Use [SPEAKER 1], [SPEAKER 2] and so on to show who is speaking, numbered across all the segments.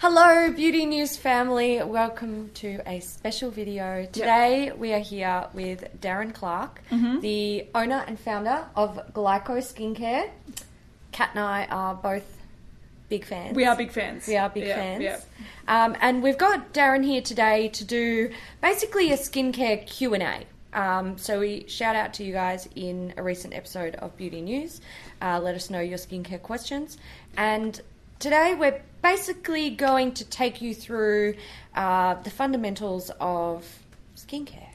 [SPEAKER 1] Hello, Beauty News family. Welcome to a special video. Today we are here with Darren Clark,
[SPEAKER 2] Mm-hmm.
[SPEAKER 1] the owner and founder of Glyco Skincare. Kat and I are both big fans.
[SPEAKER 2] We are big fans.
[SPEAKER 1] We are big
[SPEAKER 2] Yeah,
[SPEAKER 1] fans.
[SPEAKER 2] yeah.
[SPEAKER 1] Um, and we've got Darren here today to do basically a skincare Q and A. Um, so we shout out to you guys in a recent episode of Beauty News. Uh, let us know your skincare questions. And today we're basically going to take you through uh, the fundamentals of skincare.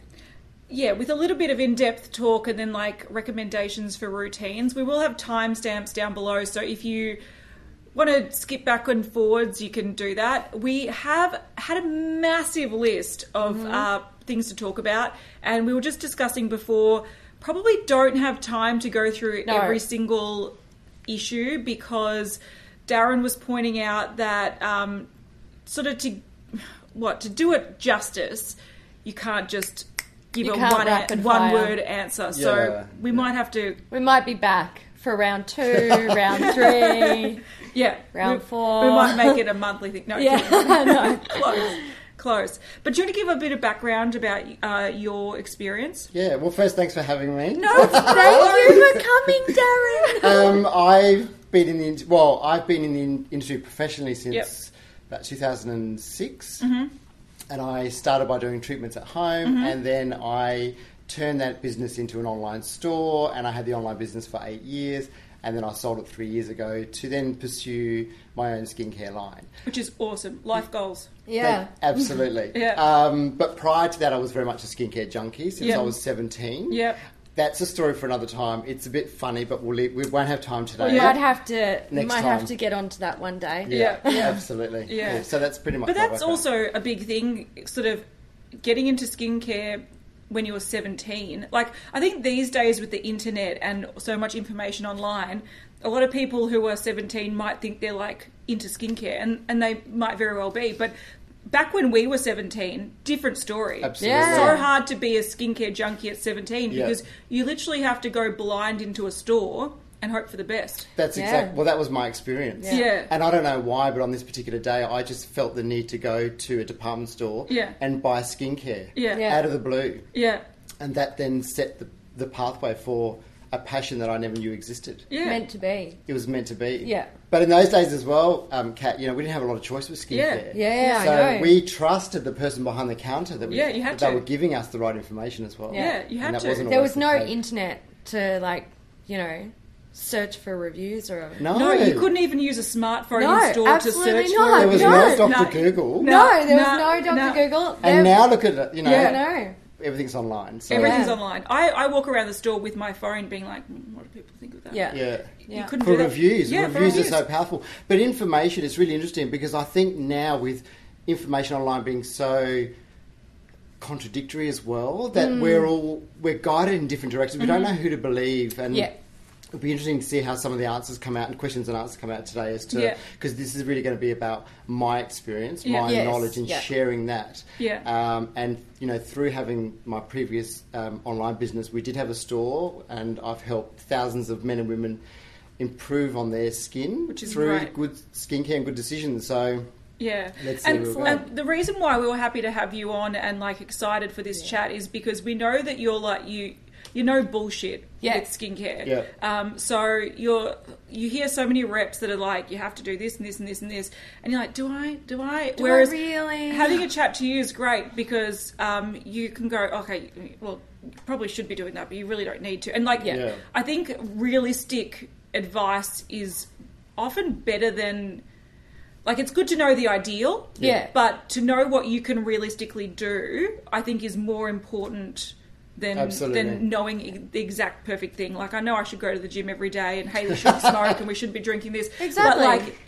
[SPEAKER 2] Yeah, with a little bit of in depth talk and then like recommendations for routines. We will have timestamps down below, so if you want to skip back and forwards, you can do that. We have had a massive list of uh, things to talk about, and we were just discussing before. Probably don't have time to go through
[SPEAKER 1] No.
[SPEAKER 2] every single issue because Darren was pointing out that um, sort of to what to do it justice, you can't just give
[SPEAKER 1] You
[SPEAKER 2] a
[SPEAKER 1] can't
[SPEAKER 2] one
[SPEAKER 1] rapid
[SPEAKER 2] one
[SPEAKER 1] fire.
[SPEAKER 2] word answer.
[SPEAKER 3] Yeah,
[SPEAKER 2] So we
[SPEAKER 3] yeah.
[SPEAKER 2] might have to
[SPEAKER 1] We might be back for round two, round three.
[SPEAKER 2] yeah
[SPEAKER 1] Round
[SPEAKER 2] we,
[SPEAKER 1] four.
[SPEAKER 2] We might make it a monthly thing. No,
[SPEAKER 1] Yeah,
[SPEAKER 2] kidding.
[SPEAKER 1] no.
[SPEAKER 2] close, close. But do you want to give a bit of background about uh, your experience?
[SPEAKER 3] Yeah, well, first, thanks for having me.
[SPEAKER 1] No, thank you for coming, Darren.
[SPEAKER 3] Um, I've been in the ind- well, I've been in the in- industry professionally since
[SPEAKER 2] Yep.
[SPEAKER 3] about 2006, and I started by doing treatments at home, and then I turned that business into an online store, and I had the online business for eight years, and then I sold it three years ago to then pursue my own skincare line.
[SPEAKER 2] Which is awesome. Life goals.
[SPEAKER 1] Yeah.
[SPEAKER 3] Thank- absolutely.
[SPEAKER 2] Yeah.
[SPEAKER 3] Um, but prior to that, I was very much a skincare junkie since
[SPEAKER 2] Yeah.
[SPEAKER 3] I was 17.
[SPEAKER 2] Yep.
[SPEAKER 3] That's a story for another time. It's a bit funny, but we'll leave, we won't have time today.
[SPEAKER 1] We
[SPEAKER 2] Yeah.
[SPEAKER 1] might have to. we
[SPEAKER 3] Next
[SPEAKER 1] might have
[SPEAKER 3] time.
[SPEAKER 1] to get onto that one day.
[SPEAKER 3] Yeah,
[SPEAKER 2] Yeah. Yeah.
[SPEAKER 3] absolutely.
[SPEAKER 2] Yeah.
[SPEAKER 3] Yeah. So that's pretty much.
[SPEAKER 2] But
[SPEAKER 3] my
[SPEAKER 2] that's
[SPEAKER 3] background.
[SPEAKER 2] also a big thing, sort of getting into skincare when you were 17. Like, I think these days with the internet and so much information online, a lot of people who are 17 might think they're like into skincare, and, and they might very well be. But back when we were 17, different story.
[SPEAKER 3] Absolutely.
[SPEAKER 1] Yeah.
[SPEAKER 2] So hard to be a skincare junkie at 17
[SPEAKER 3] Yeah.
[SPEAKER 2] because you literally have to go blind into a store and hope for the best.
[SPEAKER 3] That's
[SPEAKER 1] Yeah.
[SPEAKER 3] exact. Well, that was my experience.
[SPEAKER 1] Yeah.
[SPEAKER 2] Yeah.
[SPEAKER 3] And I don't know why, but on this particular day, I just felt the need to go to a department store
[SPEAKER 2] Yeah.
[SPEAKER 3] and buy skincare
[SPEAKER 2] Yeah.
[SPEAKER 1] Yeah.
[SPEAKER 3] out of the blue,
[SPEAKER 2] Yeah.
[SPEAKER 3] and that then set the, the pathway for a passion that I never knew existed.
[SPEAKER 2] Yeah.
[SPEAKER 1] Meant to be.
[SPEAKER 3] It was meant to be.
[SPEAKER 1] Yeah.
[SPEAKER 3] But in those days as well, um, Kat, you know, we didn't have a lot of choice with skincare.
[SPEAKER 1] Yeah. Yeah, I
[SPEAKER 3] so
[SPEAKER 1] know.
[SPEAKER 3] we trusted the person behind the counter that we
[SPEAKER 2] Yeah, you had
[SPEAKER 3] that they
[SPEAKER 2] to.
[SPEAKER 3] were giving us the right information as well.
[SPEAKER 1] Yeah,
[SPEAKER 2] you had
[SPEAKER 3] and that
[SPEAKER 2] to.
[SPEAKER 3] Wasn't
[SPEAKER 1] There
[SPEAKER 3] always
[SPEAKER 1] was
[SPEAKER 3] the
[SPEAKER 1] no
[SPEAKER 3] case.
[SPEAKER 1] internet to like, you know, search for reviews or.
[SPEAKER 3] no,
[SPEAKER 2] No, you couldn't even use a smartphone
[SPEAKER 1] No,
[SPEAKER 2] in store to
[SPEAKER 1] absolutely
[SPEAKER 2] search
[SPEAKER 1] not.
[SPEAKER 2] for it.
[SPEAKER 3] There was
[SPEAKER 1] No.
[SPEAKER 3] no, Doctor
[SPEAKER 2] No.
[SPEAKER 3] Google.
[SPEAKER 1] No, there was
[SPEAKER 2] No,
[SPEAKER 1] no Dr.
[SPEAKER 2] no.
[SPEAKER 1] Google.
[SPEAKER 3] And
[SPEAKER 1] There-
[SPEAKER 3] now look at it. You know,
[SPEAKER 2] Yeah.
[SPEAKER 1] no.
[SPEAKER 3] everything's online. So
[SPEAKER 2] Everything's
[SPEAKER 1] Yeah.
[SPEAKER 2] online. I, I walk around the store with my phone being like, "Hmm, what do people think of that?
[SPEAKER 1] Yeah.
[SPEAKER 3] yeah.
[SPEAKER 2] You
[SPEAKER 1] Yeah.
[SPEAKER 2] couldn't
[SPEAKER 3] For
[SPEAKER 2] do that.
[SPEAKER 3] reviews,
[SPEAKER 2] Yeah, for
[SPEAKER 3] reviews are so powerful. But information is really interesting because I think now with information online being so contradictory as well, that
[SPEAKER 2] Mm.
[SPEAKER 3] we're all we're guided in different directions. We don't
[SPEAKER 2] Mm-hmm.
[SPEAKER 3] know who to believe, and
[SPEAKER 1] Yeah.
[SPEAKER 3] it'll be interesting to see how some of the answers come out and questions and answers come out today as to
[SPEAKER 2] Yeah.
[SPEAKER 3] because this is really going to be about my experience,
[SPEAKER 2] Yeah.
[SPEAKER 3] my
[SPEAKER 1] Yes,
[SPEAKER 3] knowledge, and
[SPEAKER 1] yeah.
[SPEAKER 3] sharing that.
[SPEAKER 2] Yeah.
[SPEAKER 3] Um, and you know, through having my previous um, online business, we did have a store, and I've helped thousands of men and women improve on their skin
[SPEAKER 2] Which is
[SPEAKER 3] through
[SPEAKER 2] great.
[SPEAKER 3] good skincare and good decisions. So
[SPEAKER 2] Yeah.
[SPEAKER 3] Let's see
[SPEAKER 2] and,
[SPEAKER 3] where we're
[SPEAKER 2] and the reason why we were happy to have you on and like excited for this chat is because we know that you're like you you know bullshit
[SPEAKER 1] Yeah.
[SPEAKER 2] with skincare.
[SPEAKER 3] Yeah.
[SPEAKER 2] Um so you're you hear so many reps that are like you have to do this and this and this and this and you're like do I do I
[SPEAKER 1] Do I really?
[SPEAKER 2] having a chat to you is great because um you can go okay well you probably should be doing that but you really don't need to and like
[SPEAKER 1] Yeah.
[SPEAKER 3] Yeah.
[SPEAKER 2] I think realistic advice is often better than like it's good to know the ideal
[SPEAKER 1] Yeah.
[SPEAKER 2] but to know what you can realistically do i think is more important than
[SPEAKER 3] Absolutely.
[SPEAKER 2] than knowing e- the exact perfect thing like i know i should go to the gym every day and hey we shouldn't smoke and we shouldn't be drinking this
[SPEAKER 1] Exactly.
[SPEAKER 2] but like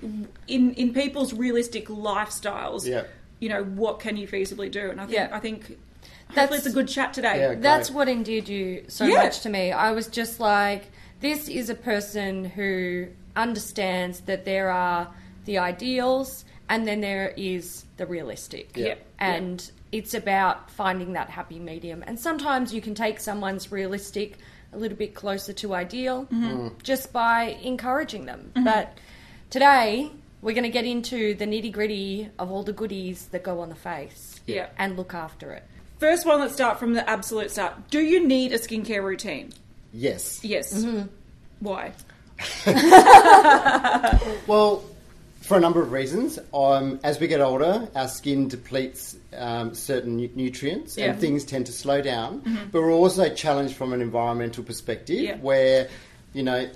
[SPEAKER 2] in in people's realistic lifestyles
[SPEAKER 3] Yeah.
[SPEAKER 2] you know what can you feasibly do and i think
[SPEAKER 1] Yeah.
[SPEAKER 2] i think hopefully
[SPEAKER 1] That's-
[SPEAKER 2] it's a good chat today
[SPEAKER 3] Yeah.
[SPEAKER 1] That's
[SPEAKER 3] Great.
[SPEAKER 1] what endeared you so
[SPEAKER 2] Yeah.
[SPEAKER 1] much to me. I was just like, this is a person who understands that there are the ideals and then there is the realistic.
[SPEAKER 3] Yeah. Yeah.
[SPEAKER 1] And it's about finding that happy medium. And sometimes you can take someone's realistic a little bit closer to ideal just by encouraging them. But today, We're going to get into the nitty gritty of all the goodies that go on the face
[SPEAKER 2] Yeah.
[SPEAKER 1] and look after it.
[SPEAKER 2] First one, let's start from the absolute start. Do you need a skincare routine?
[SPEAKER 3] Yes.
[SPEAKER 2] Yes.
[SPEAKER 1] Mm-hmm.
[SPEAKER 2] Why?
[SPEAKER 3] Well, for a number of reasons. Um, as we get older, our skin depletes um, certain nu- nutrients
[SPEAKER 2] Yeah. Mm-hmm.
[SPEAKER 3] and things tend to slow down. But we're also challenged from an environmental perspective
[SPEAKER 2] Yeah.
[SPEAKER 3] where, you know,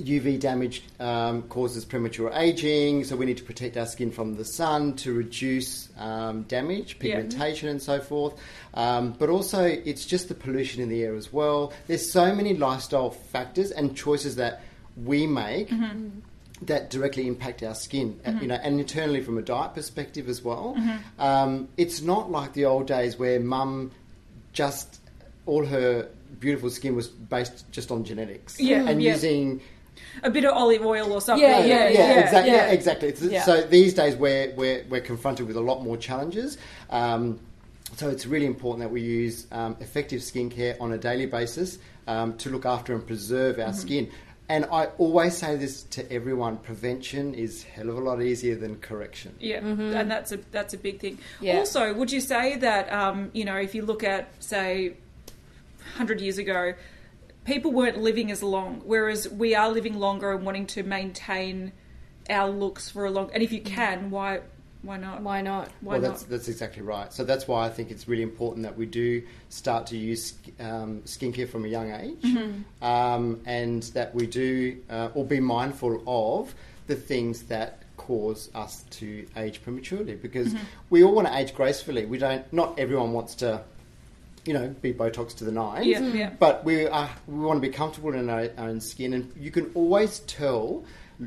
[SPEAKER 3] UV damage um, causes premature aging, so we need to protect our skin from the sun to reduce um, damage,
[SPEAKER 2] Yeah.
[SPEAKER 3] pigmentation, and so forth. Um, but also, it's just the pollution in the air as well. There's so many lifestyle factors and choices that we make
[SPEAKER 2] Mm-hmm.
[SPEAKER 3] that directly impact our skin, uh, you know, and internally from a diet perspective as well.
[SPEAKER 2] Mm-hmm.
[SPEAKER 3] Um, it's not like the old days where mum just all her beautiful skin was based just on genetics
[SPEAKER 2] Yeah,
[SPEAKER 3] and
[SPEAKER 2] yeah.
[SPEAKER 3] using
[SPEAKER 2] A bit of olive oil or something.
[SPEAKER 1] Yeah, yeah, yeah,
[SPEAKER 3] exactly,
[SPEAKER 1] yeah.
[SPEAKER 3] exactly. It's-
[SPEAKER 1] Yeah.
[SPEAKER 3] So these days we're, we're we're confronted with a lot more challenges. Um, so it's really important that we use um, effective skincare on a daily basis um, to look after and preserve
[SPEAKER 1] Mm-hmm.
[SPEAKER 3] our skin. And I always say this to everyone: prevention is hell of a lot easier than correction.
[SPEAKER 2] Yeah, and that's a that's a big thing.
[SPEAKER 1] Mm-hmm. Yeah.
[SPEAKER 2] Also, would you say that um, you know if you look at say, hundred years ago, people weren't living as long, whereas we are living longer and wanting to maintain our looks for a long. And if you can, why why not? Why,
[SPEAKER 1] Mm-hmm. Why not?
[SPEAKER 3] well,
[SPEAKER 2] not?
[SPEAKER 3] that's that's exactly right. So that's why I think it's really important that we do start to use um, skincare from a young age,
[SPEAKER 2] Mm-hmm.
[SPEAKER 3] um, and that we do uh, or be mindful of the things that cause us to age prematurely, because
[SPEAKER 2] Mm-hmm.
[SPEAKER 3] we all want to age gracefully. We don't. Not everyone wants to, you know, be Botox to the nines.
[SPEAKER 2] Yeah, yeah.
[SPEAKER 3] But we are, we want to be comfortable in our own skin, and you can always tell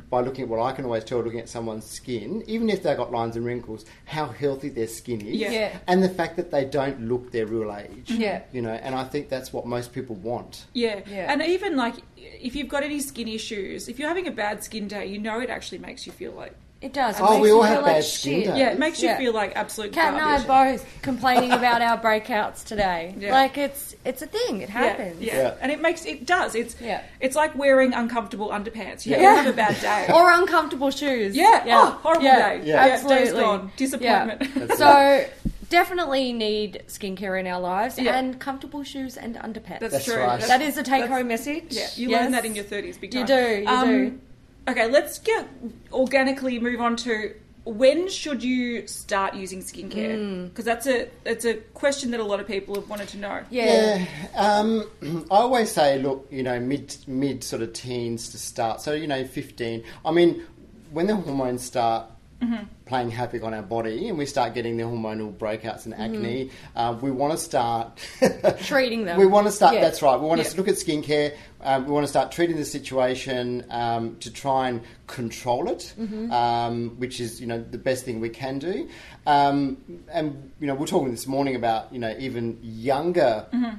[SPEAKER 3] by looking at what I can always tell looking at someone's skin, even if they've got lines and wrinkles, how healthy their skin is,
[SPEAKER 2] Yeah.
[SPEAKER 1] Yeah.
[SPEAKER 3] and the fact that they don't look their real age.
[SPEAKER 1] Yeah.
[SPEAKER 3] you know, and I think that's what most people want.
[SPEAKER 2] Yeah.
[SPEAKER 1] Yeah.
[SPEAKER 2] And even like if you've got any skin issues, if you're having a bad skin day, you know it actually makes you feel like
[SPEAKER 1] It does. It
[SPEAKER 3] Oh,
[SPEAKER 1] makes
[SPEAKER 3] we
[SPEAKER 1] you
[SPEAKER 3] all
[SPEAKER 1] feel
[SPEAKER 3] have
[SPEAKER 1] like
[SPEAKER 3] bad skin
[SPEAKER 1] shit.
[SPEAKER 3] days.
[SPEAKER 2] yeah, it makes you
[SPEAKER 1] Yeah.
[SPEAKER 2] feel like absolute
[SPEAKER 1] Kat and I
[SPEAKER 2] garbage.
[SPEAKER 1] are both complaining about our breakouts today.
[SPEAKER 2] Yeah.
[SPEAKER 1] Like it's it's a thing. It
[SPEAKER 2] Yeah,
[SPEAKER 1] happens.
[SPEAKER 2] Yeah,
[SPEAKER 3] Yeah.
[SPEAKER 2] and it makes it does. It's
[SPEAKER 1] Yeah.
[SPEAKER 2] it's like wearing uncomfortable underpants. You
[SPEAKER 3] Yeah.
[SPEAKER 2] can have a bad day.
[SPEAKER 1] Or uncomfortable shoes.
[SPEAKER 2] yeah, oh, horrible day.
[SPEAKER 3] Yeah.
[SPEAKER 2] Yeah, day's
[SPEAKER 1] Absolutely.
[SPEAKER 2] gone. Disappointment.
[SPEAKER 1] Yeah.
[SPEAKER 3] That's
[SPEAKER 1] so definitely need skincare in our lives
[SPEAKER 2] Yeah.
[SPEAKER 1] and comfortable shoes and underpants. That's,
[SPEAKER 2] That's,
[SPEAKER 3] That's
[SPEAKER 2] true.
[SPEAKER 3] right.
[SPEAKER 2] That's-
[SPEAKER 1] a take-home message.
[SPEAKER 2] Yeah, you
[SPEAKER 1] Yes.
[SPEAKER 2] learn that in your thirties. Big
[SPEAKER 1] You
[SPEAKER 2] time.
[SPEAKER 1] do, you do.
[SPEAKER 2] Okay, let's get organically move on to when should you start using skincare?
[SPEAKER 1] Hmm.
[SPEAKER 2] Because that's a it's a question that a lot of people have wanted to know.
[SPEAKER 1] Yeah.
[SPEAKER 3] Yeah, um, I always say, look, you know, mid mid sort of teens to start. So you know, fifteen. I mean, when the hormones start.
[SPEAKER 1] Mm-hmm.
[SPEAKER 3] Playing havoc on our body, and we start getting the hormonal breakouts and acne. Uh, we want to start
[SPEAKER 1] Mm-hmm. Treating them.
[SPEAKER 3] We want to start.
[SPEAKER 1] Yeah.
[SPEAKER 3] That's right. We want
[SPEAKER 2] Yeah.
[SPEAKER 3] to look at skincare. Um, we want to start treating the situation um, to try and control it,
[SPEAKER 1] Mm-hmm.
[SPEAKER 3] um, which is you know the best thing we can do. Um, and you know we're talking this morning about you know even younger
[SPEAKER 1] Mm-hmm.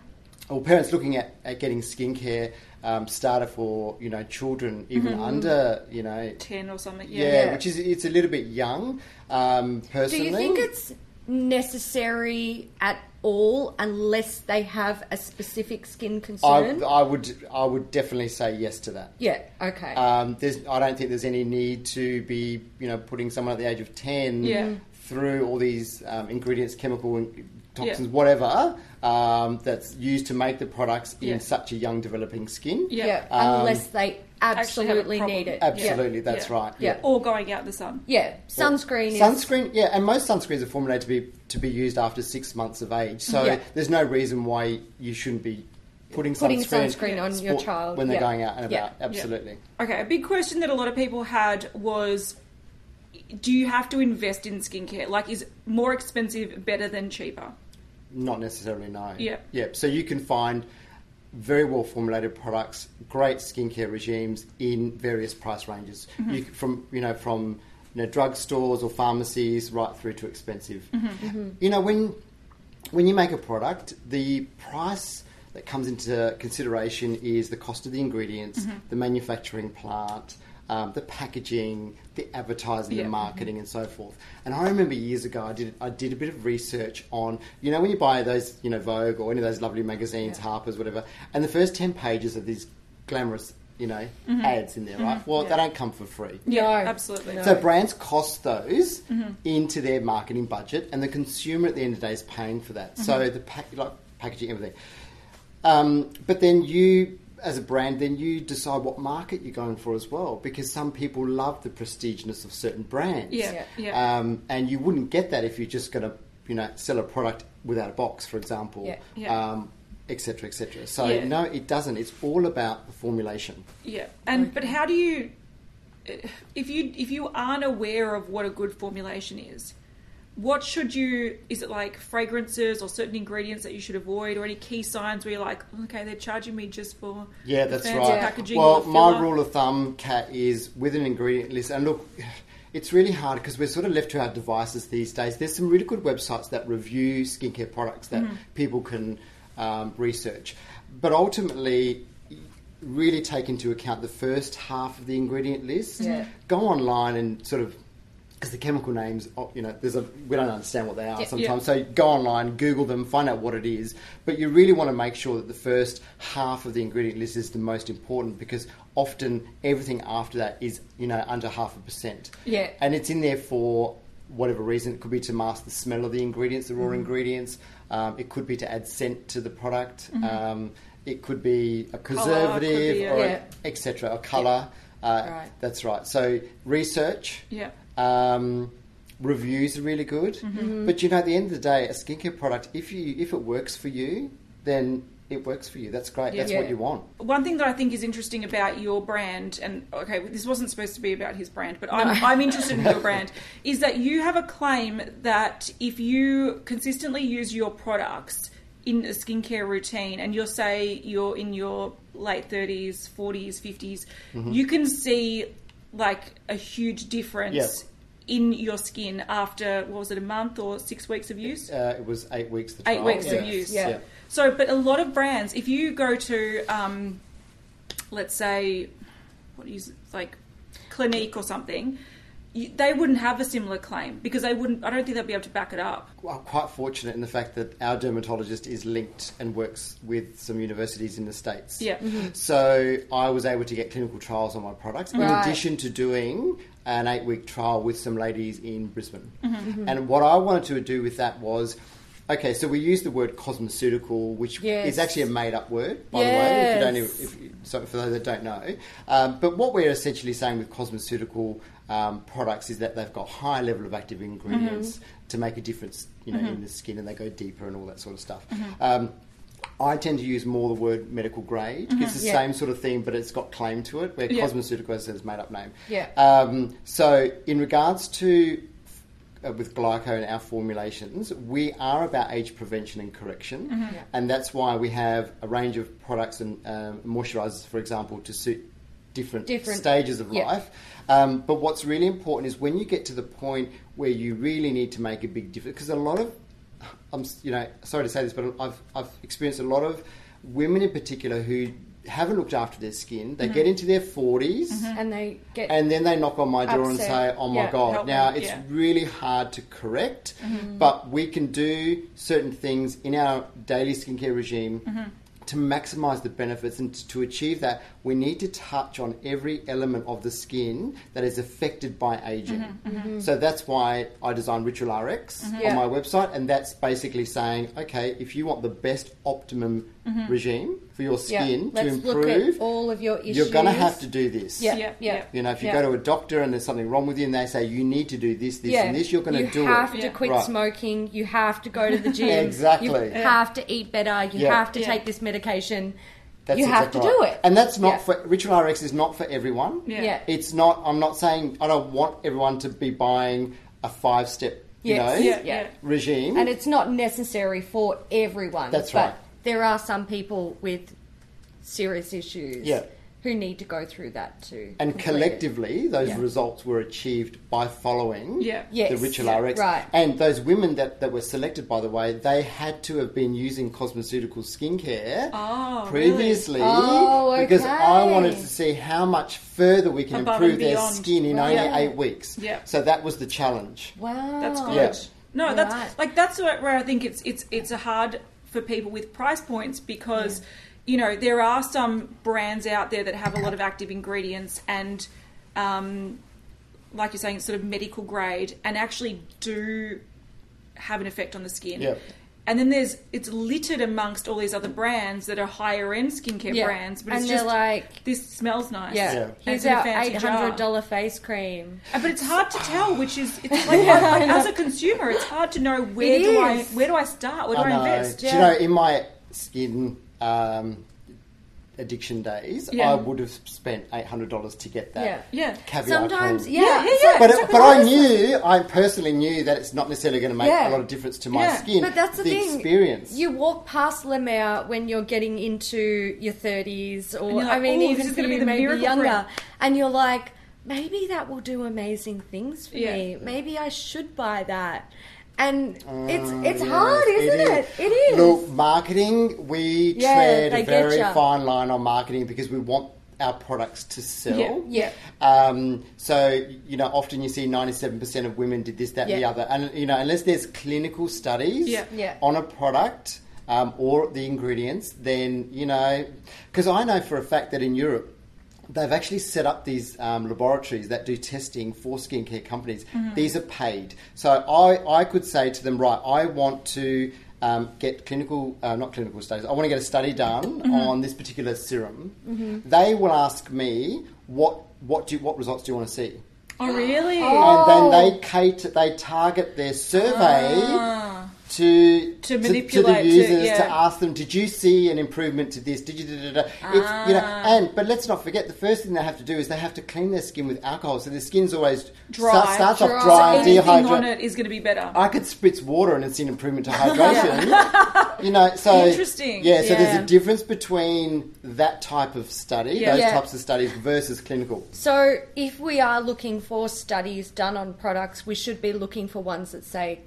[SPEAKER 3] or parents looking at, at getting skincare um, starter for you know children even
[SPEAKER 1] Mm-hmm.
[SPEAKER 3] under you know
[SPEAKER 2] Ten or something.
[SPEAKER 3] yeah,
[SPEAKER 2] Yeah.
[SPEAKER 3] which is it's a little bit young um,
[SPEAKER 1] Do
[SPEAKER 3] personally.
[SPEAKER 1] you think it's necessary at all unless they have a specific skin
[SPEAKER 3] I,
[SPEAKER 1] concern?
[SPEAKER 3] I would I would definitely say yes to that.
[SPEAKER 1] yeah. Okay.
[SPEAKER 3] Um, there's, I don't think there's any need to be, you know, putting someone at the age of ten
[SPEAKER 2] Yeah.
[SPEAKER 3] through all these um, ingredients, chemical in- toxins,
[SPEAKER 2] Yeah.
[SPEAKER 3] whatever um, that's used to make the products in
[SPEAKER 2] Yeah.
[SPEAKER 3] such a young, developing skin.
[SPEAKER 2] Yeah.
[SPEAKER 1] yeah.
[SPEAKER 3] Um,
[SPEAKER 1] unless they
[SPEAKER 2] Actually have a
[SPEAKER 1] absolutely
[SPEAKER 2] problem.
[SPEAKER 1] need it.
[SPEAKER 3] Absolutely,
[SPEAKER 2] Yeah.
[SPEAKER 3] that's
[SPEAKER 2] Yeah.
[SPEAKER 3] right.
[SPEAKER 1] Yeah.
[SPEAKER 2] Or going out in the sun.
[SPEAKER 1] Yeah. Sunscreen. is,
[SPEAKER 3] Sunscreen, yeah, and most sunscreens are formulated to be to be used after six months of age. So
[SPEAKER 1] Yeah.
[SPEAKER 3] there's no reason why you shouldn't be putting,
[SPEAKER 1] Putting
[SPEAKER 3] sunscreen,
[SPEAKER 1] sunscreen on your
[SPEAKER 3] sport-
[SPEAKER 1] child,
[SPEAKER 3] when they're
[SPEAKER 1] yeah.
[SPEAKER 3] going out and
[SPEAKER 1] Yeah.
[SPEAKER 3] about. Absolutely.
[SPEAKER 2] Okay, a big question that a lot of people had was do you have to invest in skincare? Like, is more expensive better than cheaper?
[SPEAKER 3] Not necessarily, no.
[SPEAKER 2] Yeah.
[SPEAKER 3] Yep. So you can find very well formulated products, great skincare regimes in various price ranges. You c from you know from you know drugstores or pharmacies right through to expensive. You know when when you make a product, the price that comes into consideration is the cost of the ingredients,
[SPEAKER 1] Mm-hmm.
[SPEAKER 3] the manufacturing plant, um, the packaging, the advertising,
[SPEAKER 2] Yeah.
[SPEAKER 3] the marketing, and so forth. And I remember years ago, I did I did a bit of research on you know when you buy those you know Vogue or any of those lovely magazines,
[SPEAKER 1] Yeah.
[SPEAKER 3] Harper's, whatever, and the first ten pages of these glamorous you know, ads in their life. Well,
[SPEAKER 1] Mm-hmm. Yeah.
[SPEAKER 3] they don't come for free.
[SPEAKER 2] Yeah,
[SPEAKER 1] No.
[SPEAKER 2] absolutely.
[SPEAKER 1] No.
[SPEAKER 3] So brands cost those into their marketing budget, and the consumer at the end of the day is paying for that.
[SPEAKER 2] Mm-hmm.
[SPEAKER 3] So the pack, like packaging, everything. Um, but then you, as a brand, then you decide what market you're going for as well, because some people love the prestiginess of certain brands.
[SPEAKER 2] Yeah,
[SPEAKER 1] Yeah.
[SPEAKER 2] yeah.
[SPEAKER 3] Um, and you wouldn't get that if you're just going to, you know, sell a product without a box, for example.
[SPEAKER 1] Yeah,
[SPEAKER 2] yeah.
[SPEAKER 3] Um, et cetera, et cetera. So
[SPEAKER 2] Yeah.
[SPEAKER 3] no, it doesn't. It's all about the formulation.
[SPEAKER 2] Yeah, and but how do you, if you if you aren't aware of what a good formulation is, what should you? Is it like fragrances or certain ingredients that you should avoid, or any key signs where you're like, okay, they're charging me just for
[SPEAKER 3] Yeah,
[SPEAKER 2] the
[SPEAKER 3] that's
[SPEAKER 2] fancy
[SPEAKER 3] right.
[SPEAKER 2] packaging
[SPEAKER 3] Well,
[SPEAKER 2] or
[SPEAKER 3] my
[SPEAKER 2] filler?
[SPEAKER 3] rule of thumb, Kat, is with an ingredient list. And look, it's really hard because we're sort of left to our devices these days. There's some really good websites that review skincare products that people can um, research. But ultimately, really take into account the first half of the ingredient list.
[SPEAKER 1] Yeah.
[SPEAKER 3] Go online and sort of because the chemical names, oh, you know, there's a we don't understand what they are
[SPEAKER 1] Yeah.
[SPEAKER 3] sometimes. So go online, Google them, find out what it is. But you really want to make sure that the first half of the ingredient list is the most important because often everything after that is you know under half a percent.
[SPEAKER 1] Yeah.
[SPEAKER 3] and it's in there for whatever reason. It could be to mask the smell of the ingredients, the raw ingredients. Um, it could be to add scent to the product. Um, it could be
[SPEAKER 2] Colour,
[SPEAKER 3] a
[SPEAKER 2] could be
[SPEAKER 3] preservative
[SPEAKER 2] a-
[SPEAKER 3] or
[SPEAKER 1] Yeah.
[SPEAKER 3] etc. A colour. Uh,
[SPEAKER 1] Right.
[SPEAKER 3] That's right. So research.
[SPEAKER 2] Yeah.
[SPEAKER 3] Um, reviews are really good,
[SPEAKER 2] Mm-hmm.
[SPEAKER 1] Mm-hmm.
[SPEAKER 3] but you know, at the end of the day, a skincare product, if you if it works for you, then it works for you. That's great. That's
[SPEAKER 1] Yeah.
[SPEAKER 3] what you want.
[SPEAKER 2] One thing that I think is interesting about your brand, and okay, this wasn't supposed to be about his brand, but I'm, I'm interested in your brand, is that you have a claim that if you consistently use your products in a skincare routine and you're, say, you're in your late 30s, 40s, 50s, you can see like a huge difference in your skin after, what was it, a month or six weeks of use?
[SPEAKER 3] Uh, it was eight weeks. The
[SPEAKER 2] eight
[SPEAKER 3] trial.
[SPEAKER 2] weeks
[SPEAKER 3] yeah.
[SPEAKER 2] of use.
[SPEAKER 1] Yeah.
[SPEAKER 2] So, but a lot of brands, if you go to, um, let's say, what is it, like Clinique or something, you, they wouldn't have a similar claim because they wouldn't. I don't think they'd be able to back it up.
[SPEAKER 3] I'm quite fortunate in the fact that our dermatologist is linked and works with some universities in the states.
[SPEAKER 2] Yeah.
[SPEAKER 1] Mm-hmm.
[SPEAKER 3] So I was able to get clinical trials on my products in
[SPEAKER 1] Right.
[SPEAKER 3] addition to doing an eight week trial with some ladies in Brisbane.
[SPEAKER 1] Mm-hmm.
[SPEAKER 3] And what I wanted to do with that was okay, so we use the word cosmeceutical, which
[SPEAKER 1] Yes.
[SPEAKER 3] is actually a made up word, by the way, if
[SPEAKER 1] Yes.
[SPEAKER 3] you don't, if, so for those that don't know. Um, but what we're essentially saying with cosmeceutical um, products is that they've got high level of active ingredients
[SPEAKER 1] Mm-hmm.
[SPEAKER 3] to make a difference, you know, in the skin, and they go deeper and all that sort of stuff.
[SPEAKER 1] Mm-hmm.
[SPEAKER 3] Um, I tend to use more the word medical grade. It's the
[SPEAKER 1] Mm-hmm. Yeah.
[SPEAKER 3] same sort of thing, but it's got claim to it, where
[SPEAKER 2] Yeah.
[SPEAKER 3] cosmeceutical is its made up name.
[SPEAKER 1] Yeah.
[SPEAKER 3] Um, so, in regards to uh, with glyco and our formulations, we are about age prevention and correction,
[SPEAKER 1] Yeah.
[SPEAKER 3] and that's why we have a range of products and um, moisturizers, for example, to suit different,
[SPEAKER 1] Different-
[SPEAKER 3] stages of
[SPEAKER 1] yeah.
[SPEAKER 3] life. Um, but what's really important is when you get to the point where you really need to make a big difference, because a lot of, I'm s- you know sorry to say this, but I've I've experienced a lot of women in particular who haven't looked after their skin.
[SPEAKER 1] Mm-hmm.
[SPEAKER 3] They get into their 40s
[SPEAKER 1] And they get.
[SPEAKER 3] and then they knock on my door and say,
[SPEAKER 1] Upset.
[SPEAKER 3] "Oh my
[SPEAKER 1] Yeah, Mm-hmm.
[SPEAKER 3] god!"
[SPEAKER 2] help
[SPEAKER 3] Now
[SPEAKER 2] me,
[SPEAKER 3] it's
[SPEAKER 2] yeah.
[SPEAKER 3] really hard to correct, but we can do certain things in our daily skincare regime
[SPEAKER 1] Mm-hmm.
[SPEAKER 3] to maximise the benefits and to achieve that. We need to touch on every element of the skin that is affected by aging. So that's why I designed Ritual RX on
[SPEAKER 1] Mm-hmm. Yeah.
[SPEAKER 3] my website, and that's basically saying, okay, if you want the best optimum regime for your
[SPEAKER 1] Mm-hmm. yeah,
[SPEAKER 3] skin to
[SPEAKER 1] let's
[SPEAKER 3] improve,
[SPEAKER 1] look at all of your issues.
[SPEAKER 3] you're going to have to do this.
[SPEAKER 1] Yeah,
[SPEAKER 2] Yeah,
[SPEAKER 1] yeah.
[SPEAKER 2] yeah.
[SPEAKER 3] You know, if you
[SPEAKER 1] Yeah.
[SPEAKER 3] go to a doctor and there's something wrong with you and they say you need to do this, this, and this, you're going
[SPEAKER 1] You
[SPEAKER 3] to do
[SPEAKER 1] have
[SPEAKER 3] it.
[SPEAKER 1] to
[SPEAKER 2] Yeah.
[SPEAKER 1] quit
[SPEAKER 3] Right.
[SPEAKER 1] smoking. You have to go to the gym.
[SPEAKER 3] Exactly.
[SPEAKER 1] You
[SPEAKER 3] Yeah.
[SPEAKER 1] have to eat better. You
[SPEAKER 3] Yeah.
[SPEAKER 1] have to
[SPEAKER 2] Yeah.
[SPEAKER 1] take this medication.
[SPEAKER 3] That's
[SPEAKER 1] you have
[SPEAKER 3] exactly
[SPEAKER 1] to do
[SPEAKER 3] right.
[SPEAKER 1] it.
[SPEAKER 3] And that's not
[SPEAKER 1] Yeah.
[SPEAKER 3] for Ritual RX is not for everyone.
[SPEAKER 2] Yeah.
[SPEAKER 1] yeah.
[SPEAKER 3] It's not. I'm not saying I don't want everyone to be buying a five step, you
[SPEAKER 1] Yes.
[SPEAKER 3] know,
[SPEAKER 2] Yeah,
[SPEAKER 1] Yeah.
[SPEAKER 2] yeah.
[SPEAKER 3] regime.
[SPEAKER 1] And it's not necessary for everyone.
[SPEAKER 3] That's
[SPEAKER 1] but
[SPEAKER 3] right.
[SPEAKER 1] There are some people with serious issues
[SPEAKER 3] Yeah.
[SPEAKER 1] who need to go through that too.
[SPEAKER 3] and collectively, those
[SPEAKER 1] Yeah.
[SPEAKER 3] results were achieved by following
[SPEAKER 2] Yeah.
[SPEAKER 1] Yes.
[SPEAKER 3] the Ritual
[SPEAKER 1] Yeah,
[SPEAKER 3] RX.
[SPEAKER 1] right.
[SPEAKER 3] And those women that, that were selected, by the way, they had to have been using cosmeceutical skincare
[SPEAKER 2] Oh, really?
[SPEAKER 3] previously
[SPEAKER 1] Oh,
[SPEAKER 3] because I
[SPEAKER 1] okay.
[SPEAKER 3] wanted to see how much further we can
[SPEAKER 2] Above
[SPEAKER 3] improve
[SPEAKER 2] and
[SPEAKER 3] their
[SPEAKER 2] beyond.
[SPEAKER 3] skin in
[SPEAKER 1] Right.
[SPEAKER 3] only eight weeks.
[SPEAKER 2] Yeah.
[SPEAKER 3] So that was the challenge.
[SPEAKER 1] Wow.
[SPEAKER 2] That's good.
[SPEAKER 3] Yeah.
[SPEAKER 2] Oh. No,
[SPEAKER 1] You're
[SPEAKER 2] that's
[SPEAKER 1] right.
[SPEAKER 2] like that's where where I think it's it's it's a hard for people with price points because you know, there are some brands out there that have a lot of active ingredients and, um, like you're saying, it's sort of medical grade and actually do have an effect on the skin.
[SPEAKER 3] Yep.
[SPEAKER 2] And then there's it's littered amongst all these other brands that are higher end skincare
[SPEAKER 1] Yeah.
[SPEAKER 2] brands, but
[SPEAKER 1] and
[SPEAKER 2] it's
[SPEAKER 1] they're
[SPEAKER 2] just
[SPEAKER 1] like,
[SPEAKER 2] this smells nice.
[SPEAKER 1] yeah,
[SPEAKER 3] Yeah.
[SPEAKER 2] And it's
[SPEAKER 1] here's
[SPEAKER 2] in a
[SPEAKER 1] our
[SPEAKER 2] fancy
[SPEAKER 1] eight hundred
[SPEAKER 2] jar.
[SPEAKER 1] dollar face cream.
[SPEAKER 2] Uh, But it's hard to tell, which is it's like like, as a consumer, it's hard to know where
[SPEAKER 1] It
[SPEAKER 2] do I
[SPEAKER 1] is.
[SPEAKER 2] where do I start? Where do
[SPEAKER 3] I
[SPEAKER 2] I,
[SPEAKER 3] know.
[SPEAKER 2] invest?
[SPEAKER 3] uh, Do you know, in my skin um, addiction days,
[SPEAKER 2] Yeah.
[SPEAKER 3] I would have spent $800 to get that
[SPEAKER 1] Yeah.
[SPEAKER 2] Yeah.
[SPEAKER 3] caviar
[SPEAKER 1] Sometimes,
[SPEAKER 3] cream.
[SPEAKER 1] yeah,
[SPEAKER 2] Yeah, yeah,
[SPEAKER 1] so-
[SPEAKER 2] yeah.
[SPEAKER 3] But,
[SPEAKER 2] Exactly.
[SPEAKER 3] but I knew, I personally knew that it's not necessarily going to make
[SPEAKER 1] Yeah.
[SPEAKER 3] a lot of difference to my
[SPEAKER 2] Yeah.
[SPEAKER 3] skin.
[SPEAKER 1] But that's the, thing.
[SPEAKER 3] experience.
[SPEAKER 1] You walk past Le Maire when you're getting into your 30s,
[SPEAKER 2] And
[SPEAKER 1] or
[SPEAKER 2] you're like,
[SPEAKER 1] I mean,
[SPEAKER 2] "Ooh, this
[SPEAKER 1] even
[SPEAKER 2] is
[SPEAKER 1] for
[SPEAKER 2] gonna be
[SPEAKER 1] you,
[SPEAKER 2] the
[SPEAKER 1] maybe
[SPEAKER 2] miracle
[SPEAKER 1] younger,
[SPEAKER 2] cream."
[SPEAKER 1] and you're like, maybe that will do amazing things for
[SPEAKER 2] Yeah.
[SPEAKER 1] me. Maybe I should buy that. And it's
[SPEAKER 3] Mm,
[SPEAKER 1] it's
[SPEAKER 3] yes,
[SPEAKER 1] hard, isn't it? It is.
[SPEAKER 3] Look, marketing, we
[SPEAKER 1] Yeah,
[SPEAKER 3] tread
[SPEAKER 1] they
[SPEAKER 3] a
[SPEAKER 1] get
[SPEAKER 3] very
[SPEAKER 1] ya.
[SPEAKER 3] fine line on marketing because we want our products to sell.
[SPEAKER 2] Yeah,
[SPEAKER 1] yeah.
[SPEAKER 3] Um, so, you know, often you see 97% of women did this, that, and the
[SPEAKER 1] Yeah.
[SPEAKER 3] other. And, you know, unless there's clinical studies
[SPEAKER 2] Yeah.
[SPEAKER 1] Yeah.
[SPEAKER 3] on a product um, or the ingredients, then, you know, because I know for a fact that in Europe, They've actually set up these um, laboratories that do testing for skincare companies.
[SPEAKER 1] Mm-hmm.
[SPEAKER 3] These are paid. So I, I could say to them, right, I want to um, get clinical, uh, not clinical studies, I want to get a study done
[SPEAKER 1] Mm-hmm.
[SPEAKER 3] on this particular serum. They will ask me, what, what, do you, what results do you want to see?
[SPEAKER 2] Oh really?
[SPEAKER 3] And then
[SPEAKER 2] Oh.
[SPEAKER 3] they cater, they target their survey
[SPEAKER 2] Ah.
[SPEAKER 3] to,
[SPEAKER 2] To
[SPEAKER 3] the
[SPEAKER 2] manipulate, to-
[SPEAKER 3] users to,
[SPEAKER 2] yeah.
[SPEAKER 3] ask them, did you see an improvement to this? Did you? Da, da, da. It's, you know,
[SPEAKER 2] Ah.
[SPEAKER 3] and but let's not forget the first thing they have to do is they have to clean their skin with alcohol, so their skin's always
[SPEAKER 2] Dry,
[SPEAKER 3] start- starts
[SPEAKER 1] dry.
[SPEAKER 3] off dry, and
[SPEAKER 2] Anything on
[SPEAKER 3] dehydrated.
[SPEAKER 2] it is going to be better.
[SPEAKER 3] I could spritz water and it's an improvement to hydration. You know, so
[SPEAKER 2] Interesting.
[SPEAKER 3] Yeah, so there's
[SPEAKER 1] Yeah.
[SPEAKER 3] a difference between that type of study,
[SPEAKER 2] Yeah.
[SPEAKER 3] those
[SPEAKER 1] Yeah.
[SPEAKER 3] types of studies, versus clinical.
[SPEAKER 1] So, if we are looking for studies done on products, we should be looking for ones that say clinical,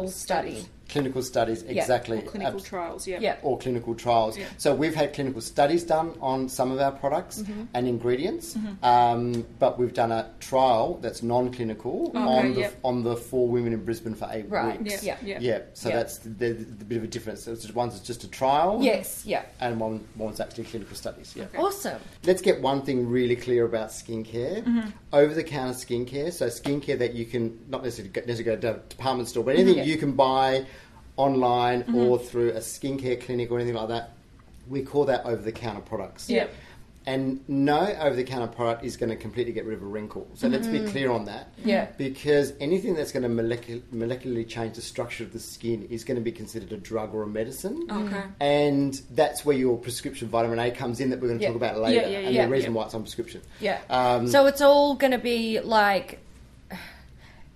[SPEAKER 2] Clinical
[SPEAKER 1] study.
[SPEAKER 2] studies.
[SPEAKER 3] Clinical studies, exactly.
[SPEAKER 2] Or clinical
[SPEAKER 3] Abs-
[SPEAKER 2] trials. Yeah.
[SPEAKER 1] Yeah.
[SPEAKER 3] or clinical trials.
[SPEAKER 2] Yeah.
[SPEAKER 3] So we've had clinical studies done on some of our products
[SPEAKER 1] Mm-hmm.
[SPEAKER 3] and ingredients, um, but we've done a trial that's non-clinical on the
[SPEAKER 2] yep.
[SPEAKER 3] on the four women in Brisbane for eight
[SPEAKER 1] Right.
[SPEAKER 3] weeks.
[SPEAKER 2] Yeah.
[SPEAKER 1] Yeah.
[SPEAKER 2] Yeah.
[SPEAKER 3] Yeah, so
[SPEAKER 1] Yeah.
[SPEAKER 3] that's the, the, the bit of a difference. So it's just, one's just a trial,
[SPEAKER 1] Yes, yeah.
[SPEAKER 3] and one one's actually clinical studies. Yeah.
[SPEAKER 2] Okay.
[SPEAKER 1] Awesome.
[SPEAKER 3] Let's get one thing really clear about skincare. Over the counter skincare, so skincare that you can not necessarily go, necessarily go to a department store, but anything
[SPEAKER 1] Yeah.
[SPEAKER 3] you can buy online or through a skincare clinic or anything like that, we call that over the counter products.
[SPEAKER 2] Yeah.
[SPEAKER 3] And no over the counter product is going to completely get rid of a wrinkle. So let's be clear on that.
[SPEAKER 1] Yeah.
[SPEAKER 3] Because anything that's going to molecul- molecularly change the structure of the skin is going to be considered a drug or a medicine.
[SPEAKER 2] Okay.
[SPEAKER 3] And that's where your prescription vitamin A comes in that we're going to
[SPEAKER 1] Yeah.
[SPEAKER 3] talk about later,
[SPEAKER 2] Yeah, yeah,
[SPEAKER 3] and
[SPEAKER 1] yeah.
[SPEAKER 3] the reason
[SPEAKER 2] Yeah.
[SPEAKER 3] why it's on prescription.
[SPEAKER 1] Yeah.
[SPEAKER 3] Um,
[SPEAKER 1] so it's all going to be like,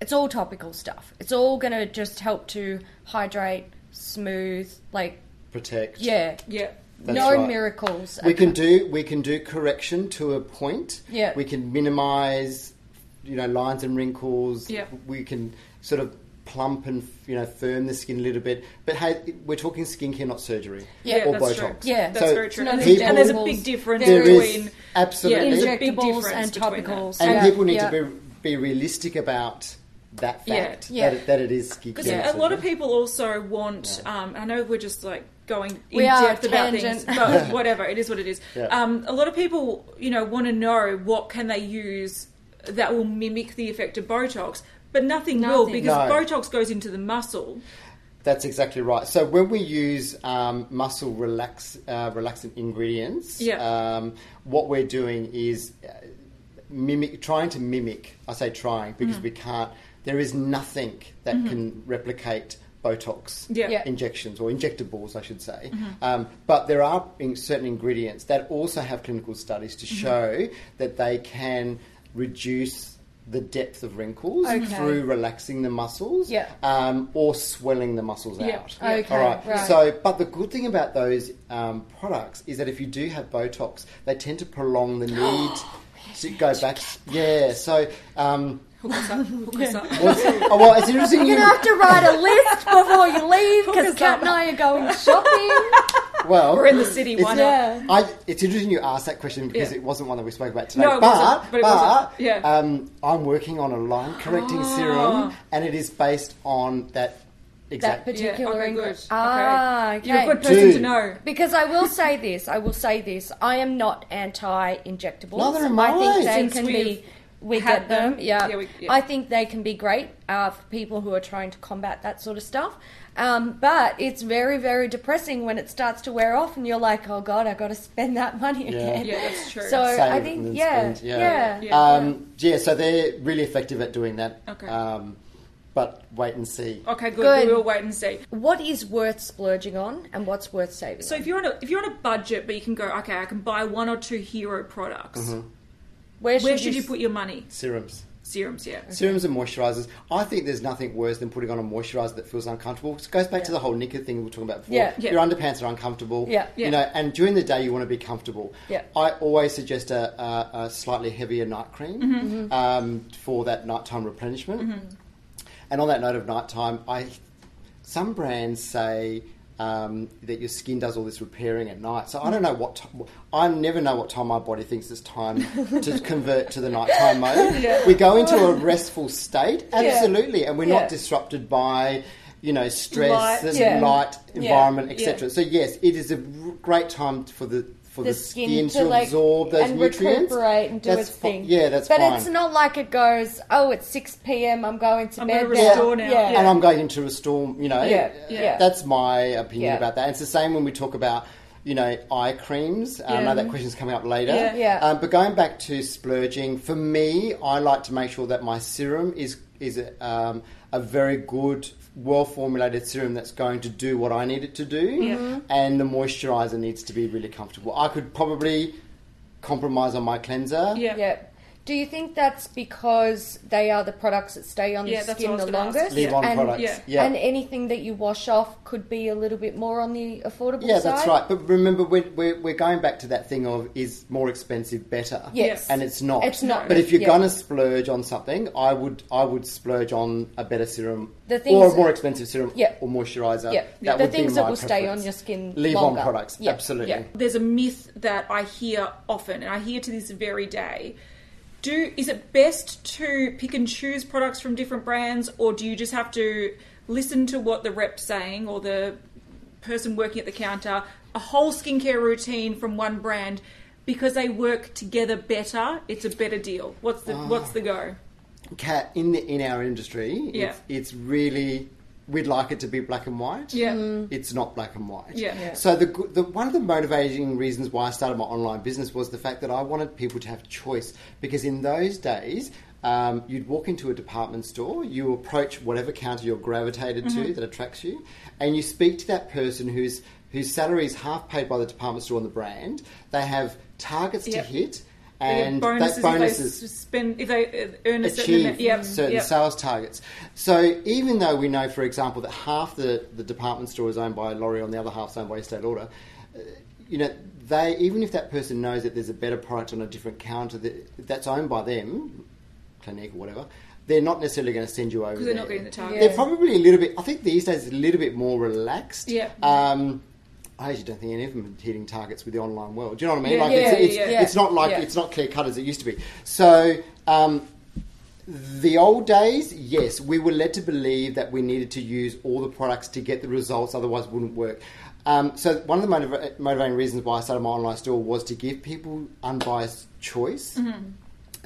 [SPEAKER 1] it's all topical stuff. It's all going to just help to hydrate, smooth, like,
[SPEAKER 3] protect.
[SPEAKER 1] yeah.
[SPEAKER 2] Yeah.
[SPEAKER 3] That's
[SPEAKER 1] no
[SPEAKER 3] right.
[SPEAKER 1] miracles.
[SPEAKER 3] We can do we can do correction to a point.
[SPEAKER 1] Yeah.
[SPEAKER 3] We can minimise, you know, lines and wrinkles.
[SPEAKER 2] Yeah.
[SPEAKER 3] We can sort of plump and you know firm the skin a little bit. But hey, we're talking skincare, not surgery.
[SPEAKER 1] Yeah,
[SPEAKER 2] Yeah,
[SPEAKER 3] or
[SPEAKER 2] that's
[SPEAKER 3] Botox.
[SPEAKER 2] true.
[SPEAKER 1] Yeah.
[SPEAKER 2] that's
[SPEAKER 3] So
[SPEAKER 2] very true.
[SPEAKER 1] it's
[SPEAKER 2] And,
[SPEAKER 1] not
[SPEAKER 2] there's- and there's a
[SPEAKER 1] injectables.
[SPEAKER 2] big difference
[SPEAKER 1] There
[SPEAKER 3] is.
[SPEAKER 2] between
[SPEAKER 3] Absolutely.
[SPEAKER 2] Yeah, there's a big
[SPEAKER 1] Injectables
[SPEAKER 2] difference
[SPEAKER 1] and
[SPEAKER 2] between that.
[SPEAKER 1] topicals.
[SPEAKER 3] And
[SPEAKER 1] Yeah.
[SPEAKER 3] people need
[SPEAKER 1] Yeah.
[SPEAKER 3] to be, be realistic about that
[SPEAKER 2] Yeah.
[SPEAKER 3] fact
[SPEAKER 1] Yeah.
[SPEAKER 3] That, it, that it is skincare.
[SPEAKER 2] Because a lot of people also want. Um, I know we're just like going in
[SPEAKER 1] We are
[SPEAKER 2] depth about
[SPEAKER 1] tangent.
[SPEAKER 2] things, but whatever it is, what it is.
[SPEAKER 3] Yeah.
[SPEAKER 2] Um, a lot of people, you know, want to know what can they use that will mimic the effect of Botox, but nothing, will
[SPEAKER 1] Nothing.
[SPEAKER 2] because
[SPEAKER 3] No.
[SPEAKER 2] Botox goes into the muscle.
[SPEAKER 3] That's exactly right. So when we use um, muscle relax uh, relaxant ingredients,
[SPEAKER 2] Yeah.
[SPEAKER 3] um, what we're doing is uh, mimic, trying to mimic. I say trying
[SPEAKER 2] Mm-hmm.
[SPEAKER 3] because we can't. There is nothing that can replicate Botox
[SPEAKER 2] Yeah. Mm-hmm.
[SPEAKER 1] Yeah.
[SPEAKER 3] injections or injectables, I should say. Um, but there are in certain ingredients that also have clinical studies
[SPEAKER 2] Mm-hmm.
[SPEAKER 3] to show that they can reduce the depth of wrinkles
[SPEAKER 1] Okay.
[SPEAKER 3] through relaxing the muscles
[SPEAKER 1] Yeah.
[SPEAKER 3] um, or swelling the muscles
[SPEAKER 2] Yeah.
[SPEAKER 3] out.
[SPEAKER 2] Yeah.
[SPEAKER 1] Okay,
[SPEAKER 3] All right.
[SPEAKER 1] right.
[SPEAKER 3] So, but the good thing about those um, products is that if you do have Botox, they tend to prolong the need
[SPEAKER 2] Oh,
[SPEAKER 3] to go back. Yeah. So, um,
[SPEAKER 2] Hook us up, hook us up.
[SPEAKER 3] well, it's- oh, well, it's interesting.
[SPEAKER 1] You're
[SPEAKER 3] You,
[SPEAKER 1] going to have to write a list before you leave
[SPEAKER 2] Hook
[SPEAKER 1] because
[SPEAKER 2] us
[SPEAKER 1] Kat
[SPEAKER 2] up.
[SPEAKER 1] and I are going shopping.
[SPEAKER 3] well,
[SPEAKER 2] We're in the city, why
[SPEAKER 3] it's-
[SPEAKER 2] not?
[SPEAKER 1] Yeah.
[SPEAKER 3] I, it's interesting you asked that question because
[SPEAKER 2] Yeah.
[SPEAKER 3] it wasn't one that we spoke about today.
[SPEAKER 2] No, it
[SPEAKER 3] but
[SPEAKER 2] wasn't, but it wasn't. Yeah.
[SPEAKER 3] um, I'm working on a line correcting
[SPEAKER 2] Ah.
[SPEAKER 3] serum, and it is based on that
[SPEAKER 1] that
[SPEAKER 3] Exactly.
[SPEAKER 1] particular
[SPEAKER 2] okay,
[SPEAKER 1] ingredient.
[SPEAKER 2] good.
[SPEAKER 1] Ah,
[SPEAKER 2] Okay.
[SPEAKER 1] okay.
[SPEAKER 2] You're a good person to
[SPEAKER 3] Dude.
[SPEAKER 2] know.
[SPEAKER 1] Because I will say this, I will say this: I am not anti-injectables.
[SPEAKER 3] Neither am
[SPEAKER 1] I
[SPEAKER 3] I.
[SPEAKER 1] think they
[SPEAKER 2] Since
[SPEAKER 1] can
[SPEAKER 2] we've
[SPEAKER 1] be. We
[SPEAKER 2] had
[SPEAKER 1] get them,
[SPEAKER 2] them.
[SPEAKER 1] Yeah.
[SPEAKER 2] Yeah, we- yeah.
[SPEAKER 1] I think they can be great uh, for people who are trying to combat that sort of stuff. Um, but it's very, very depressing when it starts to wear off, and you're like, "Oh God, I got to spend that money
[SPEAKER 3] Yeah.
[SPEAKER 1] again."
[SPEAKER 2] Yeah, that's true.
[SPEAKER 1] So I
[SPEAKER 3] Save and
[SPEAKER 1] think,
[SPEAKER 3] then
[SPEAKER 1] yeah,
[SPEAKER 3] spend,
[SPEAKER 1] yeah,
[SPEAKER 3] yeah.
[SPEAKER 2] Yeah.
[SPEAKER 3] Um, yeah, so they're really effective at doing that.
[SPEAKER 2] Okay. Oh.
[SPEAKER 3] Um, but wait and see.
[SPEAKER 2] Okay, good.
[SPEAKER 1] Good.
[SPEAKER 2] We'll wait and see.
[SPEAKER 1] What is worth splurging on, and what's worth saving?
[SPEAKER 2] So
[SPEAKER 1] on?
[SPEAKER 2] if you're on a if you're on a budget, but you can go, okay, I can buy one or two hero products.
[SPEAKER 3] Mm-hmm.
[SPEAKER 1] where
[SPEAKER 2] Where should you
[SPEAKER 1] s-
[SPEAKER 2] put your money?
[SPEAKER 3] Serums.
[SPEAKER 2] Serums, yeah.
[SPEAKER 3] Serums and moisturizers. I think there's nothing worse than putting on a moisturizer that feels uncomfortable. It goes back to the whole knicker thing we were talking about before.
[SPEAKER 1] Yeah.
[SPEAKER 2] Yeah.
[SPEAKER 3] Your underpants are uncomfortable.
[SPEAKER 1] Yeah.
[SPEAKER 2] Yeah.
[SPEAKER 3] You know, and during the day you want to be comfortable.
[SPEAKER 1] Yeah.
[SPEAKER 3] I always suggest a, a, a slightly heavier night cream
[SPEAKER 2] Mm-hmm,
[SPEAKER 3] um, for that nighttime replenishment. And on that note of nighttime, I some brands say um, that your skin does all this repairing at night. So I don't know what t- I never know what time my body thinks it's time to convert to the nighttime mode.
[SPEAKER 1] Yeah.
[SPEAKER 3] We go into a restful state,
[SPEAKER 1] Yeah.
[SPEAKER 3] absolutely, and we're
[SPEAKER 1] Yeah.
[SPEAKER 3] not disrupted by you know stress
[SPEAKER 2] Light,
[SPEAKER 3] and
[SPEAKER 1] yeah.
[SPEAKER 3] light
[SPEAKER 1] Yeah.
[SPEAKER 3] environment,
[SPEAKER 2] Yeah.
[SPEAKER 3] etc. So yes, it is a r- great time for the for
[SPEAKER 1] the
[SPEAKER 3] the,
[SPEAKER 1] skin,
[SPEAKER 3] skin,
[SPEAKER 1] to,
[SPEAKER 3] to,
[SPEAKER 1] like
[SPEAKER 3] absorb those
[SPEAKER 1] and
[SPEAKER 3] nutrients
[SPEAKER 1] recuperate and do
[SPEAKER 3] That's
[SPEAKER 1] its
[SPEAKER 3] fi-
[SPEAKER 1] thing.
[SPEAKER 3] yeah, that's
[SPEAKER 1] but
[SPEAKER 3] fine.
[SPEAKER 1] it's not like it goes. Oh, it's six p.m. I'm going to
[SPEAKER 2] I'm
[SPEAKER 1] bed.
[SPEAKER 2] gonna restore
[SPEAKER 1] now.
[SPEAKER 2] now.
[SPEAKER 1] Yeah.
[SPEAKER 3] and I'm going to restore. You know,
[SPEAKER 1] Yeah,
[SPEAKER 3] uh,
[SPEAKER 1] yeah.
[SPEAKER 3] that's my opinion
[SPEAKER 1] Yeah.
[SPEAKER 3] about that. It's the same when we talk about you know eye creams. Um, I
[SPEAKER 2] Yeah.
[SPEAKER 3] know that question's coming up later.
[SPEAKER 2] Yeah.
[SPEAKER 1] Yeah.
[SPEAKER 3] Um, but going back to splurging, for me, I like to make sure that my serum is is a, um, a very good. Well formulated serum that's going to do what I need it to do, Mm-hmm.
[SPEAKER 2] Yeah. Mhm.
[SPEAKER 3] and the moisturizer needs to be really comfortable. I could probably compromise on my cleanser,
[SPEAKER 2] Yeah.
[SPEAKER 1] Yeah. Do you think that's because they are the products that stay on
[SPEAKER 2] Yeah,
[SPEAKER 1] the
[SPEAKER 2] that's what I
[SPEAKER 1] skin
[SPEAKER 2] was
[SPEAKER 1] the
[SPEAKER 2] gonna ask.
[SPEAKER 1] longest?
[SPEAKER 3] leave on
[SPEAKER 1] and,
[SPEAKER 3] products.
[SPEAKER 2] yeah.
[SPEAKER 1] And anything that you wash off could be a little bit more on the affordable
[SPEAKER 3] Yeah,
[SPEAKER 1] side.
[SPEAKER 3] that's right. But remember, we're, we're, we're going back to that thing of is more expensive better?
[SPEAKER 1] Yes.
[SPEAKER 3] And it's not.
[SPEAKER 1] It's not.
[SPEAKER 3] But if you're
[SPEAKER 1] Yeah.
[SPEAKER 3] gonna splurge on something, I would I would splurge on a better serum
[SPEAKER 1] The things
[SPEAKER 3] or a
[SPEAKER 1] that-
[SPEAKER 3] more expensive serum
[SPEAKER 1] Yeah.
[SPEAKER 3] or moisturizer.
[SPEAKER 1] Yeah.
[SPEAKER 3] That
[SPEAKER 1] The
[SPEAKER 3] would
[SPEAKER 1] things
[SPEAKER 3] be
[SPEAKER 1] that
[SPEAKER 3] my
[SPEAKER 1] will stay on
[SPEAKER 3] preference.
[SPEAKER 1] your skin
[SPEAKER 3] Leave
[SPEAKER 1] longer.
[SPEAKER 3] on products.
[SPEAKER 1] Yeah.
[SPEAKER 3] Absolutely.
[SPEAKER 1] Yeah.
[SPEAKER 2] There's a myth that I hear often, and I hear to this very day. Do is it best to pick and choose products from different brands, or do you just have to listen to what the rep's saying or the person working at the counter? A whole skincare routine from one brand because they work together better. It's a better deal. What's the what's the go?
[SPEAKER 3] Cat in the in our industry,
[SPEAKER 2] Yeah.
[SPEAKER 3] it's, it's really we'd like it to be black and white.
[SPEAKER 2] Yeah.
[SPEAKER 3] It's not black and white.
[SPEAKER 2] Yeah. Yeah.
[SPEAKER 3] So the, the one of the motivating reasons why I started my online business was the fact that I wanted people to have choice because in those days. Um, you'd walk into a department store, you approach whatever counter you're gravitated to
[SPEAKER 2] Mm-hmm.
[SPEAKER 3] that attracts you, and you speak to that person whose whose salary is half paid by the department store and the brand. They have targets
[SPEAKER 2] Yep.
[SPEAKER 3] to hit
[SPEAKER 2] They get
[SPEAKER 3] and
[SPEAKER 2] bonuses,
[SPEAKER 3] that bonuses
[SPEAKER 2] if they s- spend if they uh, earn a certain
[SPEAKER 3] achieve
[SPEAKER 2] amount. Yep.
[SPEAKER 3] certain
[SPEAKER 2] yep.
[SPEAKER 3] sales targets. So even though we know, for example, that half the, the department store is owned by L'Oreal and the other half's owned by Estée Lauder, uh, you know, they even if that person knows that there's a better product on a different counter that, that's owned by them, Clinique or whatever, they're not necessarily going to send you over
[SPEAKER 2] because they're not getting the target.
[SPEAKER 1] Yeah.
[SPEAKER 3] they're probably a little bit. I think these days it's a little bit more relaxed.
[SPEAKER 2] Yeah.
[SPEAKER 3] Um, I actually don't think any of them are hitting targets with the online world. Do you know what I mean?
[SPEAKER 2] Yeah,
[SPEAKER 3] like
[SPEAKER 2] yeah,
[SPEAKER 3] it's, it's,
[SPEAKER 2] yeah, yeah.
[SPEAKER 3] it's not like
[SPEAKER 1] Yeah.
[SPEAKER 3] it's not clear cut as it used to be. So um, the old days, yes, we were led to believe that we needed to use all the products to get the results, otherwise, it wouldn't work. Um, so, one of the motiva- motivating reasons why I started my online store was to give people unbiased choice.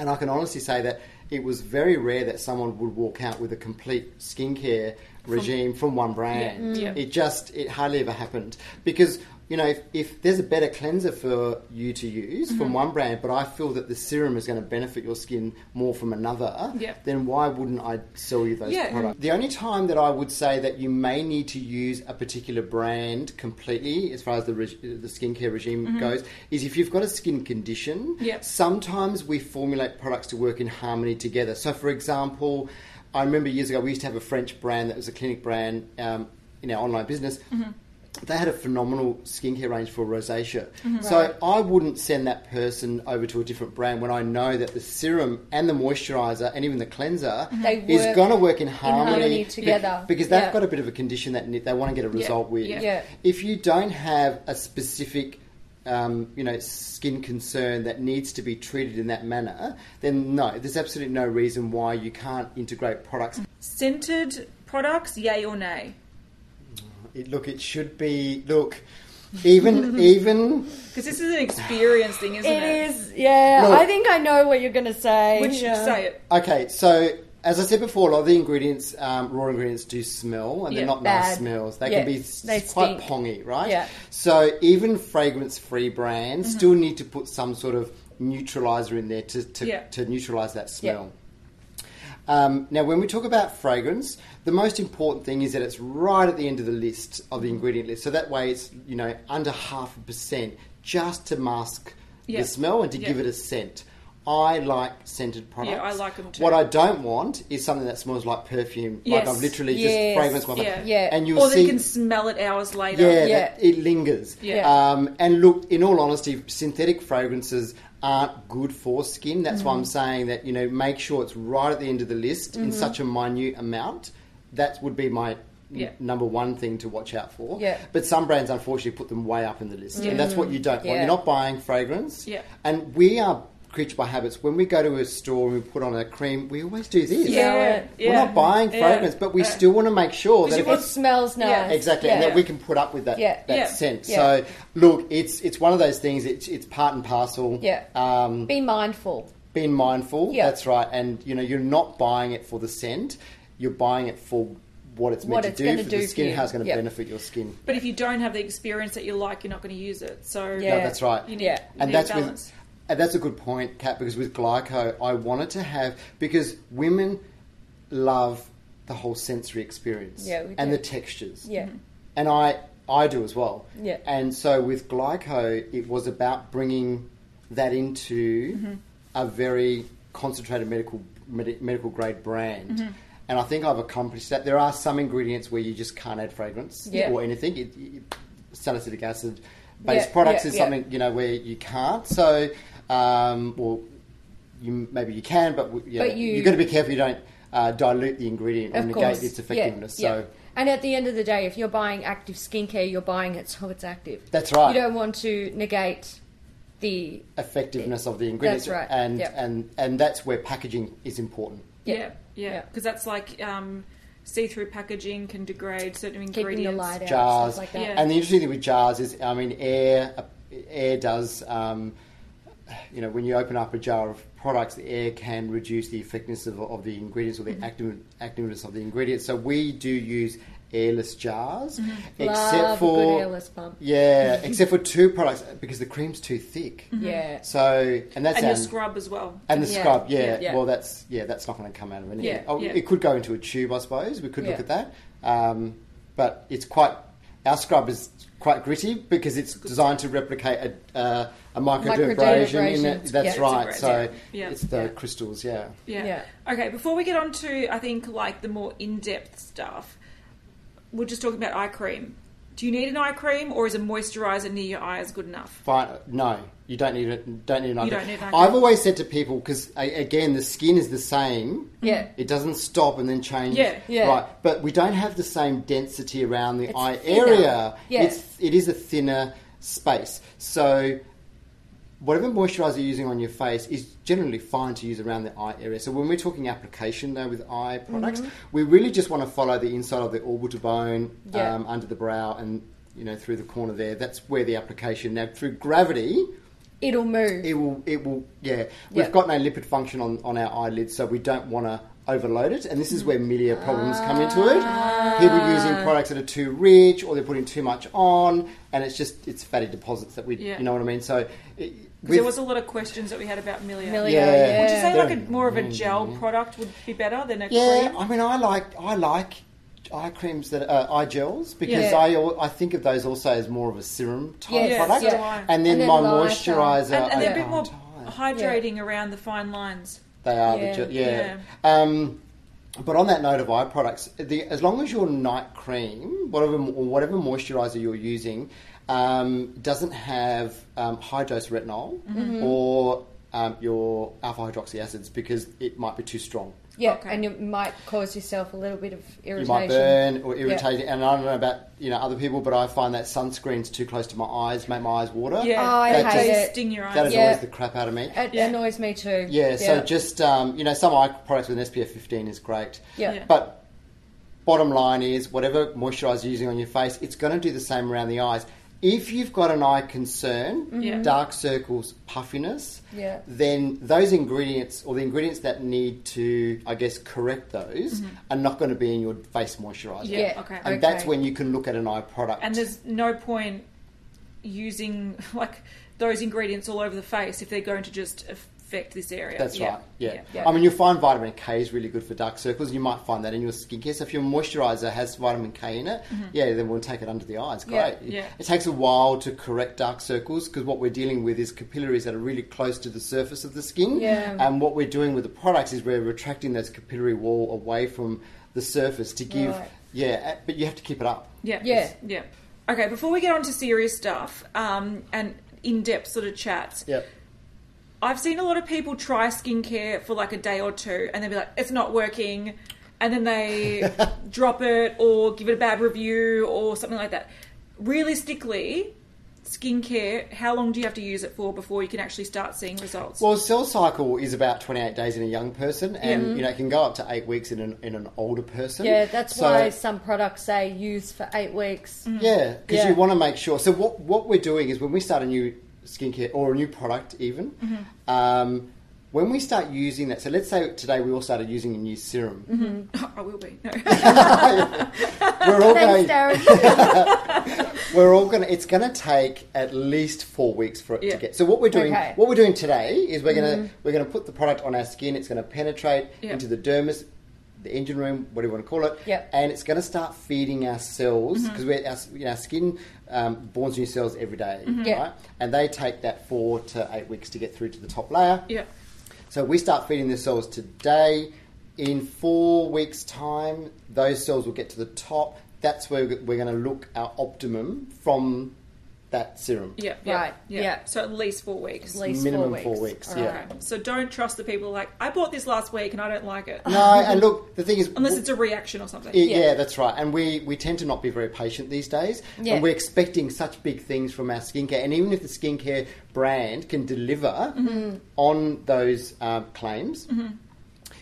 [SPEAKER 3] And I can honestly say that it was very rare that someone would walk out with a complete skincare regime from one brand.
[SPEAKER 2] Yeah.
[SPEAKER 3] It just, it hardly ever happened. Because, you know, if, if there's a better cleanser for you to use
[SPEAKER 2] Mm-hmm.
[SPEAKER 3] from one brand, but I feel that the serum is going to benefit your skin more from another,
[SPEAKER 2] Yeah.
[SPEAKER 3] then why wouldn't I sell you those
[SPEAKER 2] Yeah.
[SPEAKER 3] products? The only time that I would say that you may need to use a particular brand completely, as far as the, reg- the skincare regime goes, is if you've got a skin condition.
[SPEAKER 2] Mm-hmm. Yeah.
[SPEAKER 3] Sometimes we formulate products to work in harmony together. So, for example, I remember years ago we used to have a French brand that was a clinic brand um, in our online business.
[SPEAKER 1] Mm-hmm.
[SPEAKER 3] They had a phenomenal skincare range for rosacea.
[SPEAKER 1] Mm-hmm.
[SPEAKER 3] So I wouldn't send that person over to a different brand when I know that the serum and the moisturizer and even the cleanser
[SPEAKER 1] Mm-hmm. They
[SPEAKER 3] is
[SPEAKER 1] work
[SPEAKER 3] going to work in
[SPEAKER 1] harmony
[SPEAKER 3] harmony,
[SPEAKER 1] together.
[SPEAKER 3] because they've
[SPEAKER 1] Yeah.
[SPEAKER 3] got a bit of a condition that ne- they want to get a result with.
[SPEAKER 2] yeah.
[SPEAKER 1] Yeah.
[SPEAKER 3] If you don't have a specific um, you know, skin concern that needs to be treated in that manner, then no, there's absolutely no reason why you can't integrate products.
[SPEAKER 2] Scented products, yay or nay?
[SPEAKER 3] It, look, it should be look. Even even
[SPEAKER 2] Because this is an experience thing, isn't it?
[SPEAKER 1] It is, yeah.
[SPEAKER 3] No.
[SPEAKER 1] I think I know what you're going to say.
[SPEAKER 2] Which
[SPEAKER 1] yeah.
[SPEAKER 2] say it.
[SPEAKER 3] okay. So as I said before, a lot of the ingredients, um, raw ingredients, do smell, and
[SPEAKER 2] Yeah,
[SPEAKER 3] they're not nice
[SPEAKER 1] bad.
[SPEAKER 3] smells. They
[SPEAKER 1] Yeah,
[SPEAKER 3] can be
[SPEAKER 1] they
[SPEAKER 3] s- quite
[SPEAKER 1] stink.
[SPEAKER 3] pongy, right?
[SPEAKER 1] Yeah. Mm-hmm.
[SPEAKER 3] So even fragrance-free brands still need to put some sort of neutralizer in there to to,
[SPEAKER 2] Yeah.
[SPEAKER 3] to neutralize that smell. Um, now, when we talk about fragrance, the most important thing is that it's right at the end of the list of
[SPEAKER 1] Mm-hmm.
[SPEAKER 3] the ingredient list. So that way, it's you know under half a percent just to mask
[SPEAKER 2] Yeah.
[SPEAKER 3] the smell and to
[SPEAKER 2] Yeah.
[SPEAKER 3] give it a scent. I like scented products.
[SPEAKER 2] I like 'em too.
[SPEAKER 3] What I don't want is something that smells like perfume.
[SPEAKER 2] Yes.
[SPEAKER 3] Like I've literally
[SPEAKER 1] Yes.
[SPEAKER 3] just fragrance my
[SPEAKER 2] Yeah.
[SPEAKER 1] Yeah.
[SPEAKER 3] and you'll
[SPEAKER 2] Or
[SPEAKER 3] see
[SPEAKER 2] they can smell it hours later.
[SPEAKER 3] yeah,
[SPEAKER 1] Yeah.
[SPEAKER 3] That it lingers.
[SPEAKER 2] Yeah.
[SPEAKER 3] Um, and look, in all honesty, synthetic fragrances aren't good for skin. That's
[SPEAKER 2] Mm-hmm.
[SPEAKER 3] why I'm saying that you know make sure it's right at the end of the list in such a minute amount. That would be my. n-
[SPEAKER 2] Yeah.
[SPEAKER 3] Number one thing to watch out for,
[SPEAKER 1] Yeah.
[SPEAKER 3] but some brands unfortunately put them way up in the list,
[SPEAKER 2] Yeah.
[SPEAKER 3] and that's what you don't want.
[SPEAKER 1] Yeah.
[SPEAKER 3] You're not buying fragrance,
[SPEAKER 2] Yeah.
[SPEAKER 3] and we are creature by habits. When we go to a store and we put on a cream, we always do this.
[SPEAKER 1] Yeah.
[SPEAKER 3] We're not buying
[SPEAKER 2] Yeah.
[SPEAKER 3] fragrance, but we
[SPEAKER 2] Yeah.
[SPEAKER 3] still want to make sure that
[SPEAKER 2] you
[SPEAKER 3] if
[SPEAKER 1] It
[SPEAKER 3] it's
[SPEAKER 2] want
[SPEAKER 1] smells nice.
[SPEAKER 2] Yeah,
[SPEAKER 3] Exactly, and
[SPEAKER 1] Yeah.
[SPEAKER 3] that we can put up with that
[SPEAKER 1] Yeah.
[SPEAKER 3] that
[SPEAKER 2] Yeah.
[SPEAKER 3] sense.
[SPEAKER 1] Yeah.
[SPEAKER 3] So, look, it's it's one of those things. It's it's part and parcel.
[SPEAKER 1] Yeah.
[SPEAKER 3] Um,
[SPEAKER 1] Be mindful.
[SPEAKER 3] being mindful.
[SPEAKER 1] Yeah.
[SPEAKER 3] That's right. And you know, you're not buying it for the scent. You're buying it for what it's
[SPEAKER 1] What
[SPEAKER 3] meant
[SPEAKER 1] it's
[SPEAKER 3] to do
[SPEAKER 1] gonna
[SPEAKER 3] for
[SPEAKER 1] do
[SPEAKER 3] the
[SPEAKER 1] for
[SPEAKER 3] skin.
[SPEAKER 1] you.
[SPEAKER 3] How it's going to
[SPEAKER 1] Yeah.
[SPEAKER 3] benefit your skin.
[SPEAKER 2] But if you don't have the experience that you like, you're not going to use it. So
[SPEAKER 1] Yeah.
[SPEAKER 3] No, that's right.
[SPEAKER 2] you need,
[SPEAKER 1] Yeah.
[SPEAKER 2] you
[SPEAKER 3] and
[SPEAKER 2] need
[SPEAKER 3] that's
[SPEAKER 2] balance.
[SPEAKER 3] with, and that's a good point, Kat. Because with glyco, I wanted to have because women love the whole sensory experience
[SPEAKER 1] Yeah, we
[SPEAKER 3] and
[SPEAKER 1] do.
[SPEAKER 3] the textures.
[SPEAKER 1] Yeah.
[SPEAKER 2] Mm-hmm.
[SPEAKER 3] and I I do as well.
[SPEAKER 1] Yeah.
[SPEAKER 3] And so with Glyco, it was about bringing that into
[SPEAKER 1] Mm-hmm.
[SPEAKER 3] a very concentrated medical medi- medical grade brand.
[SPEAKER 1] Mm-hmm.
[SPEAKER 3] And I think I've accomplished that. There are some ingredients where you just can't add fragrance
[SPEAKER 1] Yeah.
[SPEAKER 3] or anything. It, it, salicylic acid
[SPEAKER 1] Yeah,
[SPEAKER 3] based products
[SPEAKER 1] yeah,
[SPEAKER 3] is
[SPEAKER 1] yeah.
[SPEAKER 3] something you know where you can't. So, um, well, you maybe you can, but w- yeah,
[SPEAKER 1] But you-
[SPEAKER 3] you've got to be careful you don't uh, dilute the ingredient or
[SPEAKER 1] Of
[SPEAKER 3] negate
[SPEAKER 1] course.
[SPEAKER 3] its effectiveness.
[SPEAKER 1] Yeah.
[SPEAKER 3] So.
[SPEAKER 1] yeah. And at the end of the day, if you're buying active skincare, you're buying it so it's active.
[SPEAKER 3] That's right.
[SPEAKER 1] You don't want to negate the.
[SPEAKER 3] effectiveness of the ingredients.
[SPEAKER 1] right,
[SPEAKER 3] And
[SPEAKER 1] yeah.
[SPEAKER 3] and and that's where packaging is important.
[SPEAKER 1] Yeah.
[SPEAKER 2] yeah, yeah,
[SPEAKER 1] Yeah.
[SPEAKER 2] because that's like um, see-through packaging can degrade certain
[SPEAKER 1] Keeping
[SPEAKER 2] ingredients.
[SPEAKER 1] the light out,
[SPEAKER 3] Jars.
[SPEAKER 1] stuff like that.
[SPEAKER 2] Yeah.
[SPEAKER 3] And the interesting thing with jars is, I mean, air air does. Um, you know, when you open up a jar of products, the air can reduce the effectiveness of, of the ingredients or
[SPEAKER 1] Mm-hmm.
[SPEAKER 3] the active, activeness of the ingredients. So we do use airless jars, except
[SPEAKER 1] Mm-hmm. Love a
[SPEAKER 3] for
[SPEAKER 1] good airless pump.
[SPEAKER 3] yeah, except for two products because the cream's too thick.
[SPEAKER 1] Yeah.
[SPEAKER 3] So and that's
[SPEAKER 2] and your
[SPEAKER 3] our-
[SPEAKER 2] scrub as well.
[SPEAKER 3] And the
[SPEAKER 1] Yeah.
[SPEAKER 3] scrub, yeah.
[SPEAKER 2] Yeah.
[SPEAKER 1] Yeah.
[SPEAKER 3] Well, that's yeah, that's not going to come out of anything.
[SPEAKER 2] Yeah.
[SPEAKER 3] Oh,
[SPEAKER 2] Yeah.
[SPEAKER 3] It could go into a tube, I suppose. We could look
[SPEAKER 1] Yeah.
[SPEAKER 3] at that, um, but it's quite. Our scrub is quite gritty because it's designed to replicate a, uh, a microdermabrasion. In it.
[SPEAKER 1] Microdermabrasion.
[SPEAKER 3] That's
[SPEAKER 1] Yeah.
[SPEAKER 3] right.
[SPEAKER 2] It's a
[SPEAKER 3] So
[SPEAKER 2] great- yeah.
[SPEAKER 3] it's the
[SPEAKER 1] Yeah.
[SPEAKER 3] crystals. Yeah.
[SPEAKER 2] Yeah.
[SPEAKER 1] Yeah.
[SPEAKER 2] Okay, before we get on to, I think, like the more in depth stuff, we're just talking about eye cream. Do you need an eye cream or is a moisturizer near your eyes good enough?
[SPEAKER 3] Fine. No, you don't need it. Don't need an
[SPEAKER 2] You
[SPEAKER 3] eye
[SPEAKER 2] don't
[SPEAKER 3] cream.
[SPEAKER 2] need an eye
[SPEAKER 3] I've
[SPEAKER 2] cream.
[SPEAKER 3] always said to people because again, the skin is the same.
[SPEAKER 1] Yeah.
[SPEAKER 3] It doesn't stop and then change.
[SPEAKER 2] Yeah.
[SPEAKER 1] Yeah.
[SPEAKER 3] Right. But we don't have the same density around the
[SPEAKER 1] It's
[SPEAKER 3] eye
[SPEAKER 1] thinner.
[SPEAKER 3] area.
[SPEAKER 1] Yeah.
[SPEAKER 3] It's it is a thinner space. So whatever moisturizer you're using on your face is generally fine to use around the eye area. So when we're talking application though with eye products,
[SPEAKER 1] Mm-hmm.
[SPEAKER 3] we really just want to follow the inside of the orbital bone
[SPEAKER 1] Yeah.
[SPEAKER 3] um, under the brow and you know through the corner there. That's where the application now through gravity
[SPEAKER 1] It'll move.
[SPEAKER 3] it will. It will. Yeah, we've
[SPEAKER 1] Yeah.
[SPEAKER 3] got no lipid function on, on our eyelids, so we don't want to overload it. And this is where milia problems come into
[SPEAKER 2] Ah.
[SPEAKER 3] it. People using products that are too rich, or they're putting too much on, and it's just it's fatty deposits that we.
[SPEAKER 2] Yeah.
[SPEAKER 3] You know what I mean? So. It,
[SPEAKER 2] Because there was a lot of questions that we had about Milia.
[SPEAKER 1] Milia,
[SPEAKER 3] Yeah. Mm-hmm.
[SPEAKER 1] yeah.
[SPEAKER 2] Would you say like
[SPEAKER 3] They're-
[SPEAKER 2] a, more of a gel product would be better than a
[SPEAKER 3] yeah,
[SPEAKER 2] cream?
[SPEAKER 3] I mean, I like I like eye creams that uh, eye gels because
[SPEAKER 1] Yeah.
[SPEAKER 3] I al- I think of those also as more of a serum type
[SPEAKER 1] Yes,
[SPEAKER 3] product,
[SPEAKER 1] yeah.
[SPEAKER 3] and then
[SPEAKER 1] And then
[SPEAKER 3] my
[SPEAKER 1] lighter.
[SPEAKER 3] moisturizer
[SPEAKER 2] And, and they're a
[SPEAKER 3] over
[SPEAKER 2] bit more
[SPEAKER 3] time.
[SPEAKER 2] hydrating around the fine lines.
[SPEAKER 3] They are
[SPEAKER 1] Yeah.
[SPEAKER 3] the ge- yeah. Um, but on that note of eye products, the, as long as your night cream, whatever or whatever moisturizer you're using, um, doesn't have um, high dose retinol
[SPEAKER 1] Mm-hmm.
[SPEAKER 3] or um, your alpha hydroxy acids, because it might be too strong.
[SPEAKER 1] Yeah,
[SPEAKER 2] Okay.
[SPEAKER 1] and you might cause yourself a little bit of
[SPEAKER 3] You
[SPEAKER 1] irritation.
[SPEAKER 3] might burn or irritate, and I don't know about you know other people, but I find that sunscreens too close to my eyes make my eyes water.
[SPEAKER 2] Yeah,
[SPEAKER 1] Oh, I
[SPEAKER 2] they,
[SPEAKER 3] hate
[SPEAKER 2] they
[SPEAKER 1] it.
[SPEAKER 2] sting your eyes.
[SPEAKER 3] that is
[SPEAKER 1] Yeah. Uh,
[SPEAKER 3] always the crap out of me.
[SPEAKER 1] It
[SPEAKER 2] Yeah.
[SPEAKER 1] annoys me too.
[SPEAKER 3] Yeah, so just um, you know, some eye products with an SPF 15 is great.
[SPEAKER 1] yeah.
[SPEAKER 2] Yeah.
[SPEAKER 3] But bottom line is whatever moisturizer you're using on your face, it's going to do the same around the eyes. If you've got an eye concern,
[SPEAKER 2] Yeah.
[SPEAKER 3] dark circles, puffiness,
[SPEAKER 1] Yeah.
[SPEAKER 3] then those ingredients or the ingredients that need to, I guess, correct those are not going to be in your face moisturizer.
[SPEAKER 2] Mm-hmm. Yeah, okay.
[SPEAKER 3] And that's when you can look at an eye product.
[SPEAKER 2] And there's no point using like those ingredients all over the face if they're going to just affect this area.
[SPEAKER 3] That's
[SPEAKER 2] Yeah.
[SPEAKER 3] right. Yeah.
[SPEAKER 1] Yeah.
[SPEAKER 3] I mean, you'll find vitamin K is really good for dark circles. You might find that in your skincare. So if your moisturizer has vitamin K in it, yeah, then we'll take it under the eyes.
[SPEAKER 1] Mm-hmm. Yeah.
[SPEAKER 3] Great.
[SPEAKER 2] Yeah.
[SPEAKER 3] It takes a while to correct dark circles because what we're dealing with is capillaries that are really close to the surface of the skin.
[SPEAKER 1] Yeah.
[SPEAKER 3] And what we're doing with the products is we're retracting those capillary wall away from the surface to give.
[SPEAKER 1] Right.
[SPEAKER 3] Yeah, but you have to keep it up.
[SPEAKER 2] Yeah.
[SPEAKER 1] Yeah.
[SPEAKER 2] Yeah. Okay, before we get on to serious stuff um, and in depth sort of chats,
[SPEAKER 3] Yep.
[SPEAKER 2] I've seen a lot of people try skincare for like a day or two and they'll be like, it's not working. And then they drop it or give it a bad review or something like that. Realistically, skincare, how long do you have to use it for before you can actually start seeing results?
[SPEAKER 3] Well, cell cycle is about 28 days in a young person, and you know it can go up to eight weeks in an, in an older person.
[SPEAKER 1] Yeah, that's
[SPEAKER 3] So-
[SPEAKER 1] why some products say use for eight weeks.
[SPEAKER 3] Yeah, because
[SPEAKER 1] Mm. Yeah.
[SPEAKER 3] you want to make sure. So what what we're doing is when we start a new skincare or a new product, even
[SPEAKER 1] Mm-hmm.
[SPEAKER 3] um, when we start using that. So let's say today we all started using a new serum.
[SPEAKER 1] Mm-hmm.
[SPEAKER 2] I will be. No.
[SPEAKER 3] We're all going.
[SPEAKER 1] Thanks, Darren.
[SPEAKER 3] We're all gonna. It's gonna take at least four weeks for it
[SPEAKER 2] Yeah.
[SPEAKER 3] to get. So what we're doing,
[SPEAKER 1] Okay.
[SPEAKER 3] what we're doing today is we're gonna we're gonna put the product on our skin. It's gonna penetrate
[SPEAKER 2] Yeah.
[SPEAKER 3] into the dermis, the engine room, whatever you want to call it.
[SPEAKER 1] Yep.
[SPEAKER 3] And it's gonna start feeding our cells because we're our, you know, our skin um, borns new cells every day, right?
[SPEAKER 1] Yeah.
[SPEAKER 3] And they take that four to eight weeks to get through to the top layer.
[SPEAKER 2] yeah.
[SPEAKER 3] So we start feeding the cells today. In four weeks' time, those cells will get to the top. That's where we're going to look our optimum from that serum.
[SPEAKER 2] Yeah. Yeah.
[SPEAKER 1] Right, yeah.
[SPEAKER 2] So at least four weeks.
[SPEAKER 1] At least
[SPEAKER 3] minimum
[SPEAKER 1] four
[SPEAKER 3] four
[SPEAKER 1] weeks.
[SPEAKER 3] weeks,
[SPEAKER 1] All
[SPEAKER 3] yeah.
[SPEAKER 2] Okay. So don't trust the people like, I bought this last week and I don't like it.
[SPEAKER 3] No, Uh, and look, the thing is,
[SPEAKER 2] Unless it's a reaction or something.
[SPEAKER 3] Yeah,
[SPEAKER 1] Yeah.
[SPEAKER 3] yeah, that's right. And we, we tend to not be very patient these days.
[SPEAKER 1] Yeah.
[SPEAKER 3] And we're expecting such big things from our skincare. And even if the skincare brand can deliver
[SPEAKER 1] Mm-hmm.
[SPEAKER 3] on those uh, claims,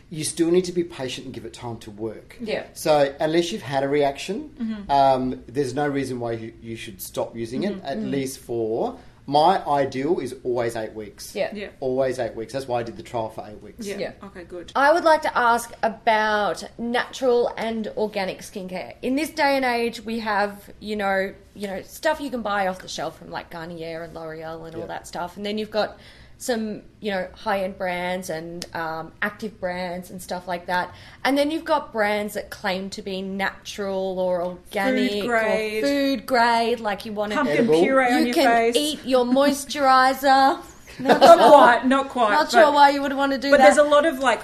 [SPEAKER 3] you still need to be patient and give it time to work.
[SPEAKER 1] Yeah. Mm-hmm.
[SPEAKER 3] So unless you've had a reaction, um, there's no reason why you, you should stop using it, at
[SPEAKER 1] Mm-hmm.
[SPEAKER 3] least for... My ideal is always eight weeks.
[SPEAKER 1] Yeah.
[SPEAKER 2] Yeah.
[SPEAKER 3] Always eight weeks. That's why I did the trial for eight weeks.
[SPEAKER 2] Yeah.
[SPEAKER 1] Yeah.
[SPEAKER 2] Okay, good.
[SPEAKER 1] I would like to ask about natural and organic skincare. In this day and age, we have you know you know stuff you can buy off the shelf from like Garnier and L'Oreal and all
[SPEAKER 3] Yeah.
[SPEAKER 1] that stuff, and then you've got some you know high end brands and um, active brands and stuff like that, and then you've got brands that claim to be natural or organic
[SPEAKER 2] grade.
[SPEAKER 1] or food grade, like you want
[SPEAKER 2] Pumpkin
[SPEAKER 3] Edible.
[SPEAKER 2] puree on
[SPEAKER 1] you
[SPEAKER 2] your
[SPEAKER 1] can
[SPEAKER 2] face.
[SPEAKER 1] eat your moisturizer. Not
[SPEAKER 2] Not
[SPEAKER 1] sure-
[SPEAKER 2] quite, not quite.
[SPEAKER 1] Not
[SPEAKER 2] but,
[SPEAKER 1] sure why you would want to do
[SPEAKER 2] But
[SPEAKER 1] that.
[SPEAKER 2] there's a lot of like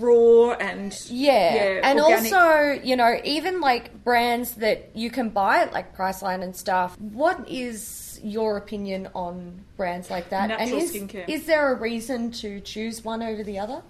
[SPEAKER 2] raw and
[SPEAKER 1] Yeah. and
[SPEAKER 2] organic.
[SPEAKER 1] also, you know, even like brands that you can buy at like Priceline and stuff. What is your opinion on brands like that?
[SPEAKER 2] Natural
[SPEAKER 1] and is,
[SPEAKER 2] skincare.
[SPEAKER 1] is there a reason to choose one over the other?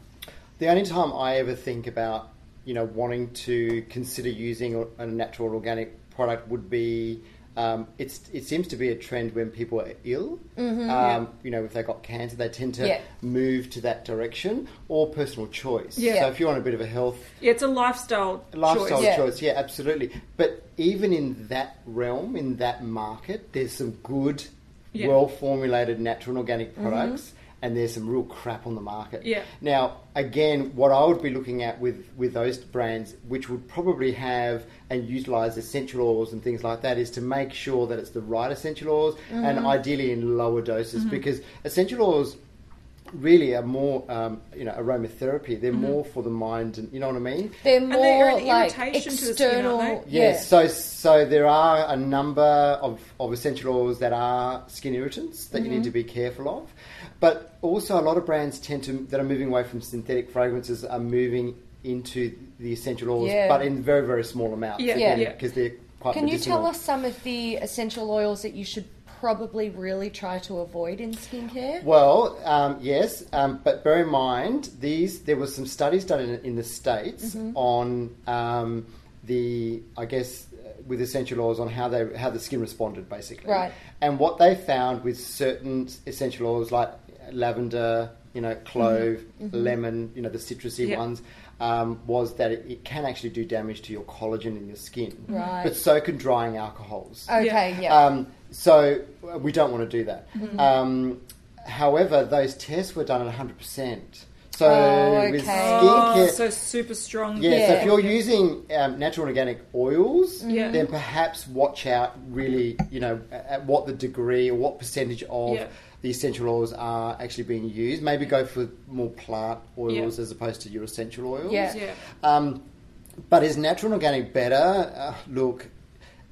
[SPEAKER 3] The only time I ever think about, you know, wanting to consider using a- a natural or organic product would be, um, it's it seems to be a trend when people are ill. um, You know, if they got cancer, they tend to
[SPEAKER 1] Mm-hmm. Yeah.
[SPEAKER 3] move to that direction or personal choice.
[SPEAKER 1] Yeah.
[SPEAKER 3] So if you want a bit of a health
[SPEAKER 2] yeah, it's a lifestyle
[SPEAKER 3] lifestyle
[SPEAKER 2] choice.
[SPEAKER 1] Yeah.
[SPEAKER 3] choice. yeah, absolutely. But even in that realm, in that market, there's some good,
[SPEAKER 2] Yeah. Mm-hmm.
[SPEAKER 3] well formulated natural and organic products. And there's some real crap on the market.
[SPEAKER 2] Yeah.
[SPEAKER 3] Now, again, what I would be looking at with, with those brands, which would probably have and utilize essential oils and things like that, is to make sure that it's the right essential oils
[SPEAKER 2] Mm-hmm.
[SPEAKER 3] and ideally in lower doses because essential oils really are more, um, you know, aromatherapy. They're
[SPEAKER 2] Mm-hmm.
[SPEAKER 3] more for the mind, and you know what I mean?
[SPEAKER 1] They're
[SPEAKER 2] they're
[SPEAKER 1] more
[SPEAKER 2] an
[SPEAKER 1] like
[SPEAKER 2] irritation to the skin,
[SPEAKER 1] external.
[SPEAKER 2] aren't
[SPEAKER 1] yeah.
[SPEAKER 3] Yes, so so there are a number of, of essential oils that are skin irritants that
[SPEAKER 1] Mm-hmm.
[SPEAKER 3] you need to be careful of, but also a lot of brands tend to that are moving away from synthetic fragrances are moving into the essential oils,
[SPEAKER 1] Yeah.
[SPEAKER 3] but in very very small amounts.
[SPEAKER 2] Yeah,
[SPEAKER 1] yeah.
[SPEAKER 3] because they're quite.
[SPEAKER 1] Can you
[SPEAKER 3] medicinal.
[SPEAKER 1] tell us some of the essential oils that you should probably really try to avoid in skincare?
[SPEAKER 3] Well, um, yes, um, but bear in mind these. There was some studies done in, in the states
[SPEAKER 1] Mm-hmm.
[SPEAKER 3] on um, the, I guess, uh, with essential oils on how they how the skin responded basically.
[SPEAKER 1] Right.
[SPEAKER 3] And what they found with certain
[SPEAKER 1] Mm-hmm.
[SPEAKER 3] essential oils like lavender, you know, clove, lemon, you know, the citrusy
[SPEAKER 2] Yeah.
[SPEAKER 3] ones, um, was that it, it can actually do damage to your collagen in your skin.
[SPEAKER 1] Right.
[SPEAKER 3] But so can drying alcohols.
[SPEAKER 1] Okay, yeah. Mm-hmm.
[SPEAKER 3] Um, so uh, we don't want to do that. Um, however, those tests were done at 100%. So
[SPEAKER 1] Oh,
[SPEAKER 3] with
[SPEAKER 1] okay.
[SPEAKER 2] Oh,
[SPEAKER 3] skincare,
[SPEAKER 2] so super strong.
[SPEAKER 3] yeah, So
[SPEAKER 1] Yeah. Mm-hmm.
[SPEAKER 3] if you're using um, natural and organic oils,
[SPEAKER 2] Yeah.
[SPEAKER 3] then perhaps watch out really, you know, at at what the degree or what percentage of
[SPEAKER 2] Yeah.
[SPEAKER 3] the essential oils are actually being used. Maybe go for more plant oils
[SPEAKER 2] Yeah.
[SPEAKER 3] as opposed to your essential oils.
[SPEAKER 1] Yeah.
[SPEAKER 2] Yeah.
[SPEAKER 3] Um, but is natural and organic better? Uh, look,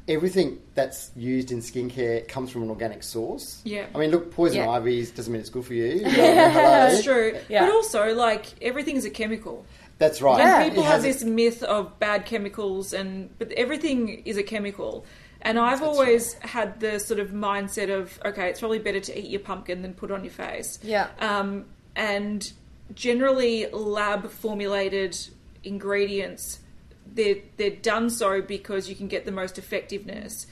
[SPEAKER 3] everything that's used in skincare comes from an organic source.
[SPEAKER 2] Yeah.
[SPEAKER 3] I mean, look, poison
[SPEAKER 1] Yeah.
[SPEAKER 3] ivies doesn't mean it's good for you.
[SPEAKER 2] That's
[SPEAKER 3] Hello.
[SPEAKER 2] true.
[SPEAKER 1] Yeah.
[SPEAKER 2] But also, like, everything's a chemical.
[SPEAKER 3] That's right.
[SPEAKER 1] Yeah.
[SPEAKER 2] And people
[SPEAKER 3] It
[SPEAKER 2] have
[SPEAKER 3] has-
[SPEAKER 2] this myth of bad chemicals, and but everything is a chemical. And I've
[SPEAKER 3] That's
[SPEAKER 2] always had the sort of mindset of okay, it's probably better to eat your pumpkin than put on your face.
[SPEAKER 1] Yeah.
[SPEAKER 2] Um, and generally, lab formulated ingredients they're they're done so because you can get the most effectiveness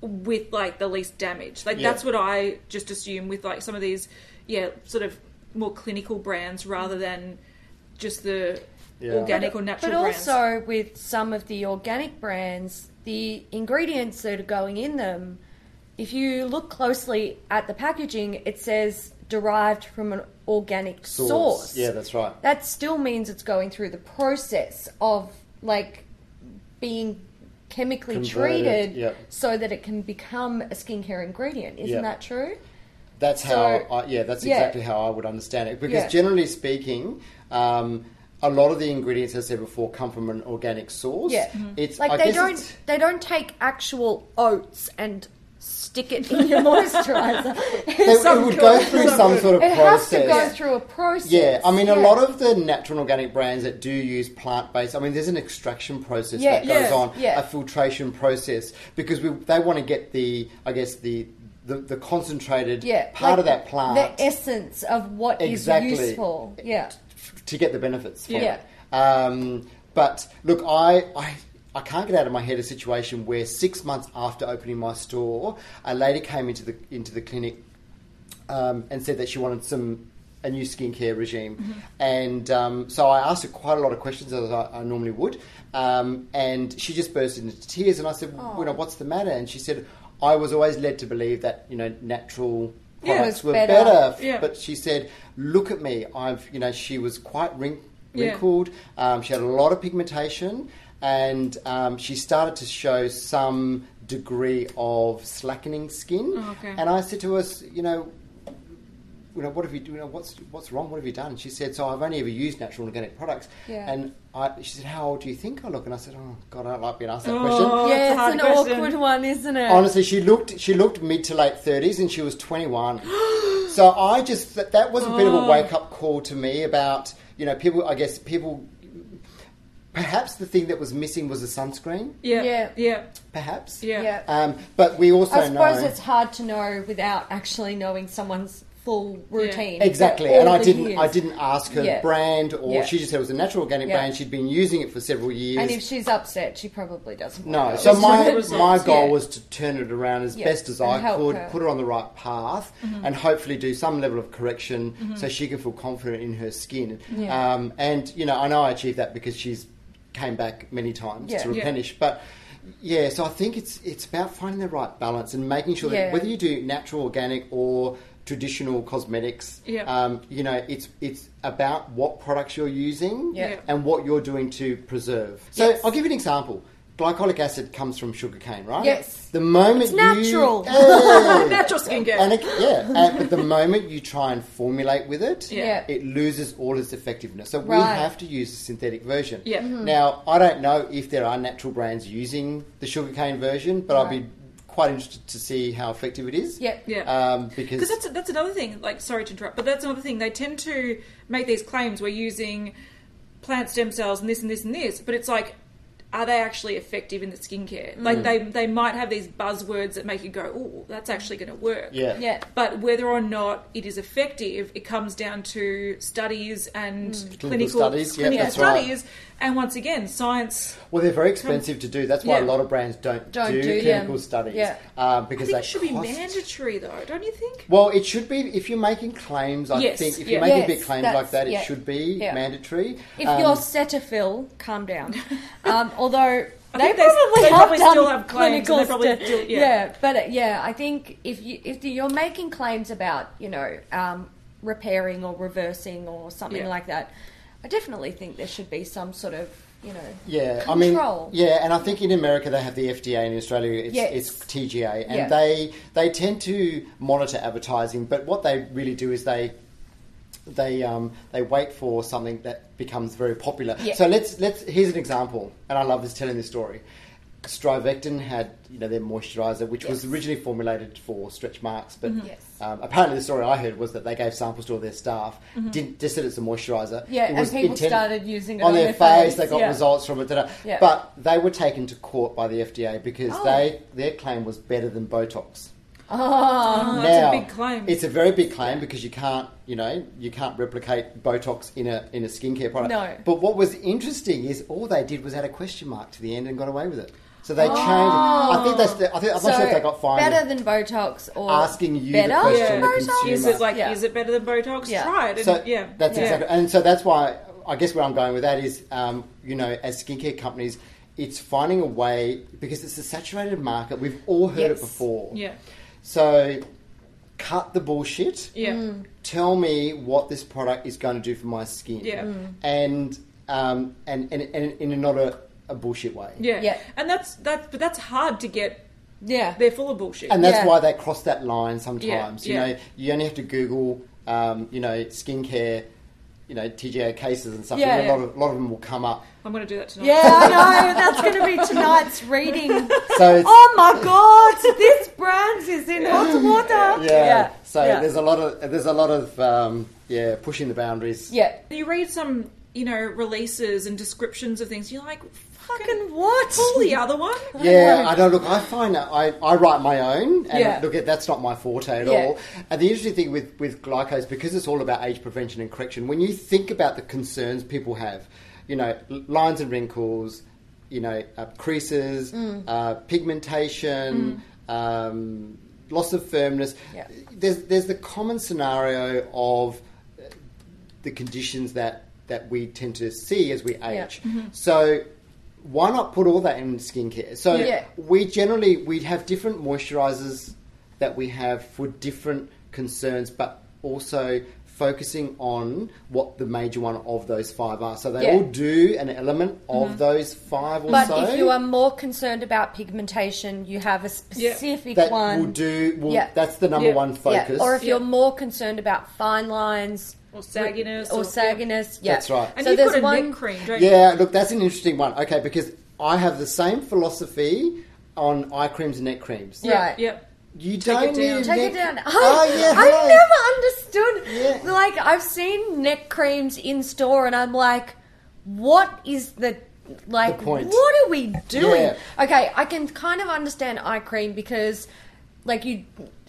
[SPEAKER 2] with like the least damage. Like
[SPEAKER 3] Yeah.
[SPEAKER 2] that's what I just assume with like some of these, yeah, sort of more clinical brands rather than just the
[SPEAKER 3] Mm. Yeah.
[SPEAKER 2] organic or
[SPEAKER 1] But
[SPEAKER 2] natural brands.
[SPEAKER 1] also with some of the organic brands, the ingredients that are going in them, if you look closely at the packaging, it says derived from an organic source.
[SPEAKER 3] Yeah, that's right.
[SPEAKER 1] That still means it's going through the process of like being chemically
[SPEAKER 3] Converted,
[SPEAKER 1] treated
[SPEAKER 3] yep.
[SPEAKER 1] so that it can become a skincare ingredient. Isn't
[SPEAKER 3] Yep.
[SPEAKER 1] that true?
[SPEAKER 3] That's how.
[SPEAKER 1] So-
[SPEAKER 3] I, yeah, that's
[SPEAKER 1] yeah.
[SPEAKER 3] exactly how I would understand it. Because
[SPEAKER 1] Yeah.
[SPEAKER 3] generally speaking, um, a lot of the ingredients, as I said before, come from an organic source.
[SPEAKER 1] Yeah. Mhm.
[SPEAKER 3] It's
[SPEAKER 1] Like
[SPEAKER 3] I
[SPEAKER 1] they
[SPEAKER 3] guess
[SPEAKER 1] don't
[SPEAKER 3] it's-
[SPEAKER 1] they don't take actual oats and stick it in your moisturizer.
[SPEAKER 3] They,
[SPEAKER 1] Some
[SPEAKER 3] it would
[SPEAKER 1] kind
[SPEAKER 3] go
[SPEAKER 1] of-
[SPEAKER 3] through some sort of
[SPEAKER 1] It has
[SPEAKER 3] process.
[SPEAKER 1] to go through a process.
[SPEAKER 3] Yeah, I mean, a
[SPEAKER 1] Yeah.
[SPEAKER 3] lot of the natural and organic brands that do use plant based, I mean, there's an extraction process
[SPEAKER 1] Yeah,
[SPEAKER 3] that goes
[SPEAKER 1] yes,
[SPEAKER 3] on,
[SPEAKER 1] yeah.
[SPEAKER 3] a filtration process, because we, they want to get the, I guess, the the, the concentrated
[SPEAKER 1] yeah, like
[SPEAKER 3] part of that plant
[SPEAKER 1] the essence of what is
[SPEAKER 3] Exactly.
[SPEAKER 1] useful. Yeah,
[SPEAKER 3] to get the benefits from
[SPEAKER 1] Yeah.
[SPEAKER 3] it. Um, but look, I, I I can't get out of my head a situation where six months after opening my store, a lady came into the into the clinic um, and said that she wanted some a new skincare regime,
[SPEAKER 1] Mm-hmm.
[SPEAKER 3] and um, so I asked her quite a lot of questions as I, I normally would, um, and she just burst into tears. And I said, well, "You know, what's the matter?" And she said, "I was always led to believe that you know natural."
[SPEAKER 1] Yeah.
[SPEAKER 3] Products
[SPEAKER 1] Was
[SPEAKER 3] were
[SPEAKER 1] better.
[SPEAKER 3] better,
[SPEAKER 2] Yeah.
[SPEAKER 3] but she said, "Look at me. I've, you know, she was quite wrin-
[SPEAKER 2] Yeah.
[SPEAKER 3] wrinkled. Um, she had a lot of pigmentation, and um, she started to show some degree of slackening skin.
[SPEAKER 2] Oh, okay.
[SPEAKER 3] And I said to her, you know." You know what have you? You know what's what's wrong? What have you done? And she said, "So I've only ever used natural and organic products."
[SPEAKER 1] Yeah.
[SPEAKER 3] And I, she said, "How old do you think I look?" And I said, "Oh God, I don't like being asked that
[SPEAKER 2] Oh.
[SPEAKER 3] question."
[SPEAKER 2] it's a
[SPEAKER 1] yeah,
[SPEAKER 2] hard
[SPEAKER 1] it's an
[SPEAKER 2] question.
[SPEAKER 1] awkward one, isn't it?
[SPEAKER 3] Honestly, she looked she looked mid to late thirties, and she was twenty one. so I just that, that was a bit of
[SPEAKER 1] Oh.
[SPEAKER 3] a wake up call to me about you know people. I guess people. Perhaps the thing that was missing was the sunscreen.
[SPEAKER 2] yeah,
[SPEAKER 1] Yeah.
[SPEAKER 2] yeah, yeah,
[SPEAKER 3] Perhaps.
[SPEAKER 2] yeah,
[SPEAKER 1] yeah.
[SPEAKER 3] Um, but we also
[SPEAKER 1] I suppose
[SPEAKER 3] know
[SPEAKER 1] it's hard to know without actually knowing someone's full routine. for
[SPEAKER 3] exactly,
[SPEAKER 1] all
[SPEAKER 3] and I
[SPEAKER 1] the
[SPEAKER 3] didn't.
[SPEAKER 1] years.
[SPEAKER 3] I didn't ask her
[SPEAKER 1] Yeah.
[SPEAKER 3] brand, or
[SPEAKER 1] Yeah.
[SPEAKER 3] she just said it was a natural organic
[SPEAKER 1] Yeah.
[SPEAKER 3] brand. She'd been using it for several years.
[SPEAKER 1] And if she's upset, she probably doesn't.
[SPEAKER 3] No,
[SPEAKER 1] want
[SPEAKER 3] so
[SPEAKER 1] those.
[SPEAKER 3] my
[SPEAKER 2] the results,
[SPEAKER 3] my goal
[SPEAKER 1] yeah.
[SPEAKER 3] was to turn it around as
[SPEAKER 1] Yeah,
[SPEAKER 3] best as
[SPEAKER 1] and
[SPEAKER 3] I
[SPEAKER 1] help
[SPEAKER 3] could,
[SPEAKER 1] her. Mm-hmm.
[SPEAKER 3] put her on the right path, and hopefully do some level of correction so she can feel confident in her skin.
[SPEAKER 1] Yeah.
[SPEAKER 3] Um, and you know, I know I achieved that because she's came back many times
[SPEAKER 1] Yeah.
[SPEAKER 3] to
[SPEAKER 1] Yeah.
[SPEAKER 3] replenish, but. Yeah, so I think it's it's about finding the right balance and making sure
[SPEAKER 1] Yeah.
[SPEAKER 3] that whether you do natural, organic, or traditional cosmetics,
[SPEAKER 2] Yeah.
[SPEAKER 3] um, you know, it's it's about what products you're using
[SPEAKER 1] Yeah.
[SPEAKER 2] Yeah.
[SPEAKER 3] and what you're doing to preserve. So
[SPEAKER 1] Yes.
[SPEAKER 3] I'll give you an example. Glycolic acid comes from sugar cane, right?
[SPEAKER 1] Yes.
[SPEAKER 3] The moment
[SPEAKER 1] It's
[SPEAKER 3] you-
[SPEAKER 1] natural.
[SPEAKER 3] Hey!
[SPEAKER 2] natural skincare.
[SPEAKER 3] and it, yeah, and, but the moment you try and formulate with it,
[SPEAKER 1] Yeah.
[SPEAKER 3] it loses all its effectiveness. So we
[SPEAKER 1] Right.
[SPEAKER 3] have to use a synthetic version.
[SPEAKER 2] Yeah. Mhm.
[SPEAKER 3] Now I don't know if there are natural brands using the sugarcane version, but I'd
[SPEAKER 1] Right.
[SPEAKER 3] be quite interested to see how effective it is.
[SPEAKER 1] Yep.
[SPEAKER 2] Yeah.
[SPEAKER 3] Um, because
[SPEAKER 2] Because that's that's another thing. Like, sorry to interrupt, but that's another thing. They tend to make these claims. We're using plant stem cells and this and this and this, but it's like are they actually effective in the skincare?
[SPEAKER 3] Mm.
[SPEAKER 2] Like they they might have these buzzwords that make you go, oh, that's actually going to work.
[SPEAKER 3] Yeah.
[SPEAKER 1] Yeah.
[SPEAKER 2] But whether or not it is effective, it comes down to studies and clinical,
[SPEAKER 3] Hmm. studies, yeah,
[SPEAKER 2] clinical
[SPEAKER 3] that's right.
[SPEAKER 2] studies. And once again, science.
[SPEAKER 3] Well, they're very expensive to do. That's why
[SPEAKER 2] Yeah.
[SPEAKER 3] a lot of brands don't,
[SPEAKER 1] Don't
[SPEAKER 3] do
[SPEAKER 1] do them.
[SPEAKER 3] clinical studies.
[SPEAKER 1] Yeah.
[SPEAKER 3] Uh,
[SPEAKER 2] I
[SPEAKER 3] because
[SPEAKER 2] think
[SPEAKER 3] they
[SPEAKER 2] it should be
[SPEAKER 3] cost-
[SPEAKER 2] mandatory, though, don't you think?
[SPEAKER 3] Well, it should be if you're making claims. I
[SPEAKER 2] Yes,
[SPEAKER 3] think if
[SPEAKER 2] yeah.
[SPEAKER 3] you're making
[SPEAKER 1] Yes,
[SPEAKER 3] big claims
[SPEAKER 1] that's-
[SPEAKER 3] like that, it
[SPEAKER 1] yeah.
[SPEAKER 3] should be
[SPEAKER 1] Yeah.
[SPEAKER 3] mandatory.
[SPEAKER 1] If
[SPEAKER 3] Um,
[SPEAKER 1] you're Cetaphil, calm down. Um, although
[SPEAKER 2] I
[SPEAKER 1] they
[SPEAKER 2] think they s-
[SPEAKER 1] probably,
[SPEAKER 2] they
[SPEAKER 1] have
[SPEAKER 2] probably
[SPEAKER 1] done
[SPEAKER 2] still have claims
[SPEAKER 1] clinical
[SPEAKER 2] and they probably
[SPEAKER 1] stu-
[SPEAKER 2] still- yeah.
[SPEAKER 1] but uh, yeah, I think if you if you're making claims about you know um, repairing or reversing or something
[SPEAKER 2] Yeah.
[SPEAKER 1] like that, I definitely think there should be some sort of you know
[SPEAKER 3] yeah,
[SPEAKER 1] control.
[SPEAKER 3] I mean, yeah, and I think in America they have the FDA, and in Australia it's,
[SPEAKER 1] Yes.
[SPEAKER 3] it's TGA, and
[SPEAKER 1] Yeah.
[SPEAKER 3] they they tend to monitor advertising, but what they really do is they they um, they wait for something that becomes very popular.
[SPEAKER 1] Yeah.
[SPEAKER 3] So let's let's here's an example, and I love this telling this story. Strivectin had you know their moisturizer, which was
[SPEAKER 1] Yes. Mm-hmm.
[SPEAKER 3] originally formulated for stretch marks, but
[SPEAKER 1] Yes.
[SPEAKER 3] um, apparently the story I heard was that they gave samples to all their staff, didn't just said it's a moisturizer.
[SPEAKER 1] Mm-hmm. Yeah,
[SPEAKER 3] It
[SPEAKER 1] and
[SPEAKER 3] was
[SPEAKER 1] people
[SPEAKER 3] intended-
[SPEAKER 1] started using it
[SPEAKER 3] on their, face. They got
[SPEAKER 1] yeah.
[SPEAKER 3] results from it. da-da.
[SPEAKER 1] Yeah.
[SPEAKER 3] But they were taken to court by the FDA because
[SPEAKER 1] Oh.
[SPEAKER 3] they their claim was better than Botox.
[SPEAKER 1] Oh,
[SPEAKER 2] Oh, that's a big claim.
[SPEAKER 3] It's a very big claim because you can't, you know, you can't replicate Botox in a in a skincare product.
[SPEAKER 1] No.
[SPEAKER 3] But what was interesting is all they did was add a question mark to the end and got away with it. So they changed. I think that's. The, I think I'm
[SPEAKER 1] Oh. so
[SPEAKER 3] not sure if they got fined.
[SPEAKER 1] better than Botox or
[SPEAKER 3] Asking you the
[SPEAKER 1] better
[SPEAKER 3] question,
[SPEAKER 1] than
[SPEAKER 2] the
[SPEAKER 1] Botox?
[SPEAKER 3] consumer.
[SPEAKER 2] is it like
[SPEAKER 1] Yeah.
[SPEAKER 2] is it better than Botox?
[SPEAKER 1] Yeah.
[SPEAKER 2] Try it. And,
[SPEAKER 3] so
[SPEAKER 2] yeah,
[SPEAKER 3] that's
[SPEAKER 2] yeah.
[SPEAKER 3] exactly, and so that's why I guess where I'm going with that is, um, you know, as skincare companies, it's finding a way because it's a saturated market. We've all heard
[SPEAKER 1] Yes.
[SPEAKER 3] it before.
[SPEAKER 2] Yeah,
[SPEAKER 3] So cut the bullshit.
[SPEAKER 2] yeah,
[SPEAKER 1] Hmm.
[SPEAKER 3] Tell me what this product is going to do for my skin.
[SPEAKER 2] Yeah. Mm.
[SPEAKER 3] And, um, and and and in a not a, a bullshit way.
[SPEAKER 2] yeah,
[SPEAKER 1] Yeah.
[SPEAKER 2] And that's that's but that's hard to get.
[SPEAKER 1] Yeah,
[SPEAKER 2] They're full of bullshit.
[SPEAKER 3] And that's
[SPEAKER 1] Yeah.
[SPEAKER 3] why they cross that line sometimes.
[SPEAKER 2] yeah.
[SPEAKER 3] You know, you only have to Google, um, you know, skincare, you know, TGA cases and stuff.
[SPEAKER 1] Yeah,
[SPEAKER 3] and
[SPEAKER 1] yeah.
[SPEAKER 3] A, lot of, a lot of them will come up.
[SPEAKER 2] I'm going to do that tonight.
[SPEAKER 1] yeah, I know. That's going to be tonight's reading.
[SPEAKER 3] So it's,
[SPEAKER 1] Oh my god, this brand is in hot water.
[SPEAKER 3] yeah. So there's a lot of there's a lot of um, yeah pushing the boundaries.
[SPEAKER 1] yeah.
[SPEAKER 2] You read some, you know, releases and descriptions of things. You're like, fucking
[SPEAKER 1] Fucking what?
[SPEAKER 2] pull the other one.
[SPEAKER 3] Yeah, I know. Look, I find that I, I write my own, and
[SPEAKER 1] Yeah.
[SPEAKER 3] look, that's not my forte at
[SPEAKER 1] Yeah.
[SPEAKER 3] all. And the interesting thing with with glycose, because it's all about age prevention and correction. When you think about the concerns people have, you know, l- lines and wrinkles, you know, uh, creases,
[SPEAKER 1] Mm.
[SPEAKER 3] uh, pigmentation. Um, Loss of firmness.
[SPEAKER 1] Yeah.
[SPEAKER 3] There's there's the common scenario of uh, the conditions that that we tend to see as we age.
[SPEAKER 1] Yeah. Mm-hmm.
[SPEAKER 3] So why not put all that in skincare? So
[SPEAKER 1] Yeah.
[SPEAKER 3] we generally we have different moisturizers that we have for different concerns, but also focusing on what the major one of those five are. So they
[SPEAKER 1] Yeah. Mm-hmm.
[SPEAKER 3] all do an element of those five or
[SPEAKER 1] But
[SPEAKER 3] so.
[SPEAKER 1] if you are more concerned about pigmentation, you have a specific
[SPEAKER 3] that
[SPEAKER 1] one.
[SPEAKER 3] will do. Will,
[SPEAKER 1] Yeah.
[SPEAKER 3] That's the number
[SPEAKER 2] Yeah.
[SPEAKER 3] one
[SPEAKER 1] Yeah.
[SPEAKER 3] focus.
[SPEAKER 1] Or if you're
[SPEAKER 2] Yeah.
[SPEAKER 1] more concerned about fine lines
[SPEAKER 2] Or sagginess.
[SPEAKER 1] or sagginess, yeah.
[SPEAKER 3] That's right.
[SPEAKER 2] And
[SPEAKER 1] so
[SPEAKER 2] you've
[SPEAKER 1] there's
[SPEAKER 2] got a
[SPEAKER 1] one
[SPEAKER 2] neck cream, don't you?
[SPEAKER 3] Yeah, look, that's an interesting one. Okay, because I have the same philosophy on eye creams and neck creams.
[SPEAKER 1] Yeah. Right.
[SPEAKER 2] Yep.
[SPEAKER 3] You
[SPEAKER 2] Take it
[SPEAKER 3] don't need
[SPEAKER 2] down.
[SPEAKER 3] a
[SPEAKER 1] Take it
[SPEAKER 3] neck-
[SPEAKER 1] down. I,
[SPEAKER 3] Oh, yeah, hello.
[SPEAKER 1] I've never understood.
[SPEAKER 3] Yeah.
[SPEAKER 1] Like I've seen neck creams in store, and I'm like, what is the like?
[SPEAKER 3] The point.
[SPEAKER 1] What are we doing?
[SPEAKER 3] Yeah.
[SPEAKER 1] Okay, I can kind of understand eye cream because, like you,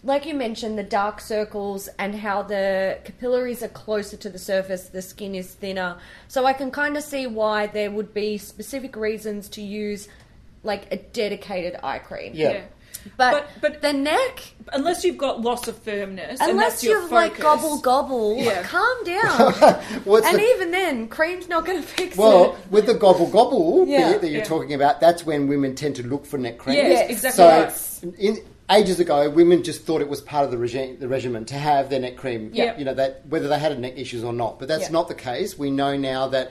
[SPEAKER 1] like you mentioned, the dark circles and how the capillaries are closer to the surface, the skin is thinner. So I can kind of see why there would be specific reasons to use like a dedicated eye cream.
[SPEAKER 3] Yeah.
[SPEAKER 1] But,
[SPEAKER 2] But- but-
[SPEAKER 1] the neck
[SPEAKER 2] Unless you've got loss of firmness. and
[SPEAKER 1] Unless
[SPEAKER 2] that's your
[SPEAKER 1] you've like
[SPEAKER 2] focus.
[SPEAKER 1] gobble gobble,
[SPEAKER 2] Yeah.
[SPEAKER 1] calm down.
[SPEAKER 3] What's
[SPEAKER 1] and
[SPEAKER 3] the-
[SPEAKER 1] even then, cream's not going to fix
[SPEAKER 3] Well,
[SPEAKER 1] it.
[SPEAKER 3] with the gobble gobble
[SPEAKER 1] Yeah.
[SPEAKER 3] bit that you're
[SPEAKER 2] Yeah.
[SPEAKER 3] talking about, that's when women tend to look for neck creams.
[SPEAKER 2] Yes,
[SPEAKER 1] Yes.
[SPEAKER 2] exactly.
[SPEAKER 3] So,
[SPEAKER 2] right.
[SPEAKER 3] in, ages ago, women just thought it was part of the regime, the regimen to have their neck cream.
[SPEAKER 2] Yeah.
[SPEAKER 3] You know that whether they had neck issues or not, but that's
[SPEAKER 1] Yeah.
[SPEAKER 3] not the case. We know now that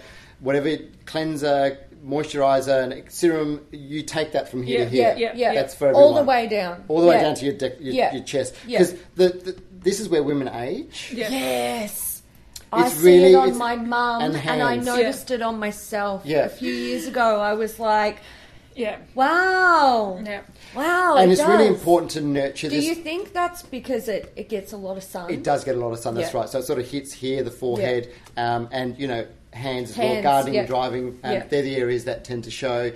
[SPEAKER 3] whatever cleanser, moisturizer, and serum you take that from here
[SPEAKER 2] Yeah,
[SPEAKER 3] to here.
[SPEAKER 2] yeah,
[SPEAKER 1] yeah.
[SPEAKER 3] That's for
[SPEAKER 1] All the
[SPEAKER 3] everyone.
[SPEAKER 1] way down.
[SPEAKER 3] All the way
[SPEAKER 1] Yeah.
[SPEAKER 3] down to your dec your,
[SPEAKER 1] Yeah.
[SPEAKER 3] your chest
[SPEAKER 1] Yeah.
[SPEAKER 3] because the, the this is where women age.
[SPEAKER 2] Yeah.
[SPEAKER 1] Yes. I
[SPEAKER 3] It's
[SPEAKER 1] see
[SPEAKER 3] really-
[SPEAKER 1] it on
[SPEAKER 3] it's-
[SPEAKER 1] my mum,
[SPEAKER 3] and
[SPEAKER 1] and, I
[SPEAKER 3] hands.
[SPEAKER 1] noticed it on myself
[SPEAKER 3] Yeah.
[SPEAKER 1] a few years ago. I was like,
[SPEAKER 2] Yeah.
[SPEAKER 1] "Wow,
[SPEAKER 2] Yeah.
[SPEAKER 1] wow!" Oh,
[SPEAKER 3] and
[SPEAKER 1] it
[SPEAKER 3] it's really
[SPEAKER 1] does.
[SPEAKER 3] important to nurture
[SPEAKER 1] Do
[SPEAKER 3] this
[SPEAKER 1] you think that's because it, it gets a lot of sun?
[SPEAKER 3] It does get a lot of sun. That's
[SPEAKER 1] Yeah.
[SPEAKER 3] right. So it sort of hits here, the forehead, um, and you know, hands, as well,
[SPEAKER 1] Hands,
[SPEAKER 3] guarding,
[SPEAKER 1] yeah.
[SPEAKER 3] driving. Um,
[SPEAKER 1] Yeah.
[SPEAKER 3] They're the areas that tend to show.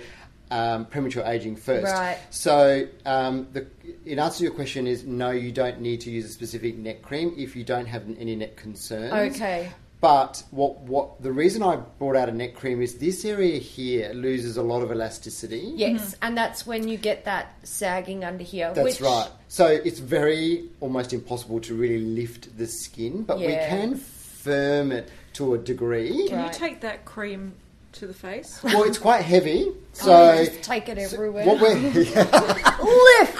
[SPEAKER 3] um, premature aging first.
[SPEAKER 1] Right.
[SPEAKER 3] So, um, the, in answer to your question, is no, you don't need to use a specific neck cream if you don't have any neck concerns.
[SPEAKER 1] Okay.
[SPEAKER 3] But what what the reason I brought out a neck cream is this area here loses a lot of elasticity.
[SPEAKER 1] Yes, and that's when you get that sagging under here.
[SPEAKER 3] Mm-hmm. That's
[SPEAKER 1] which,
[SPEAKER 3] right. So it's very almost impossible to really lift the skin, but we
[SPEAKER 1] Yeah.
[SPEAKER 3] can firm it to a degree.
[SPEAKER 2] Can
[SPEAKER 1] Right.
[SPEAKER 2] you take that cream to the face?
[SPEAKER 3] Well, it's quite heavy, so
[SPEAKER 1] Oh, you just take it everywhere.
[SPEAKER 3] what we're
[SPEAKER 1] Lift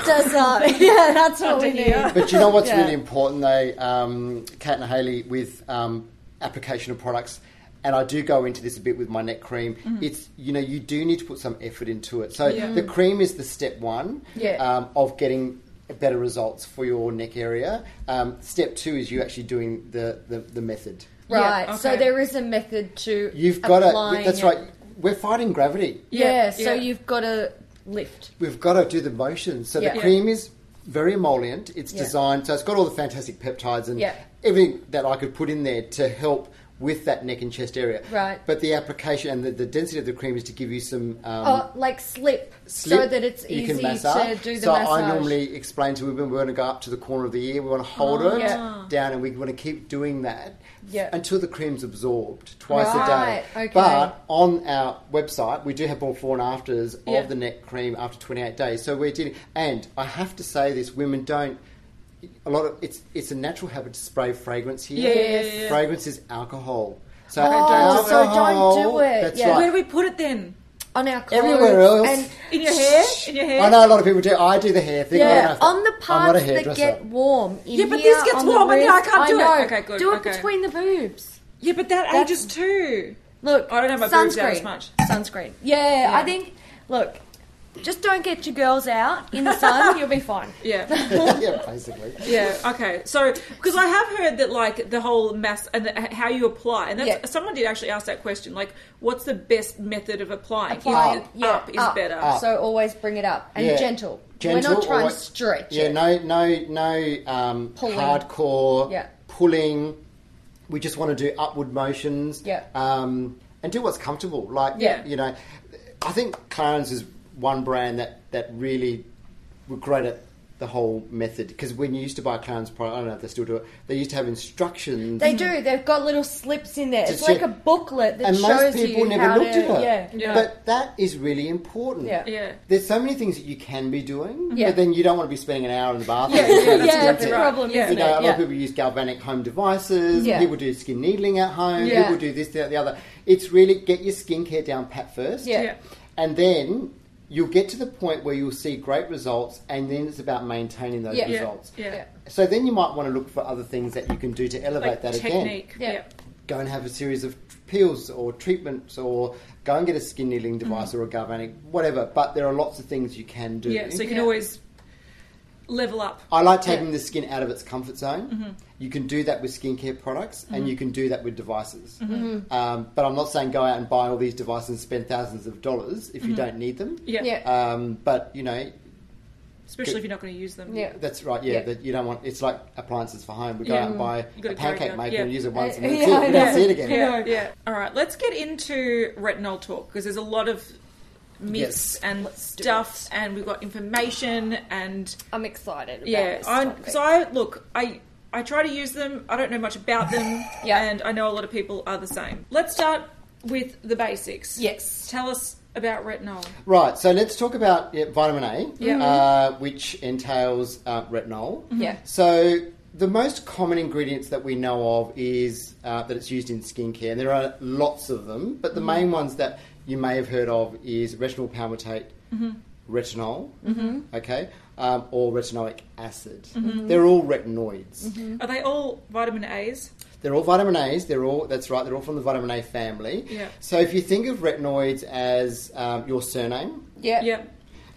[SPEAKER 1] us up. yeah, that's what
[SPEAKER 2] Under
[SPEAKER 1] we need.
[SPEAKER 2] here.
[SPEAKER 3] But you know what's
[SPEAKER 1] Yeah.
[SPEAKER 3] really important though, um, Kat and Haley, with um, application of products, and I do go into this a bit with my neck cream.
[SPEAKER 1] Mm-hmm.
[SPEAKER 3] It's you know you do need to put some effort into it. So
[SPEAKER 2] Yeah.
[SPEAKER 3] the cream is the step one
[SPEAKER 1] Yeah.
[SPEAKER 3] um, of getting better results for your neck area. Um, step two is you actually doing the the, the method.
[SPEAKER 1] Right.
[SPEAKER 2] Yeah,
[SPEAKER 1] So
[SPEAKER 2] okay.
[SPEAKER 1] there is a method to
[SPEAKER 3] You've got to.
[SPEAKER 1] applying
[SPEAKER 3] That's
[SPEAKER 1] it.
[SPEAKER 3] right. We're fighting gravity.
[SPEAKER 1] Yeah,
[SPEAKER 2] Yeah,
[SPEAKER 1] so
[SPEAKER 2] yeah.
[SPEAKER 1] you've got to lift.
[SPEAKER 3] we've got to do the motions. So
[SPEAKER 1] Yeah.
[SPEAKER 3] the cream is very emollient. It's
[SPEAKER 1] Yeah.
[SPEAKER 3] designed, so it's got all the fantastic peptides and
[SPEAKER 1] Yeah.
[SPEAKER 3] everything that I could put in there to help with that neck and chest area.
[SPEAKER 1] Right.
[SPEAKER 3] But the application and the, the density of the cream is to give you some. Um,
[SPEAKER 1] oh, like slip, so
[SPEAKER 3] slip
[SPEAKER 1] that it's
[SPEAKER 3] you
[SPEAKER 1] easy
[SPEAKER 3] can
[SPEAKER 1] to
[SPEAKER 3] massage.
[SPEAKER 1] do the
[SPEAKER 3] so
[SPEAKER 1] massage.
[SPEAKER 3] I normally explain to women we're going to go up to the corner of the ear. We want to hold
[SPEAKER 2] Oh,
[SPEAKER 3] it
[SPEAKER 1] yeah.
[SPEAKER 3] down, and we want to keep doing that
[SPEAKER 1] Yeah.
[SPEAKER 3] until the cream's absorbed
[SPEAKER 1] Right,
[SPEAKER 3] twice a day.
[SPEAKER 1] okay.
[SPEAKER 3] But on our website, we do have all four and afters
[SPEAKER 2] Yeah.
[SPEAKER 3] of the neck cream after 28 days. So we're doing, and I have to say this: women don't. A lot of it's it's a natural habit to spray fragrance here.
[SPEAKER 2] Yeah, yeah, yeah, yeah.
[SPEAKER 3] Fragrance is alcohol. So
[SPEAKER 1] Oh,
[SPEAKER 2] so don't
[SPEAKER 3] alcohol-
[SPEAKER 1] do it.
[SPEAKER 3] That's
[SPEAKER 1] Yeah.
[SPEAKER 3] right.
[SPEAKER 2] Where do we put it then?
[SPEAKER 1] on our clothes
[SPEAKER 3] Everywhere else.
[SPEAKER 1] and
[SPEAKER 2] In your hair? In your hair?
[SPEAKER 3] I know a lot of people do. I do the hair thing. I don't know
[SPEAKER 1] yeah,
[SPEAKER 3] if-
[SPEAKER 1] on the
[SPEAKER 3] I'm not a
[SPEAKER 1] parts that
[SPEAKER 3] hairdresser.
[SPEAKER 1] get warm. In
[SPEAKER 2] Yeah, but
[SPEAKER 1] here,
[SPEAKER 2] this gets
[SPEAKER 1] on the
[SPEAKER 2] warm and
[SPEAKER 1] wrist.
[SPEAKER 2] I can't do it.
[SPEAKER 1] know.
[SPEAKER 2] Okay, good,
[SPEAKER 1] Do it
[SPEAKER 2] okay.
[SPEAKER 1] between the boobs.
[SPEAKER 2] Yeah, but that
[SPEAKER 1] That's-
[SPEAKER 2] ages too.
[SPEAKER 1] Look,
[SPEAKER 2] I don't have my
[SPEAKER 1] sunscreen.
[SPEAKER 2] boobs out as much.
[SPEAKER 1] Sunscreen. Yeah,
[SPEAKER 2] Yeah.
[SPEAKER 1] I think. Look, just don't get your girls out in the sun. you'll be fine.
[SPEAKER 2] Yeah.
[SPEAKER 3] yeah, basically.
[SPEAKER 2] Yeah. Okay. So, because I have heard that like the whole mass and the, how you apply, and that's,
[SPEAKER 1] Yeah.
[SPEAKER 2] someone did actually ask that question. Like, what's the best method of applying?
[SPEAKER 1] Apply
[SPEAKER 2] Is
[SPEAKER 1] it,
[SPEAKER 2] it up is better.
[SPEAKER 1] So always bring it up and
[SPEAKER 3] Yeah.
[SPEAKER 1] gentle.
[SPEAKER 3] Gentle
[SPEAKER 1] We're not trying
[SPEAKER 3] or-
[SPEAKER 1] to stretch.
[SPEAKER 3] Yeah,
[SPEAKER 1] it.
[SPEAKER 3] no, no, no um,
[SPEAKER 1] Pulling.
[SPEAKER 3] hardcore
[SPEAKER 1] Yeah.
[SPEAKER 3] pulling. We just want to do upward motions.
[SPEAKER 1] Yeah.
[SPEAKER 3] Um, and do what's comfortable. Like,
[SPEAKER 2] Yeah.
[SPEAKER 3] you know, I think Clarence is one brand that, that really were great at the whole method. Because when you used to buy Clarence product, I don't know if they still do it, they used to have instructions.
[SPEAKER 1] They do. They've got little slips in there. It's
[SPEAKER 3] Just
[SPEAKER 1] like
[SPEAKER 3] yeah.
[SPEAKER 1] a booklet that
[SPEAKER 3] and
[SPEAKER 1] shows
[SPEAKER 3] most people
[SPEAKER 1] you
[SPEAKER 3] never
[SPEAKER 1] how
[SPEAKER 3] looked
[SPEAKER 1] to.
[SPEAKER 3] at it.
[SPEAKER 1] Yeah.
[SPEAKER 2] Yeah.
[SPEAKER 3] But that is really important.
[SPEAKER 1] Yeah.
[SPEAKER 2] Yeah.
[SPEAKER 3] There's so many things that you can be doing,
[SPEAKER 1] Yeah.
[SPEAKER 3] but then you don't want to be spending an hour in the bathroom.
[SPEAKER 1] Yeah, yeah,
[SPEAKER 2] that's
[SPEAKER 1] that's
[SPEAKER 2] exactly
[SPEAKER 1] the
[SPEAKER 2] right.
[SPEAKER 1] problem,
[SPEAKER 2] Yeah.
[SPEAKER 1] isn't
[SPEAKER 3] You know, a
[SPEAKER 1] it?
[SPEAKER 3] lot
[SPEAKER 1] Yeah.
[SPEAKER 3] of people use galvanic home devices.
[SPEAKER 1] Yeah.
[SPEAKER 3] People do skin needling at home.
[SPEAKER 1] Yeah.
[SPEAKER 3] People do this, that, the other. It's really get your skincare down pat first,
[SPEAKER 1] Yeah.
[SPEAKER 2] Yeah.
[SPEAKER 3] and then you'll get to the point where you'll see great results, and then it's about maintaining those
[SPEAKER 1] Yeah.
[SPEAKER 2] Yeah.
[SPEAKER 3] results.
[SPEAKER 2] Yeah.
[SPEAKER 1] Yeah.
[SPEAKER 3] So then you might want to look for other things that you can do to elevate
[SPEAKER 2] Like
[SPEAKER 3] that again
[SPEAKER 2] technique.
[SPEAKER 1] Yeah.
[SPEAKER 2] Yeah.
[SPEAKER 3] go and have a series of pills or treatments or go and get a skin needling
[SPEAKER 2] Mm-hmm.
[SPEAKER 3] device or a galvanic, whatever. But there are lots of things you can do.
[SPEAKER 2] Yeah. So you can
[SPEAKER 1] Yeah.
[SPEAKER 2] always level up.
[SPEAKER 3] I like taking the skin out of its comfort zone.
[SPEAKER 2] Mm-hmm.
[SPEAKER 3] You can do that with skincare products and you can do that with devices.
[SPEAKER 2] Mm-hmm.
[SPEAKER 3] Um, but I'm not saying go out and buy all these devices and spend thousands of dollars if you don't need them.
[SPEAKER 2] Mm-hmm. Yeah.
[SPEAKER 1] Yeah.
[SPEAKER 3] Um, but you know,
[SPEAKER 2] Especially if you're not going to use them.
[SPEAKER 1] Yeah.
[SPEAKER 3] that's right. Yeah,
[SPEAKER 1] Yeah.
[SPEAKER 3] that you don't want. It's like appliances for home. We go
[SPEAKER 2] Yeah. Mm-hmm.
[SPEAKER 3] out and buy
[SPEAKER 2] You
[SPEAKER 3] a
[SPEAKER 2] gotta carry
[SPEAKER 3] pancake
[SPEAKER 2] it.
[SPEAKER 3] maker
[SPEAKER 2] Yeah.
[SPEAKER 3] and use it once, and
[SPEAKER 1] Uh, yeah,
[SPEAKER 3] that's it.
[SPEAKER 1] I
[SPEAKER 3] We don't
[SPEAKER 1] know.
[SPEAKER 3] see it again.
[SPEAKER 2] Yeah.
[SPEAKER 1] No.
[SPEAKER 2] yeah. All right. Let's get into retinol talk because there's a lot of myths
[SPEAKER 3] Yes.
[SPEAKER 2] and
[SPEAKER 1] do
[SPEAKER 2] stuff, and we've got information and.
[SPEAKER 1] I'm excited. About
[SPEAKER 2] Yeah,
[SPEAKER 1] this
[SPEAKER 2] I,
[SPEAKER 1] topic.
[SPEAKER 2] so I look, I I try to use them. I don't know much about them,
[SPEAKER 1] Yeah.
[SPEAKER 2] and I know a lot of people are the same. Let's start with the basics.
[SPEAKER 1] Yes.
[SPEAKER 2] tell us about retinol.
[SPEAKER 3] Right, so let's talk about yeah, vitamin A,
[SPEAKER 2] Yeah. Mm-hmm.
[SPEAKER 3] uh, which entails uh, retinol.
[SPEAKER 1] Yeah.
[SPEAKER 3] So the most common ingredients that we know of is uh, that it's used in skincare, and there are lots of them, but
[SPEAKER 2] Mm-hmm.
[SPEAKER 3] the main ones that you may have heard of is retinol palmitate,
[SPEAKER 2] Mm-hmm.
[SPEAKER 3] retinol, okay, um, or retinoic acid.
[SPEAKER 2] Mm-hmm.
[SPEAKER 3] They're all retinoids.
[SPEAKER 1] Mm-hmm.
[SPEAKER 2] Are they all vitamin A's?
[SPEAKER 3] They're all vitamin A's. They're all that's right. They're all from the vitamin A family.
[SPEAKER 2] Yeah.
[SPEAKER 3] So if you think of retinoids as um, your surname,
[SPEAKER 1] yeah.
[SPEAKER 2] Yeah,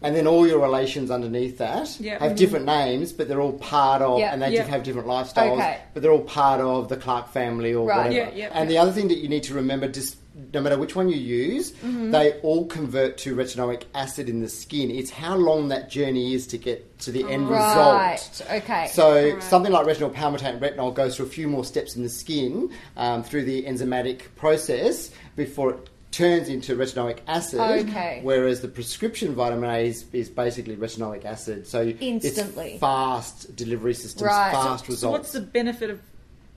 [SPEAKER 3] and then all your relations underneath that
[SPEAKER 2] Yeah.
[SPEAKER 3] have
[SPEAKER 2] Mhm.
[SPEAKER 3] different names, but they're all part of,
[SPEAKER 1] Yeah.
[SPEAKER 3] and they
[SPEAKER 2] Yeah.
[SPEAKER 3] diff- have different lifestyles,
[SPEAKER 1] Okay.
[SPEAKER 3] but they're all part of the Clark family or
[SPEAKER 1] Right.
[SPEAKER 3] whatever.
[SPEAKER 2] Yeah, yeah.
[SPEAKER 3] And the other thing that you need to remember, just no matter which one you use,
[SPEAKER 1] Mm-hmm.
[SPEAKER 3] they all convert to retinoic acid in the skin. It's how long that journey is to get to the end result.
[SPEAKER 1] Right. Okay.
[SPEAKER 3] So
[SPEAKER 2] Right.
[SPEAKER 3] something like retinol palmitate and retinol goes through a few more steps in the skin um, through the enzymatic process before it turns into retinoic acid.
[SPEAKER 1] Okay.
[SPEAKER 3] Whereas the prescription vitamin A is, is basically retinoic acid. So
[SPEAKER 1] Instantly.
[SPEAKER 3] it's fast delivery systems,
[SPEAKER 1] Right.
[SPEAKER 3] fast
[SPEAKER 1] So-
[SPEAKER 3] results.
[SPEAKER 2] So what's the benefit of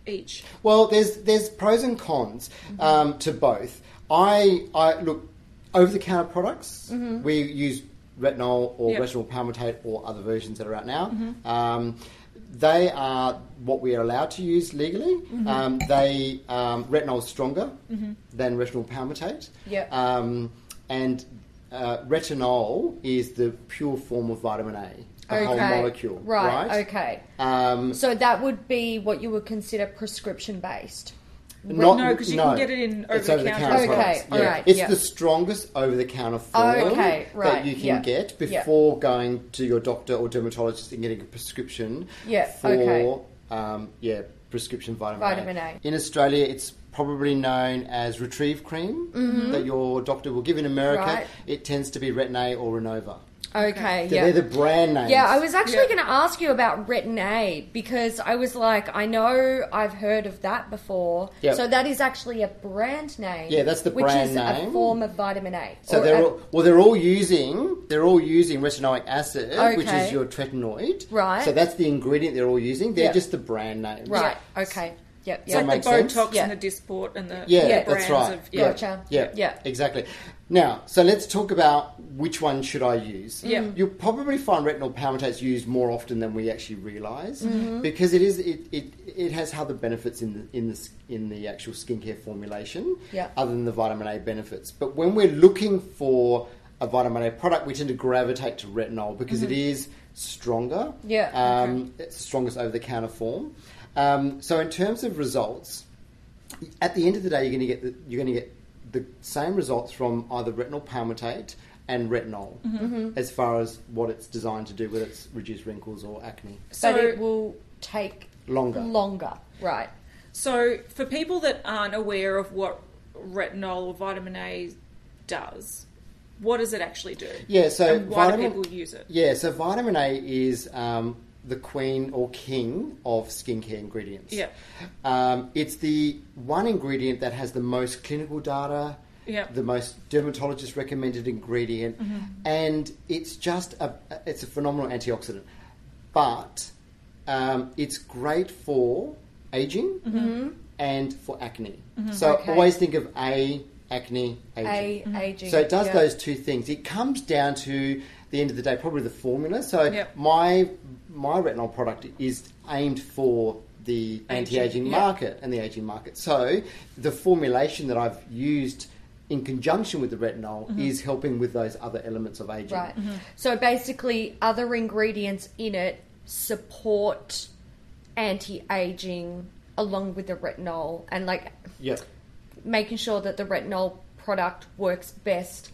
[SPEAKER 2] each?
[SPEAKER 3] Well, there's there's pros and cons um, to both. I I look over the counter products. We use retinol or
[SPEAKER 2] Yep.
[SPEAKER 3] retinol palmitate or other versions that are out now. Um, they are what we are allowed to use legally. Um, they um, retinol is stronger than retinol palmitate.
[SPEAKER 1] Yep.
[SPEAKER 3] Um, and uh, retinol is the pure form of vitamin A, the whole molecule.
[SPEAKER 1] Right,
[SPEAKER 3] Right.
[SPEAKER 1] okay.
[SPEAKER 3] Um,
[SPEAKER 1] So that would be what you would consider prescription based.
[SPEAKER 3] Not,
[SPEAKER 2] no, 'cause you can get it in
[SPEAKER 3] It's
[SPEAKER 2] over-the-counter
[SPEAKER 1] as well. Okay,
[SPEAKER 3] products, yeah.
[SPEAKER 1] alright,
[SPEAKER 3] It's
[SPEAKER 1] yeah. Oh,
[SPEAKER 3] the strongest over the counter form
[SPEAKER 1] Okay, right,
[SPEAKER 3] that you can
[SPEAKER 1] yeah,
[SPEAKER 3] get
[SPEAKER 1] yeah.
[SPEAKER 3] before going to your doctor or dermatologist and getting a prescription
[SPEAKER 1] Yeah,
[SPEAKER 3] for
[SPEAKER 1] okay.
[SPEAKER 3] um, yeah, prescription vitamin,
[SPEAKER 1] Vitamin A.
[SPEAKER 3] In Australia, it's probably known as retrieve cream that your doctor will give in America.
[SPEAKER 1] Mm-hmm. Right.
[SPEAKER 3] It tends to be Retin-A or Renova.
[SPEAKER 1] Okay,
[SPEAKER 3] So
[SPEAKER 1] yeah.
[SPEAKER 3] They're the brand names.
[SPEAKER 1] Yeah, I was actually
[SPEAKER 2] Yeah.
[SPEAKER 1] going to ask you about Retin A because I was like, I know I've heard of that before.
[SPEAKER 3] Yep.
[SPEAKER 1] So that is actually a brand name.
[SPEAKER 3] Yeah, that's the
[SPEAKER 1] which
[SPEAKER 3] brand
[SPEAKER 1] is a
[SPEAKER 3] name.
[SPEAKER 1] form of vitamin A.
[SPEAKER 3] So
[SPEAKER 1] Or
[SPEAKER 3] they're
[SPEAKER 1] a-
[SPEAKER 3] all, well, they're all using they're all using retinoic acid, which
[SPEAKER 1] Okay.
[SPEAKER 3] is your tretinoid.
[SPEAKER 1] Right.
[SPEAKER 3] So that's the ingredient they're all using. They're
[SPEAKER 1] Yeah.
[SPEAKER 3] just the brand names.
[SPEAKER 1] right. Okay. Yep.
[SPEAKER 3] So
[SPEAKER 1] Yep.
[SPEAKER 3] my- Makes
[SPEAKER 2] the
[SPEAKER 3] sense.
[SPEAKER 2] Botox
[SPEAKER 1] Yeah.
[SPEAKER 2] and the Dysport and the
[SPEAKER 3] Yeah,
[SPEAKER 2] the
[SPEAKER 1] Yeah.
[SPEAKER 3] that's
[SPEAKER 2] brands
[SPEAKER 3] right.
[SPEAKER 2] of
[SPEAKER 3] yeah.
[SPEAKER 1] Gotcha.
[SPEAKER 3] Yeah.
[SPEAKER 1] Yeah.
[SPEAKER 3] Exactly. Now, so let's talk about which one should I use. Mm-hmm.
[SPEAKER 2] Yeah. Mhm.
[SPEAKER 3] You'll probably find retinol palmitate's used more often than we actually realize because it is it, it it has other benefits in the in the s- in the actual skincare formulation
[SPEAKER 1] Yeah.
[SPEAKER 3] other than the vitamin A benefits. But when we're looking for a vitamin A product, we tend to gravitate to retinol because it is stronger.
[SPEAKER 1] Yeah,
[SPEAKER 3] Um, It's the strongest over the counter form. Um, so in terms of results, at the end of the day, you're going to get the, you're going to get the same results from either retinol palmitate and retinol, as far as what it's designed to do, whether it's reduce wrinkles or acne.
[SPEAKER 1] but
[SPEAKER 2] So-
[SPEAKER 1] it will take
[SPEAKER 3] Longer.
[SPEAKER 1] Longer. Right.
[SPEAKER 2] So, for people that aren't aware of what retinol or vitamin A does, what does it actually do?
[SPEAKER 3] Yeah, so
[SPEAKER 2] and why
[SPEAKER 3] vitamin-
[SPEAKER 2] do people use it?
[SPEAKER 3] Yeah, so vitamin A is um, the queen or king of skincare ingredients.
[SPEAKER 2] Yeah.
[SPEAKER 3] Um, it's the one ingredient that has the most clinical data,
[SPEAKER 2] Yeah. Mm-hmm.
[SPEAKER 3] the most dermatologist recommended ingredient, and it's just a it's a phenomenal antioxidant. But um, it's great for aging
[SPEAKER 2] Mm-hmm.
[SPEAKER 3] and for acne. So
[SPEAKER 1] Okay.
[SPEAKER 3] always think of A acne aging.
[SPEAKER 1] A aging.
[SPEAKER 3] So it does
[SPEAKER 1] yeah.
[SPEAKER 3] those two things. It comes down to the end of the day, probably the formula. So
[SPEAKER 2] Yep.
[SPEAKER 3] my my retinol product is aimed for the anti-aging
[SPEAKER 2] yeah.
[SPEAKER 3] market and the aging market. So the formulation that I've used in conjunction with the retinol is helping with those other elements of aging.
[SPEAKER 1] Mm-hmm. Right.
[SPEAKER 2] Mm-hmm.
[SPEAKER 1] So basically, other ingredients in it support anti-aging along with the retinol and like
[SPEAKER 3] Yep.
[SPEAKER 1] making sure that the retinol product works best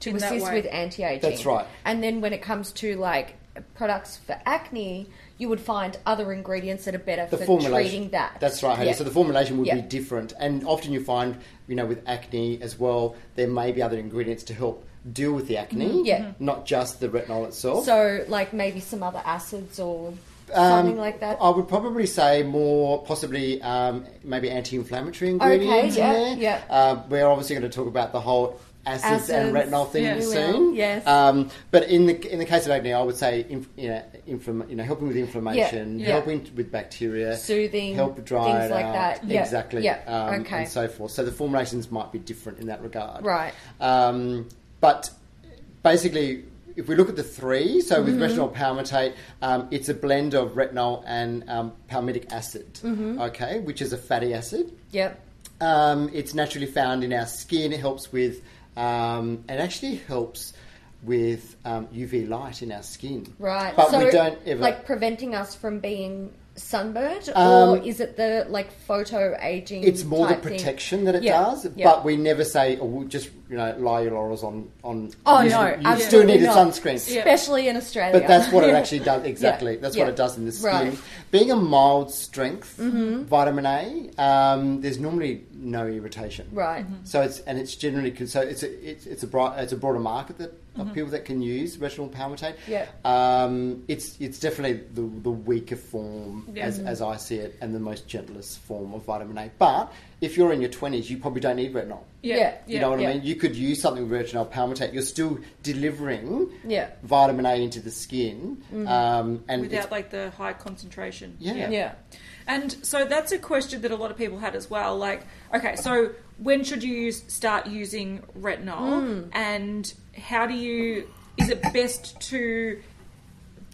[SPEAKER 1] to
[SPEAKER 2] In that
[SPEAKER 1] assist
[SPEAKER 2] way.
[SPEAKER 1] with anti-aging.
[SPEAKER 3] That's right.
[SPEAKER 1] And then when it comes to like products for acne, you would find other ingredients that are better
[SPEAKER 3] The
[SPEAKER 1] for
[SPEAKER 3] formulation.
[SPEAKER 1] treating that.
[SPEAKER 3] That's right, Hayley.
[SPEAKER 1] Yeah.
[SPEAKER 3] So the formulation would
[SPEAKER 1] Yeah.
[SPEAKER 3] be different, and often you find, you know, with acne as well, there may be other ingredients to help deal with the acne,
[SPEAKER 1] Yeah. Mhm.
[SPEAKER 3] not just the retinol itself.
[SPEAKER 1] So like maybe some other acids or
[SPEAKER 3] Um,
[SPEAKER 1] something like that.
[SPEAKER 3] I would probably say more possibly um, maybe anti-inflammatory ingredients
[SPEAKER 1] yeah,
[SPEAKER 3] in
[SPEAKER 1] yeah.
[SPEAKER 3] there. Uh, we're obviously going to talk about the whole acids, and
[SPEAKER 1] Acids,
[SPEAKER 3] retinol thing
[SPEAKER 2] yeah. We will,
[SPEAKER 3] soon.
[SPEAKER 1] yes.
[SPEAKER 3] Um, but in the in the case of acne, I would say inf- you, know, inflam- you know helping with inflammation,
[SPEAKER 1] yeah.
[SPEAKER 3] helping with bacteria,
[SPEAKER 1] Soothing,
[SPEAKER 3] help dry
[SPEAKER 1] things
[SPEAKER 3] it
[SPEAKER 1] like
[SPEAKER 3] out,
[SPEAKER 1] that. Yeah,
[SPEAKER 3] exactly,
[SPEAKER 1] yeah,
[SPEAKER 3] um,
[SPEAKER 1] okay.
[SPEAKER 3] and so forth. So the formulations might be different in that regard,
[SPEAKER 1] Right.
[SPEAKER 3] Um, but basically, if we look at the three, so with
[SPEAKER 1] Mm-hmm.
[SPEAKER 3] retinol palmitate, um, it's a blend of retinol and um, palmitic acid,
[SPEAKER 1] Mm-hmm.
[SPEAKER 3] okay, which is a fatty acid.
[SPEAKER 1] Yep.
[SPEAKER 3] Um, it's naturally found in our skin. It helps with, um, it actually helps with um, UV light in our skin.
[SPEAKER 1] Right.
[SPEAKER 3] But
[SPEAKER 1] so,
[SPEAKER 3] we don't ever.
[SPEAKER 1] like preventing us from being sunburned, or
[SPEAKER 3] Um,
[SPEAKER 1] is it the like photo aging?
[SPEAKER 3] it's more the
[SPEAKER 1] type thing?
[SPEAKER 3] protection that it
[SPEAKER 1] Yeah,
[SPEAKER 3] does,
[SPEAKER 1] yeah.
[SPEAKER 3] but we never say, oh, we'll just you know, lie your laurels on on.
[SPEAKER 1] Oh
[SPEAKER 3] you,
[SPEAKER 1] no,
[SPEAKER 3] you still need
[SPEAKER 1] absolutely
[SPEAKER 3] a
[SPEAKER 1] not.
[SPEAKER 3] sunscreen.
[SPEAKER 1] especially in Australia.
[SPEAKER 3] But that's what it actually does. Exactly. That's
[SPEAKER 1] yeah.
[SPEAKER 3] what it does in the skin.
[SPEAKER 1] Right. Mm-hmm.
[SPEAKER 3] Being a mild strength vitamin A, um, there's normally no irritation.
[SPEAKER 1] right.
[SPEAKER 3] So it's and it's generally con- so it's a, it's, it's a broad, it's a broader market that of people that can use retinol palmitate.
[SPEAKER 1] Yeah.
[SPEAKER 3] Um, it's it's definitely the, the weaker form
[SPEAKER 2] Yeah.
[SPEAKER 3] as, as I see it and the most gentlest form of vitamin A, but if you're in your 20s, you probably don't need retinol.
[SPEAKER 2] Yeah.
[SPEAKER 1] Yeah.
[SPEAKER 3] you know what
[SPEAKER 1] yeah.
[SPEAKER 3] I mean? You could use something with retinol palmitate. You're still delivering
[SPEAKER 1] Yeah. Mm-hmm.
[SPEAKER 3] vitamin A into the skin. Um, and it's-
[SPEAKER 2] Without like the high concentration.
[SPEAKER 3] Yeah.
[SPEAKER 1] Yeah.
[SPEAKER 2] And so that's a question that a lot of people had as well. Like, okay, so when should you use, start using retinol? And how do you, is it best to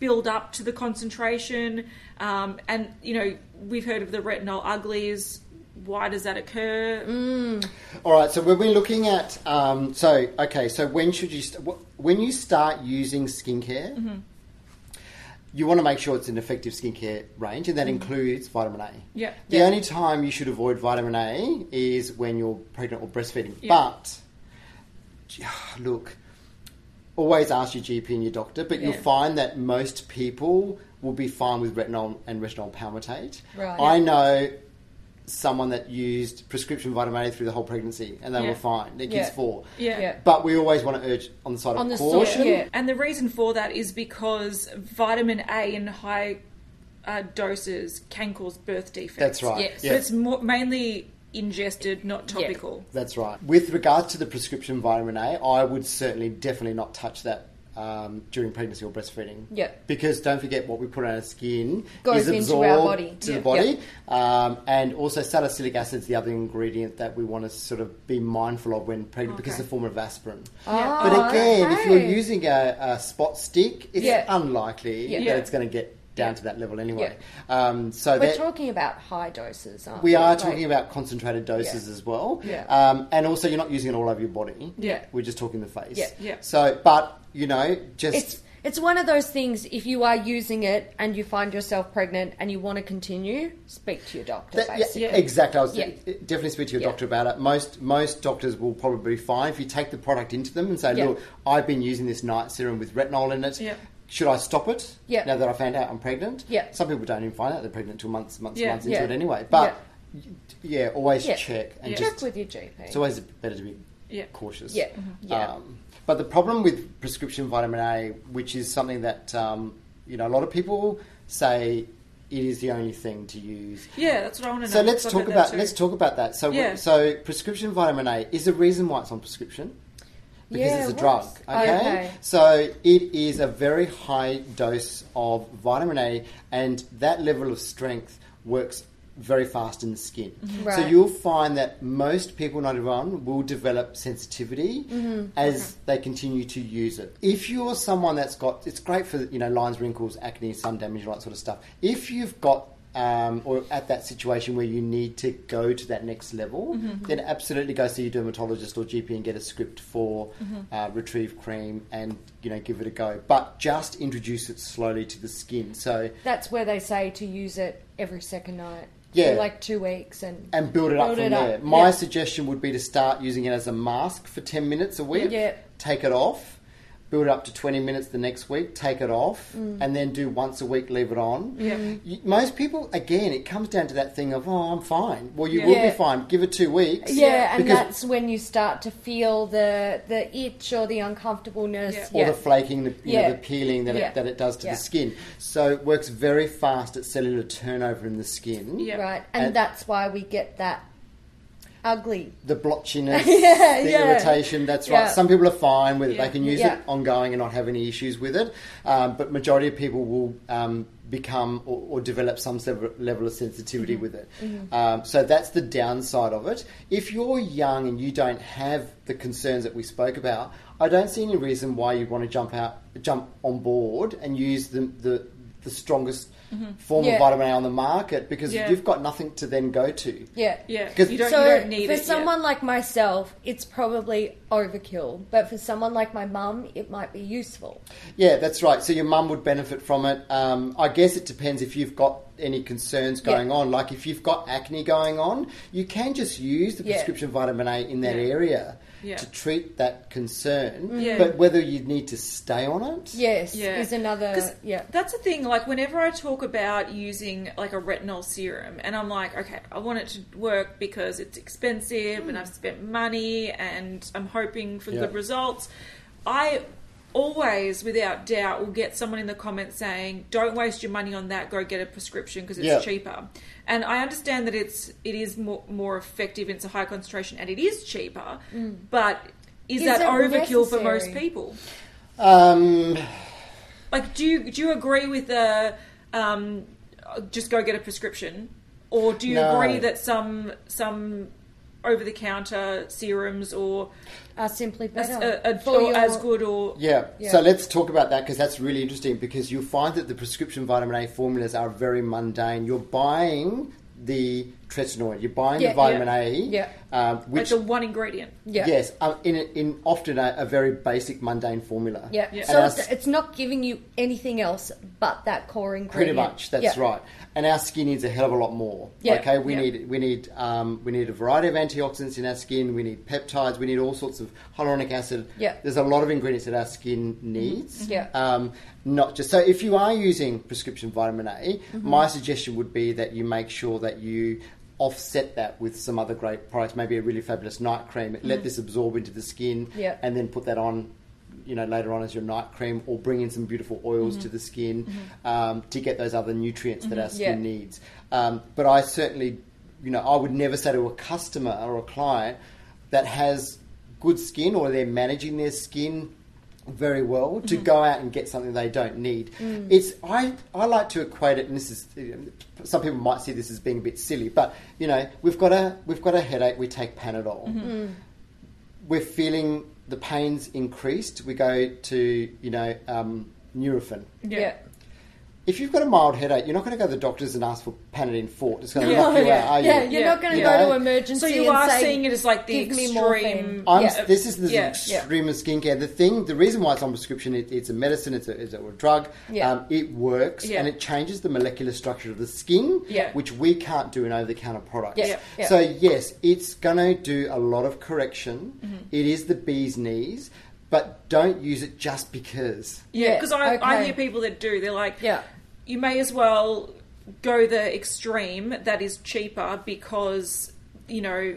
[SPEAKER 2] build up to the concentration? Um, and, you know, we've heard of the retinol uglies. Why does that occur?
[SPEAKER 3] All right, so when we're looking at, um, so okay, so when should you st- wh- when you start using skincare,
[SPEAKER 2] Mm-hmm.
[SPEAKER 3] you want to make sure it's an effective skincare range, and that includes vitamin A.
[SPEAKER 2] Yeah.
[SPEAKER 3] The
[SPEAKER 1] Yeah.
[SPEAKER 3] only time you should avoid vitamin A is when you're pregnant or breastfeeding.
[SPEAKER 2] Yeah.
[SPEAKER 3] But gee, look, always ask your GP and your doctor, but
[SPEAKER 2] Yeah.
[SPEAKER 3] you'll find that most people will be fine with retinol and retinol palmitate.
[SPEAKER 1] Right.
[SPEAKER 3] I know someone that used prescription vitamin A through the whole pregnancy and they
[SPEAKER 2] Yeah.
[SPEAKER 3] were fine. Their kids
[SPEAKER 1] Yeah.
[SPEAKER 3] four.
[SPEAKER 2] Yeah.
[SPEAKER 1] Yeah.
[SPEAKER 3] But we always want to urge on the side
[SPEAKER 1] On the
[SPEAKER 3] of
[SPEAKER 1] side,
[SPEAKER 3] caution.
[SPEAKER 1] yeah.
[SPEAKER 2] And the reason for that is because vitamin A in high uh, doses can cause birth defects.
[SPEAKER 3] That's right.
[SPEAKER 1] Yes.
[SPEAKER 2] So it's more, mainly ingested, not topical.
[SPEAKER 3] That's right. With regards to the prescription vitamin A, I would certainly definitely not touch that um, during pregnancy or breastfeeding.
[SPEAKER 1] Yeah.
[SPEAKER 3] Because don't forget what we put on our skin
[SPEAKER 1] Goes
[SPEAKER 3] is
[SPEAKER 1] into
[SPEAKER 3] absorbed
[SPEAKER 1] our body.
[SPEAKER 3] to
[SPEAKER 1] Yeah.
[SPEAKER 3] the body, um, and also salicylic acid is the other ingredient that we want to sort of be mindful of when pregnant because
[SPEAKER 2] Okay.
[SPEAKER 3] it's a form of aspirin.
[SPEAKER 2] Yeah.
[SPEAKER 1] Oh,
[SPEAKER 3] But again, if you're
[SPEAKER 1] okay.
[SPEAKER 3] using a, a spot stick, it's
[SPEAKER 1] Yeah.
[SPEAKER 3] unlikely
[SPEAKER 1] Yeah.
[SPEAKER 2] Yeah.
[SPEAKER 3] that it's going to get down to that level anyway. Um, so
[SPEAKER 1] We're
[SPEAKER 3] that,
[SPEAKER 1] talking about high doses, aren't we?
[SPEAKER 3] we are
[SPEAKER 1] Like-
[SPEAKER 3] talking about concentrated doses as well.
[SPEAKER 1] Yeah.
[SPEAKER 3] Um, and also, you're not using it all over your body.
[SPEAKER 1] Yeah.
[SPEAKER 3] We're just talking the face.
[SPEAKER 1] Yeah.
[SPEAKER 2] Yeah.
[SPEAKER 3] So, but, you know, just.
[SPEAKER 1] It's it's one of those things. If you are using it and you find yourself pregnant and you want to continue, speak to your doctor.
[SPEAKER 3] that- yeah,
[SPEAKER 1] basically.
[SPEAKER 3] exactly. I was
[SPEAKER 1] Yeah.
[SPEAKER 3] definitely speak to your
[SPEAKER 1] Yeah.
[SPEAKER 3] doctor about it. Most most doctors will probably be fine if you take the product into them and say,
[SPEAKER 1] Yeah.
[SPEAKER 3] "Look, I've been using this night serum with retinol in it.
[SPEAKER 2] Yeah.
[SPEAKER 3] Should I stop it?
[SPEAKER 1] Yeah.
[SPEAKER 3] Now that I found out I'm pregnant.
[SPEAKER 1] Yeah.
[SPEAKER 3] Some people don't even find out they're pregnant till months, months,
[SPEAKER 2] Yeah.
[SPEAKER 3] months into
[SPEAKER 1] Yeah.
[SPEAKER 3] it anyway. But yeah, always
[SPEAKER 1] Yeah.
[SPEAKER 3] check and
[SPEAKER 2] Yeah.
[SPEAKER 1] Check
[SPEAKER 3] just.
[SPEAKER 1] with your GP.
[SPEAKER 3] It's always better to be
[SPEAKER 2] Yeah.
[SPEAKER 3] cautious.
[SPEAKER 1] Yeah. Mhm. Yeah.
[SPEAKER 3] Um, but the problem with prescription vitamin A, which is something that um, you know a lot of people say it is the only thing to use.
[SPEAKER 2] Yeah, that's what I want to know.
[SPEAKER 3] So let's
[SPEAKER 2] I've
[SPEAKER 3] talk
[SPEAKER 2] heard that
[SPEAKER 3] about
[SPEAKER 2] too.
[SPEAKER 3] let's talk about that. So we-
[SPEAKER 2] Yeah.
[SPEAKER 3] so prescription vitamin A is the reason why it's on prescription because
[SPEAKER 1] Yeah,
[SPEAKER 3] it's a
[SPEAKER 1] what?
[SPEAKER 3] drug. Okay?
[SPEAKER 1] Okay.
[SPEAKER 3] so it is a very high dose of vitamin A, and that level of strength works very fast in the skin. So
[SPEAKER 1] Mm-hmm. Right.
[SPEAKER 3] you'll find that most people, not everyone, will develop sensitivity as they continue to use it. If you're someone that's got, it's great for you know lines, wrinkles, acne, sun damage, all that sort of stuff. If you've got um, or at that situation where you need to go to that next level, then absolutely go see your dermatologist or GP and get a script for uh, retrieve cream and you know give it a go. But just introduce it slowly to the skin. So
[SPEAKER 1] That's where they say to use it every second night.
[SPEAKER 3] Yeah.
[SPEAKER 1] For like two weeks and.
[SPEAKER 3] and build it up
[SPEAKER 1] Build
[SPEAKER 3] from
[SPEAKER 1] it up,
[SPEAKER 3] there. My
[SPEAKER 1] yeah.
[SPEAKER 3] suggestion would be to start using it as a mask for 10 minutes a week.
[SPEAKER 1] Yeah.
[SPEAKER 3] Take it off, build it up to 20 minutes the next week, take it off,
[SPEAKER 1] Mm.
[SPEAKER 3] and then do once a week, leave it on.
[SPEAKER 2] Yeah.
[SPEAKER 1] Mm-hmm.
[SPEAKER 3] You- Most people, again, it comes down to that thing of, oh, I'm fine. Well, you
[SPEAKER 2] Yeah.
[SPEAKER 3] will
[SPEAKER 1] Yeah.
[SPEAKER 3] be fine. Give it two weeks.
[SPEAKER 1] Yeah, and
[SPEAKER 3] Because-
[SPEAKER 1] that's when you start to feel the the itch or the uncomfortableness.
[SPEAKER 2] Yeah.
[SPEAKER 3] Or
[SPEAKER 1] Yeah.
[SPEAKER 3] the flaking, the, you
[SPEAKER 1] Yeah.
[SPEAKER 3] know, the peeling that,
[SPEAKER 1] Yeah.
[SPEAKER 3] it, that it does to
[SPEAKER 1] Yeah.
[SPEAKER 3] the skin. So it works very fast at cellular turnover in the skin.
[SPEAKER 2] Yeah.
[SPEAKER 1] Right, and,
[SPEAKER 3] And-
[SPEAKER 1] that's why we get that ugly.
[SPEAKER 3] the blotchiness,
[SPEAKER 1] Yeah,
[SPEAKER 3] the
[SPEAKER 1] yeah.
[SPEAKER 3] irritation. That's
[SPEAKER 1] Yeah.
[SPEAKER 3] right. Some people are fine with it;
[SPEAKER 2] Yeah.
[SPEAKER 3] they can use
[SPEAKER 1] Yeah.
[SPEAKER 3] it ongoing and not have any issues with it. Um, but majority of people will um, become or, or develop some sev- level of
[SPEAKER 1] Mm-hmm.
[SPEAKER 3] sensitivity with it. Um, so that's the downside of it. If you're young and you don't have the concerns that we spoke about, I don't see any reason why you'd want to jump out, jump on board, and use the the, the strongest.
[SPEAKER 1] Mm-hmm.
[SPEAKER 3] Form
[SPEAKER 1] Yeah.
[SPEAKER 3] of vitamin A on the market because
[SPEAKER 2] Yeah.
[SPEAKER 3] you've got nothing to then go to.
[SPEAKER 1] Yeah.
[SPEAKER 2] Yeah,
[SPEAKER 3] 'Cause-
[SPEAKER 2] you don't,
[SPEAKER 1] so
[SPEAKER 2] you don't need
[SPEAKER 1] for
[SPEAKER 2] it.
[SPEAKER 1] someone like myself, it's probably overkill. But for someone like my mum, it might be useful.
[SPEAKER 3] Yeah, that's right. So your mum would benefit from it. Um, I guess it depends if you've got any concerns
[SPEAKER 1] Yeah.
[SPEAKER 3] going on. Like if you've got acne going on, you can just use the
[SPEAKER 1] Yeah.
[SPEAKER 3] prescription vitamin A in that
[SPEAKER 2] Yeah.
[SPEAKER 3] area
[SPEAKER 2] Yeah.
[SPEAKER 3] to treat that
[SPEAKER 1] Mm-hmm.
[SPEAKER 3] concern.
[SPEAKER 2] Yeah.
[SPEAKER 3] But whether you need to stay on it,
[SPEAKER 1] Yes,
[SPEAKER 2] Yeah.
[SPEAKER 1] is another.
[SPEAKER 2] 'Cause
[SPEAKER 1] Yeah.
[SPEAKER 2] That's the thing. Like whenever I talk about using like a retinol serum, and I'm like, okay, I want it to work because it's
[SPEAKER 1] Hmm.
[SPEAKER 2] expensive, and I've spent money, and I'm hoping for
[SPEAKER 3] Yeah.
[SPEAKER 2] good results. I always, without doubt, will get someone in the comments saying, "Don't waste your money on that. Go get a prescription because it's
[SPEAKER 3] Yeah.
[SPEAKER 2] cheaper." And I understand that it's it is more more effective. It's a high concentration and it is cheaper, but is,
[SPEAKER 1] Hmm. Is
[SPEAKER 2] that
[SPEAKER 1] it
[SPEAKER 2] overkill for most
[SPEAKER 1] necessary?
[SPEAKER 2] people?
[SPEAKER 3] Um,
[SPEAKER 2] Like, do you do you agree with the um, uh, just go get a prescription, or do you
[SPEAKER 3] No.
[SPEAKER 2] agree that some some over the counter serums or
[SPEAKER 1] Are simply
[SPEAKER 2] as,
[SPEAKER 1] better.
[SPEAKER 2] uh, uh,
[SPEAKER 1] For
[SPEAKER 2] or
[SPEAKER 1] your-
[SPEAKER 2] as good or
[SPEAKER 3] yeah.
[SPEAKER 1] Yeah.
[SPEAKER 3] So let's talk about that because that's really interesting because you'll find that the prescription vitamin A formulas are very mundane. You're buying the tretinoin, you're buying
[SPEAKER 1] Yeah,
[SPEAKER 3] the vitamin
[SPEAKER 1] yeah.
[SPEAKER 3] A,
[SPEAKER 1] Yeah.
[SPEAKER 3] um,
[SPEAKER 2] like
[SPEAKER 3] which
[SPEAKER 2] the one ingredient?
[SPEAKER 1] Yeah.
[SPEAKER 3] yes, uh, in a- in often a, a very basic mundane formula.
[SPEAKER 1] Yeah.
[SPEAKER 2] Yeah.
[SPEAKER 1] So
[SPEAKER 3] And
[SPEAKER 1] it's,
[SPEAKER 3] us-
[SPEAKER 1] it's not giving you anything else but that core ingredient.
[SPEAKER 3] Pretty much, that's
[SPEAKER 1] Yeah.
[SPEAKER 3] right. And our skin needs a hell of a lot more.
[SPEAKER 1] Yeah,
[SPEAKER 3] Okay, we
[SPEAKER 2] yeah.
[SPEAKER 3] need we need um, we need a variety of antioxidants in our skin. We need peptides. We need all sorts of hyaluronic acid.
[SPEAKER 1] Yeah. Mm-hmm.
[SPEAKER 3] there's a lot of ingredients that our skin needs.
[SPEAKER 1] Yeah.
[SPEAKER 3] um, not just so. If you are using prescription vitamin A,
[SPEAKER 1] Mm-hmm.
[SPEAKER 3] my suggestion would be that you make sure that you. Offset that with some other great products, maybe a really fabulous night cream. Let
[SPEAKER 1] Mm-hmm.
[SPEAKER 3] this absorb into the skin,
[SPEAKER 1] Yeah.
[SPEAKER 3] and then put that on you know later on as your night cream or bring in some beautiful oils to the skin um, to get those other nutrients that our skin
[SPEAKER 1] Yeah.
[SPEAKER 3] needs um, but i certainly you know i would never say to a customer or a client that has good skin or they're managing their skin very well to go out and get something they don't need it's I, I like to equate it and this is some people might see this as being a bit silly but you know we've got a we've got a headache we take panadol we're feeling the pains increased, we go to you know um, Nurofen.
[SPEAKER 1] Yeah.
[SPEAKER 3] If you've got a mild headache, you're not going to go to the doctors and ask for Panadine Fort. It's going to
[SPEAKER 2] Yeah.
[SPEAKER 3] knock you
[SPEAKER 1] yeah.
[SPEAKER 3] out, are you?
[SPEAKER 1] Yeah, you're
[SPEAKER 2] Yeah.
[SPEAKER 1] not going to
[SPEAKER 3] You
[SPEAKER 1] go
[SPEAKER 3] know?
[SPEAKER 1] to emergency.
[SPEAKER 2] So you
[SPEAKER 1] and
[SPEAKER 2] are
[SPEAKER 1] say,
[SPEAKER 2] seeing it as like the
[SPEAKER 1] "Give me morphine."
[SPEAKER 2] extreme.
[SPEAKER 3] I'm,
[SPEAKER 1] Yeah.
[SPEAKER 3] This is the
[SPEAKER 2] Yeah.
[SPEAKER 3] extreme of skincare. The thing, the reason why it's on prescription, it, it's a medicine, it's a, it's a drug.
[SPEAKER 1] Yeah.
[SPEAKER 3] Um, it works
[SPEAKER 2] Yeah.
[SPEAKER 3] and it changes the molecular structure of the skin,
[SPEAKER 2] Yeah.
[SPEAKER 3] which we can't do in over-the-counter products.
[SPEAKER 1] Yeah. Yeah.
[SPEAKER 3] So yes, it's going to do a lot of correction. It is the bee's knees, but don't use it just because.
[SPEAKER 2] Yeah,
[SPEAKER 1] Yeah,
[SPEAKER 2] because I, I
[SPEAKER 1] okay.
[SPEAKER 2] hear people that do. They're like,
[SPEAKER 1] Yeah.
[SPEAKER 2] you may as well go the extreme that is cheaper because you know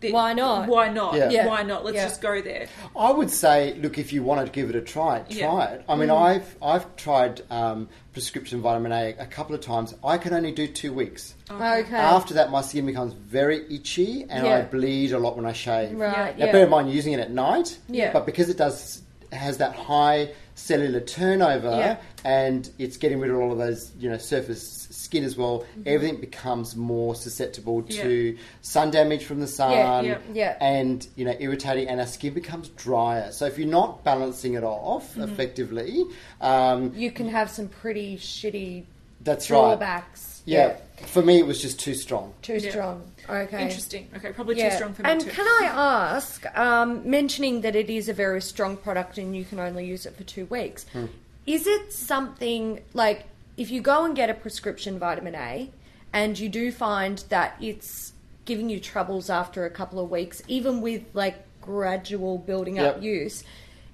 [SPEAKER 2] the-
[SPEAKER 1] Why not?
[SPEAKER 2] Why not?
[SPEAKER 3] Yeah.
[SPEAKER 1] Yeah.
[SPEAKER 2] Why not? Let's
[SPEAKER 1] Yeah.
[SPEAKER 2] just go there.
[SPEAKER 3] I would say, look, if you want to give it a try, try
[SPEAKER 2] Yeah.
[SPEAKER 3] it. I mean,
[SPEAKER 1] Mm-hmm.
[SPEAKER 3] I've I've tried um, prescription vitamin A a couple of times. I can only do two weeks.
[SPEAKER 1] Okay.
[SPEAKER 3] After that, my skin becomes very itchy and I
[SPEAKER 1] Yeah.
[SPEAKER 3] bleed a lot when I shave.
[SPEAKER 1] Right,
[SPEAKER 3] Now,
[SPEAKER 1] yeah.
[SPEAKER 3] bear in mind using it at night.
[SPEAKER 1] Yeah.
[SPEAKER 3] But because it does has that high cellular turnover
[SPEAKER 2] Yeah.
[SPEAKER 3] and it's getting rid of all of those you know surface skin as well everything becomes more susceptible to sun damage from the sun
[SPEAKER 2] yeah,
[SPEAKER 1] yeah.
[SPEAKER 3] and you know irritating and our skin becomes drier so if you're not balancing it off effectively um,
[SPEAKER 1] you can have some pretty shitty
[SPEAKER 3] that's right
[SPEAKER 1] drawbacks.
[SPEAKER 3] yeah. for me it was just too strong
[SPEAKER 1] Too
[SPEAKER 2] Yeah.
[SPEAKER 1] strong. Okay.
[SPEAKER 2] Interesting. Okay, probably too strong for me
[SPEAKER 1] and
[SPEAKER 2] too.
[SPEAKER 1] can I ask, um, mentioning that it is a very strong product and you can only use it for two weeks,
[SPEAKER 3] Hmm.
[SPEAKER 1] is it something like if you go and get a prescription vitamin A and you do find that it's giving you troubles after a couple of weeks, even with like gradual building up
[SPEAKER 3] Yep.
[SPEAKER 1] use?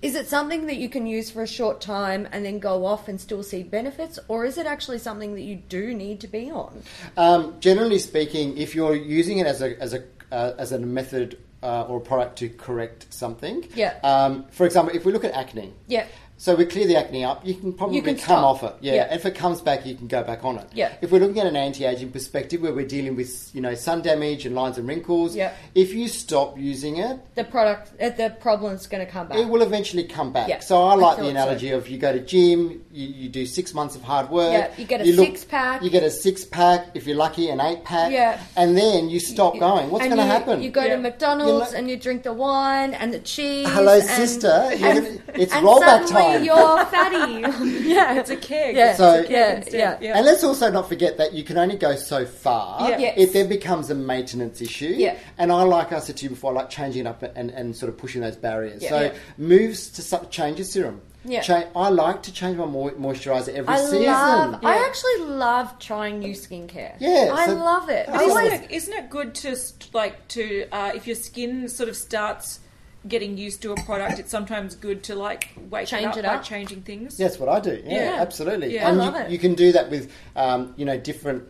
[SPEAKER 1] Is it something that you can use for a short time and then go off and still see benefits, or is it actually something that you do need to be on?
[SPEAKER 3] Um, generally speaking, if you're using it as a as a uh, as a method uh, or product to correct something,
[SPEAKER 1] Yeah.
[SPEAKER 3] Um, for example, if we look at acne,
[SPEAKER 1] Yeah.
[SPEAKER 3] So we clear the acne up. You can probably
[SPEAKER 1] You can
[SPEAKER 3] come
[SPEAKER 1] stop.
[SPEAKER 3] off it, yeah.
[SPEAKER 1] Yeah.
[SPEAKER 3] If it comes back, you can go back on it.
[SPEAKER 1] Yeah.
[SPEAKER 3] If we're looking at an anti-aging perspective, where we're dealing with you know sun damage and lines and wrinkles,
[SPEAKER 1] Yeah.
[SPEAKER 3] If you stop using it,
[SPEAKER 1] The product, uh, the problem's going to come back.
[SPEAKER 3] it will eventually come back.
[SPEAKER 1] Yeah,
[SPEAKER 3] So
[SPEAKER 1] I
[SPEAKER 3] I like
[SPEAKER 1] thought
[SPEAKER 3] the
[SPEAKER 1] so.
[SPEAKER 3] analogy of you go to gym, you, you do six months of hard work.
[SPEAKER 1] Yeah, you get a
[SPEAKER 3] look-
[SPEAKER 1] six-pack.
[SPEAKER 3] You get a six pack, if you're lucky, an eight pack.
[SPEAKER 1] Yeah.
[SPEAKER 3] And then you stop going. What's
[SPEAKER 1] And
[SPEAKER 3] going to
[SPEAKER 1] you-
[SPEAKER 3] happen?
[SPEAKER 1] You go
[SPEAKER 2] Yeah.
[SPEAKER 1] to McDonald's
[SPEAKER 3] You know-
[SPEAKER 1] and you drink the wine and the cheese.
[SPEAKER 3] Hello,
[SPEAKER 1] and-
[SPEAKER 3] sister. You- it's
[SPEAKER 1] and suddenly
[SPEAKER 3] rollback time.
[SPEAKER 1] You're fatty. yeah,
[SPEAKER 2] It's a keg.
[SPEAKER 1] Yeah,
[SPEAKER 2] It's
[SPEAKER 3] So-
[SPEAKER 2] a keg
[SPEAKER 1] yeah,
[SPEAKER 2] instead.
[SPEAKER 1] yeah.
[SPEAKER 3] And let's also not forget that you can only go so far.
[SPEAKER 2] Yeah.
[SPEAKER 1] Yes.
[SPEAKER 3] It then becomes a maintenance issue.
[SPEAKER 1] Yeah.
[SPEAKER 3] And I like I said to you before, I like changing it up and, and sort of pushing those barriers.
[SPEAKER 1] Yeah.
[SPEAKER 3] So
[SPEAKER 1] Yeah.
[SPEAKER 3] moves to su- change your serum.
[SPEAKER 1] Yeah.
[SPEAKER 3] Cha- I like to change my moi- moisturizer every
[SPEAKER 1] I
[SPEAKER 3] season.
[SPEAKER 1] love. I
[SPEAKER 2] Yeah.
[SPEAKER 1] actually love trying new skincare.
[SPEAKER 3] Yeah,
[SPEAKER 1] I
[SPEAKER 3] so-
[SPEAKER 1] love it.
[SPEAKER 2] But
[SPEAKER 1] It's
[SPEAKER 2] isn't
[SPEAKER 1] like-
[SPEAKER 2] it, isn't it good to st- like to uh, if your skin sort of starts getting used to a product, it's sometimes good to like wake
[SPEAKER 1] Change
[SPEAKER 2] it, up
[SPEAKER 1] it
[SPEAKER 2] by
[SPEAKER 1] up.
[SPEAKER 2] changing things.
[SPEAKER 3] That's what I do. Yeah,
[SPEAKER 2] Yeah.
[SPEAKER 3] absolutely.
[SPEAKER 2] Yeah. I
[SPEAKER 3] and
[SPEAKER 1] love
[SPEAKER 3] you,
[SPEAKER 1] it.
[SPEAKER 3] you can do that with, um, you know, different,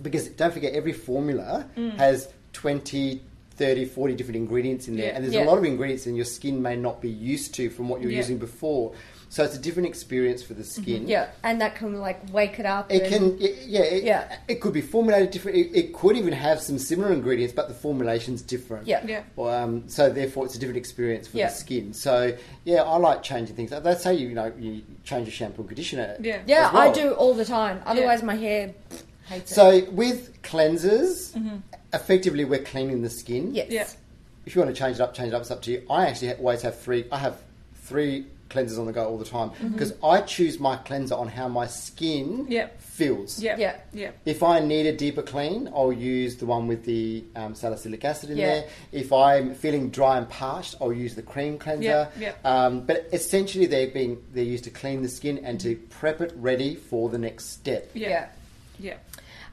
[SPEAKER 3] because don't forget every formula
[SPEAKER 2] Mm.
[SPEAKER 3] has 20, 30, 40 different ingredients in there.
[SPEAKER 2] Yeah.
[SPEAKER 3] And there's
[SPEAKER 1] Yeah.
[SPEAKER 3] a lot of ingredients and your skin may not be used to from what you're
[SPEAKER 2] Yeah. Mm-hmm.
[SPEAKER 3] using before. So it's a different experience for the skin.
[SPEAKER 1] Yeah, and that can like wake it up.
[SPEAKER 3] It
[SPEAKER 1] and-
[SPEAKER 3] can, y- yeah, it,
[SPEAKER 1] Yeah.
[SPEAKER 3] It could be formulated different. It, it could even have some similar ingredients, but the formulation's different.
[SPEAKER 1] Yeah.
[SPEAKER 2] Yeah.
[SPEAKER 3] Or, um, so therefore, it's a different experience for
[SPEAKER 1] Yeah.
[SPEAKER 3] the skin. So yeah, I like changing things. That's how you, you know you change your shampoo and conditioner.
[SPEAKER 2] Yeah.
[SPEAKER 1] Yeah,
[SPEAKER 3] as well.
[SPEAKER 1] I do all the time. Otherwise, my hair pff, hates it.
[SPEAKER 3] So with cleansers, effectively we're cleaning the skin.
[SPEAKER 1] Yes.
[SPEAKER 2] Mm-hmm. Yeah.
[SPEAKER 3] If you want to change it up, change it up. It's up to you. I actually ha- always have three. I have three cleansers on the go all the time because I choose my cleanser on how my skin
[SPEAKER 2] Yep.
[SPEAKER 3] feels.
[SPEAKER 2] Mm-hmm. Yeah.
[SPEAKER 1] Yeah.
[SPEAKER 2] Yeah.
[SPEAKER 3] If I need a deeper clean, I'll use the one with the um, salicylic acid in
[SPEAKER 1] Yeah.
[SPEAKER 3] there. If I'm feeling dry and parched, I'll use the cream cleanser.
[SPEAKER 2] Yeah, yeah.
[SPEAKER 3] Um, but essentially, they're being they're used to clean the skin and to prep it ready for the next step.
[SPEAKER 2] Yeah.
[SPEAKER 1] Yeah.
[SPEAKER 2] Yeah.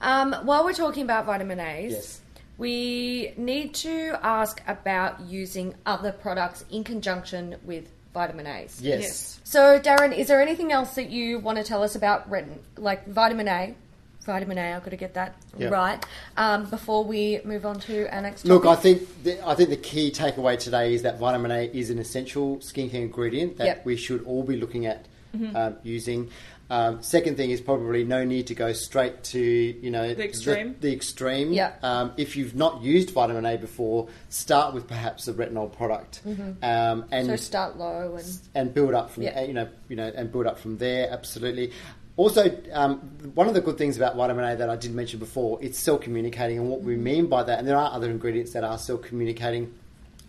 [SPEAKER 1] Um, while we're talking about vitamin A's,
[SPEAKER 3] Yes.
[SPEAKER 1] we need to ask about using other products in conjunction with vitamin A's.
[SPEAKER 3] Yes.
[SPEAKER 2] Yes.
[SPEAKER 1] So, Darren, is there anything else that you want to tell us about retin- like vitamin A? Vitamin A, I've got to get that
[SPEAKER 3] Yeah.
[SPEAKER 1] right um, before we move on to our next.
[SPEAKER 3] Look, I
[SPEAKER 1] topic.
[SPEAKER 3] think the, I think the key takeaway today is that vitamin A is an essential skincare ingredient that
[SPEAKER 1] Yep. Mm-hmm.
[SPEAKER 3] we should all be looking at um, using. Um, second thing is probably no need to go straight to you know
[SPEAKER 2] The extreme.
[SPEAKER 3] The, extreme.
[SPEAKER 1] Yep.
[SPEAKER 3] Um, if you've not used vitamin A before, start with perhaps a retinol product, um, and
[SPEAKER 1] Mm-hmm. so. Start low and
[SPEAKER 3] and build up from uh,
[SPEAKER 1] Yeah.
[SPEAKER 3] you know you know and build up from there absolutely also um, one of the good things about vitamin a that i did mention before it's cell communicating and what we
[SPEAKER 1] Mm-hmm.
[SPEAKER 3] mean by that and there are other ingredients that are cell communicating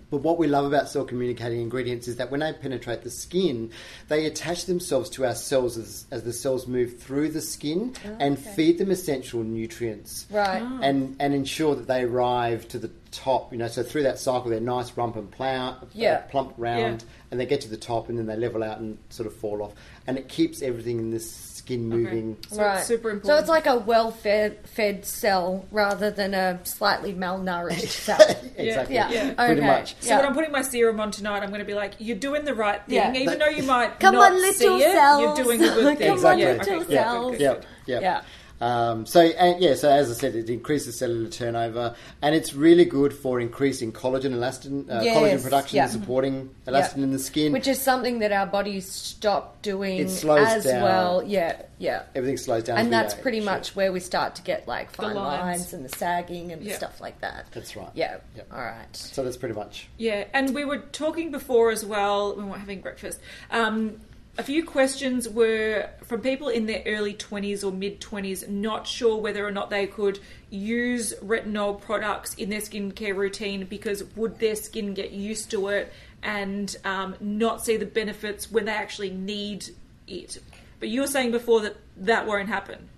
[SPEAKER 3] but what we love about cell communicating ingredients is that when they penetrate the skin, they attach themselves to our cells as, as the cells move through the skin and
[SPEAKER 1] Oh, okay.
[SPEAKER 3] feed them essential nutrients
[SPEAKER 1] right.
[SPEAKER 3] and and ensure that they arrive to the top. You know, so through that cycle, they're nice, rump and plow,
[SPEAKER 1] Yeah.
[SPEAKER 3] uh, plump round,
[SPEAKER 2] Yeah.
[SPEAKER 3] and they get to the top, and then they level out and sort of fall off, and it keeps everything in this skin moving.
[SPEAKER 2] So it's super
[SPEAKER 1] So
[SPEAKER 2] important.
[SPEAKER 1] it's like a well fed fed cell rather than a slightly malnourished cell.
[SPEAKER 3] exactly,
[SPEAKER 1] Yeah.
[SPEAKER 2] Yeah.
[SPEAKER 3] pretty
[SPEAKER 1] Okay.
[SPEAKER 3] much.
[SPEAKER 2] So
[SPEAKER 1] Yeah.
[SPEAKER 2] when I'm putting my serum on tonight, I'm going to be like, "You're doing the right thing,
[SPEAKER 1] Yeah.
[SPEAKER 2] even
[SPEAKER 3] But-
[SPEAKER 2] though you might
[SPEAKER 1] Come
[SPEAKER 2] not
[SPEAKER 1] on,
[SPEAKER 2] see
[SPEAKER 1] little
[SPEAKER 2] it.
[SPEAKER 1] cells.
[SPEAKER 2] You're doing a good thing."
[SPEAKER 1] Come
[SPEAKER 3] on,
[SPEAKER 2] Yeah.
[SPEAKER 3] little
[SPEAKER 2] Okay, good,
[SPEAKER 1] cells.
[SPEAKER 2] good, good.
[SPEAKER 3] Yep, yep.
[SPEAKER 1] Yeah.
[SPEAKER 3] Um, so and, yeah, so as I said, it increases cellular turnover, and it's really good for increasing collagen, elastin, uh,
[SPEAKER 1] Yes,
[SPEAKER 3] collagen production,
[SPEAKER 1] yeah.
[SPEAKER 3] and supporting elastin in the skin.
[SPEAKER 1] Which is something that our bodies stop doing
[SPEAKER 3] It slows
[SPEAKER 1] as
[SPEAKER 3] down.
[SPEAKER 1] well. Yeah, yeah.
[SPEAKER 3] everything slows down, as we
[SPEAKER 1] And that's
[SPEAKER 3] age.
[SPEAKER 1] pretty much where we start to get like fine lines.
[SPEAKER 2] lines.
[SPEAKER 1] and the sagging and the
[SPEAKER 2] Yeah.
[SPEAKER 1] stuff like that.
[SPEAKER 3] That's right.
[SPEAKER 1] Yeah.
[SPEAKER 3] Yep.
[SPEAKER 1] All right.
[SPEAKER 3] So that's pretty much.
[SPEAKER 2] Yeah, and we were talking before as well when we were having breakfast. Um, a few questions were from people in their early 20s or mid 20s, not sure whether or not they could use retinol products in their skincare routine because would their skin get used to it and um, not see the benefits when they actually need it. But you were saying before that that won't happen.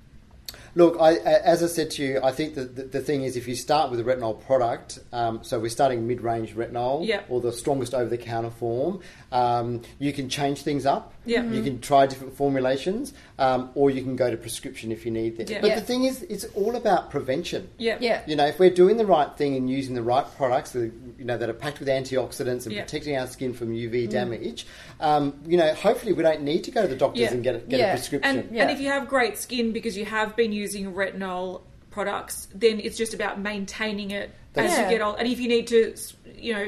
[SPEAKER 3] Look, I, a- as I said to you, I think that the, the thing is if you start with a retinol product, um, so we're starting mid range retinol
[SPEAKER 2] Yeah.
[SPEAKER 3] or the strongest over the counter form, um, you can change things up.
[SPEAKER 2] Yeah.
[SPEAKER 3] You can try different formulations um, or you can go to prescription if you need them.
[SPEAKER 2] Yeah.
[SPEAKER 3] But
[SPEAKER 1] Yeah.
[SPEAKER 3] the thing is, it's all about prevention.
[SPEAKER 2] Yeah.
[SPEAKER 1] Yeah.
[SPEAKER 3] You know, if we're doing the right thing and using the right products, that, you know, that are packed with antioxidants and
[SPEAKER 2] Yeah. Mm.
[SPEAKER 3] protecting our skin from UV damage, um, you know, hopefully we don't need to go to the doctors
[SPEAKER 2] Yeah.
[SPEAKER 3] and get a, get
[SPEAKER 1] Yeah.
[SPEAKER 3] a prescription.
[SPEAKER 2] And,
[SPEAKER 1] Yeah.
[SPEAKER 2] and if you have great skin because you have been using retinol products, then it's just about maintaining it
[SPEAKER 1] That's-
[SPEAKER 2] as
[SPEAKER 1] Yeah.
[SPEAKER 2] you get old. And if you need to, you know,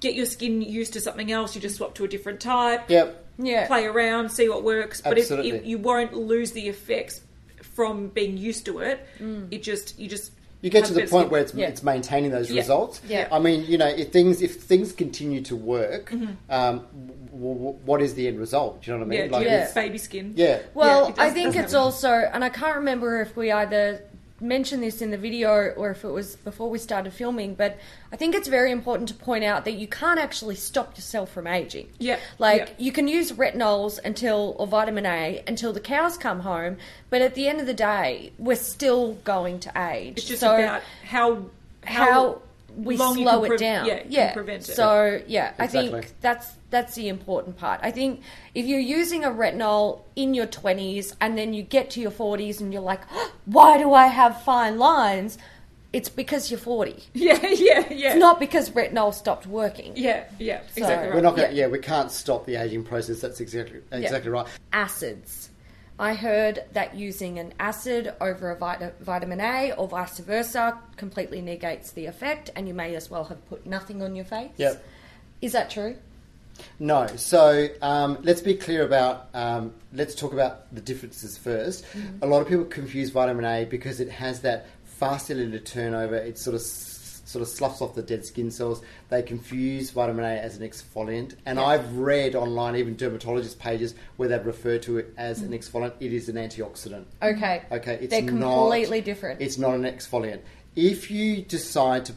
[SPEAKER 2] get your skin used to something else, you just swap to a different type,
[SPEAKER 3] Yep.
[SPEAKER 1] Yeah.
[SPEAKER 2] play around, see what works. But if, if
[SPEAKER 3] Absolutely.
[SPEAKER 2] you won't lose the effects from being used to it,
[SPEAKER 1] Mm.
[SPEAKER 2] it just you just
[SPEAKER 3] You get
[SPEAKER 2] have
[SPEAKER 3] to the
[SPEAKER 2] better
[SPEAKER 3] point
[SPEAKER 2] skin.
[SPEAKER 3] where it's,
[SPEAKER 1] Yeah.
[SPEAKER 3] it's maintaining those
[SPEAKER 2] Yeah.
[SPEAKER 3] results.
[SPEAKER 1] Yeah.
[SPEAKER 3] I mean, you know, if things if things continue to work, um, w- w- what is the end result? Do you know what I
[SPEAKER 2] yeah,
[SPEAKER 3] mean? Like,
[SPEAKER 2] yeah.
[SPEAKER 3] it's-
[SPEAKER 2] baby skin.
[SPEAKER 3] yeah.
[SPEAKER 1] Well,
[SPEAKER 2] Yeah, it
[SPEAKER 1] I
[SPEAKER 2] does-
[SPEAKER 1] think
[SPEAKER 2] does
[SPEAKER 1] it's
[SPEAKER 2] happen.
[SPEAKER 1] also, and I can't remember if we either mentioned this in the video or if it was before we started filming, but I think it's very important to point out that you can't actually stop yourself from aging.
[SPEAKER 2] Yeah,
[SPEAKER 1] Like,
[SPEAKER 2] yeah.
[SPEAKER 1] you can use retinols until, or vitamin A until the cows come home, but at the end of the day, we're still going to age.
[SPEAKER 2] It's just
[SPEAKER 1] So-
[SPEAKER 2] about how
[SPEAKER 1] how, we
[SPEAKER 2] long you
[SPEAKER 1] slow
[SPEAKER 2] can
[SPEAKER 1] it
[SPEAKER 2] pre-
[SPEAKER 1] down.
[SPEAKER 2] Yeah, you can prevent it.
[SPEAKER 1] So yeah, I
[SPEAKER 3] Exactly.
[SPEAKER 1] think that's that's the important part. I think if you're using a retinol in your twenties and then you get to your forties and you're like, "Oh, why do I have fine lines? It's because you're forty.
[SPEAKER 2] yeah, yeah, yeah.
[SPEAKER 1] It's not because retinol stopped working.
[SPEAKER 2] Yeah, yeah, exactly. right.
[SPEAKER 3] We're not gonna,
[SPEAKER 1] Yeah.
[SPEAKER 3] yeah. we can't stop the aging process. That's exactly exactly right.
[SPEAKER 1] acids. I heard that using an acid over a vita- vitamin A or vice versa completely negates the effect, and you may as well have put nothing on your face.
[SPEAKER 3] Yep.
[SPEAKER 1] Is that true?
[SPEAKER 3] No. So um, let's be clear about. Um, let's talk about the differences 1st A lot of people confuse vitamin A because it has that fast cellular turnover. It sort of s- sort of sloughs off the dead skin cells. They confuse vitamin A as an exfoliant, and
[SPEAKER 1] Yeah.
[SPEAKER 3] I've read online even dermatologist pages where they've referred to it as an exfoliant. It is an antioxidant.
[SPEAKER 1] Okay.
[SPEAKER 3] Okay, it's
[SPEAKER 1] They're
[SPEAKER 3] not-
[SPEAKER 1] completely different.
[SPEAKER 3] It's not an exfoliant. If you decide to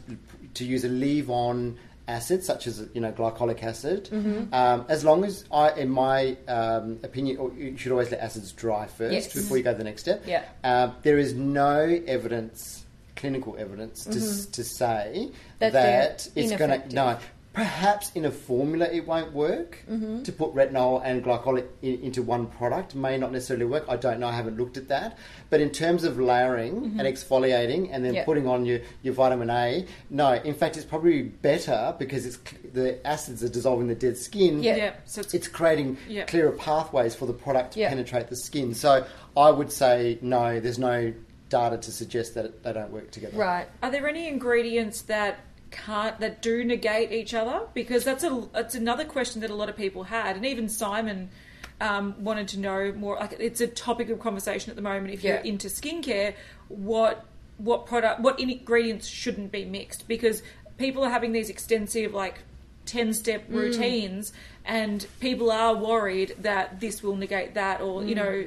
[SPEAKER 3] to use a leave-on acid, such as you know glycolic acid,
[SPEAKER 1] Mm-hmm.
[SPEAKER 3] um, as long as I, in my um, opinion, or you should always let acids dry first
[SPEAKER 1] Yes.
[SPEAKER 3] before you go to the next step.
[SPEAKER 1] Yeah.
[SPEAKER 3] Uh, there is no evidence, clinical evidence, to, s to say
[SPEAKER 1] Mm-hmm. That
[SPEAKER 3] that,
[SPEAKER 1] they're
[SPEAKER 3] it's going to
[SPEAKER 1] ineffective.
[SPEAKER 3] no. Perhaps in a formula it won't work.
[SPEAKER 1] Mm-hmm.
[SPEAKER 3] To put retinol and glycolic in, into one product may not necessarily work. I don't know. I haven't looked at that. But in terms of layering and exfoliating and then
[SPEAKER 1] Mm-hmm. Yeah.
[SPEAKER 3] putting on your, your vitamin A, no. In fact, it's probably better because it's cl- the acids are dissolving the dead skin.
[SPEAKER 1] Yeah.
[SPEAKER 2] Yeah, so it's,
[SPEAKER 3] It's creating
[SPEAKER 2] Yeah.
[SPEAKER 3] clearer pathways for the product to
[SPEAKER 1] Yeah.
[SPEAKER 3] penetrate the skin. So I would say no. There's no data to suggest that it- they don't work together.
[SPEAKER 1] Right.
[SPEAKER 2] Are there any ingredients that can't that do negate each other? Because that's a that's another question that a lot of people had, and even Simon um, wanted to know more. Like it's a topic of conversation at the moment. If you're
[SPEAKER 1] Yeah.
[SPEAKER 2] into skincare, what what product what ingredients shouldn't be mixed? Because people are having these extensive like. 10 step
[SPEAKER 1] Mm.
[SPEAKER 2] routines, and people are worried that this will negate that or, you know,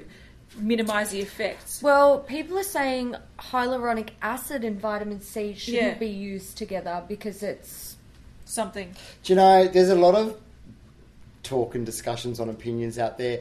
[SPEAKER 2] minimize the effects.
[SPEAKER 1] Mm. Well, people are saying hyaluronic acid and vitamin C shouldn't
[SPEAKER 2] Yeah.
[SPEAKER 1] be used together because it's
[SPEAKER 2] Something.
[SPEAKER 3] Do you know, there's a lot of talk and discussions on opinions out there.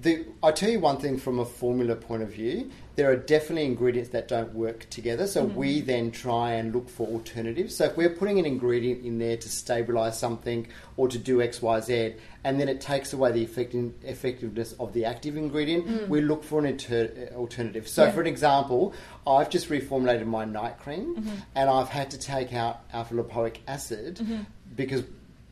[SPEAKER 3] The, I tell you one thing from a formula point of view, there are definitely ingredients that don't work together. So we then try and look for alternatives. So if we're putting an ingredient in there to stabilize something or to do X, Y, Z, and then it takes away the effectin effectiveness of the active ingredient, we look for an inter- uh, alternative. So
[SPEAKER 1] Yeah.
[SPEAKER 3] for an example, I've just reformulated my night cream and I've had to take out alpha lipoic acid because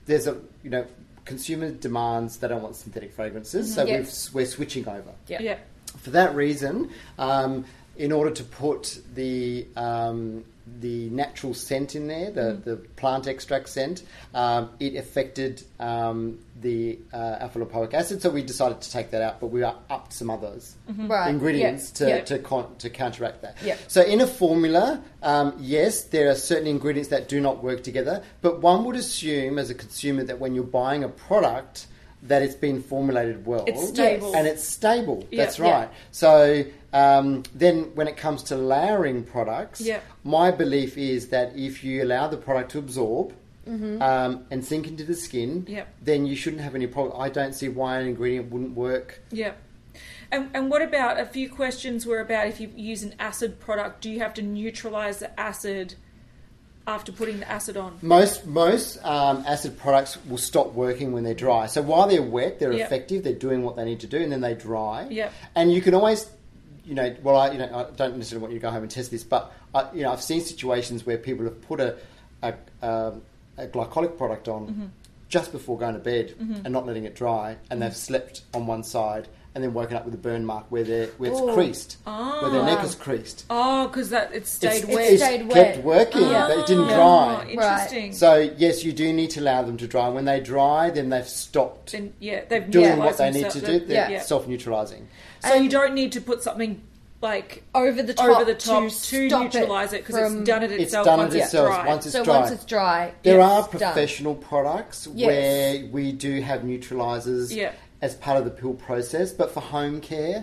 [SPEAKER 3] there's a you know consumer demands they don't want synthetic fragrances so
[SPEAKER 1] Yeah.
[SPEAKER 3] we've, we're switching over
[SPEAKER 1] yeah.
[SPEAKER 2] Yeah.
[SPEAKER 3] for that reason um, in order to put the um, the natural scent in there the,
[SPEAKER 1] Mm.
[SPEAKER 3] the plant extract scent um, it affected um, the uh, alpha lipoic acid so we decided to take that out but we are upped some others
[SPEAKER 1] Right.
[SPEAKER 3] ingredients
[SPEAKER 1] Mm-hmm. Yeah.
[SPEAKER 3] to,
[SPEAKER 1] Yeah.
[SPEAKER 3] to, con- to counteract that.
[SPEAKER 1] Yeah.
[SPEAKER 3] So in a formula, um, yes, there are certain ingredients that do not work together, but one would assume as a consumer that when you're buying a product that it's been formulated well
[SPEAKER 1] Oh.
[SPEAKER 2] It's stable.
[SPEAKER 3] and it's stable.
[SPEAKER 2] Yeah.
[SPEAKER 3] That's
[SPEAKER 2] Yeah.
[SPEAKER 3] right. So um, then when it comes to layering products,
[SPEAKER 2] Yeah.
[SPEAKER 3] my belief is that if you allow the product to absorb
[SPEAKER 2] Mm-hmm.
[SPEAKER 3] um, and sink into the skin,
[SPEAKER 2] Yep.
[SPEAKER 3] then you shouldn't have any problem. I don't see why an ingredient wouldn't work
[SPEAKER 2] Yeah. And, and what about a few questions were about if you use an acid product, do you have to neutralize the acid after putting the acid on?
[SPEAKER 3] Most most um, acid products will stop working when they're dry. So while they're wet, they're
[SPEAKER 2] Yep.
[SPEAKER 3] effective. They're doing what they need to do, and then they dry.
[SPEAKER 2] Yep.
[SPEAKER 3] And you can always, you know, well, I, you know, I don't necessarily want you to go home and test this, but I, you know, I've seen situations where people have put a a, um, a glycolic product on just before going to bed and not letting it dry, and they've slept on one side and then woken up with a burn mark where they're where it's
[SPEAKER 1] Ooh.
[SPEAKER 3] creased, where their
[SPEAKER 1] Ah.
[SPEAKER 3] neck is creased.
[SPEAKER 2] Oh, because that it stayed
[SPEAKER 3] It's-
[SPEAKER 2] wet.
[SPEAKER 1] wet.
[SPEAKER 3] it's
[SPEAKER 1] Stayed
[SPEAKER 3] kept
[SPEAKER 1] wet.
[SPEAKER 3] working,
[SPEAKER 1] Yeah.
[SPEAKER 3] but it didn't
[SPEAKER 2] Oh,
[SPEAKER 3] dry.
[SPEAKER 2] Interesting.
[SPEAKER 3] So yes, you do need to allow them to dry. When they dry, then they've stopped
[SPEAKER 2] Then, yeah, they've
[SPEAKER 3] doing what
[SPEAKER 2] neutralised
[SPEAKER 3] they need to
[SPEAKER 2] themselves-
[SPEAKER 3] do. They're
[SPEAKER 2] yeah.
[SPEAKER 3] self-neutralizing.
[SPEAKER 2] So you don't need to put something like
[SPEAKER 1] Over the top,
[SPEAKER 2] over the top to,
[SPEAKER 1] stop
[SPEAKER 2] neutralize it because
[SPEAKER 1] from-
[SPEAKER 2] it's done it
[SPEAKER 3] It's
[SPEAKER 2] itself
[SPEAKER 3] done
[SPEAKER 2] once
[SPEAKER 3] it
[SPEAKER 2] it's
[SPEAKER 3] itself
[SPEAKER 2] dry.
[SPEAKER 3] once it's
[SPEAKER 1] so
[SPEAKER 3] dry.
[SPEAKER 1] once it's dry.
[SPEAKER 3] There
[SPEAKER 1] it's
[SPEAKER 3] are
[SPEAKER 1] done.
[SPEAKER 3] professional products
[SPEAKER 1] Yes.
[SPEAKER 3] where we do have neutralizers
[SPEAKER 2] Yeah.
[SPEAKER 3] as part of the pill process, but for home care,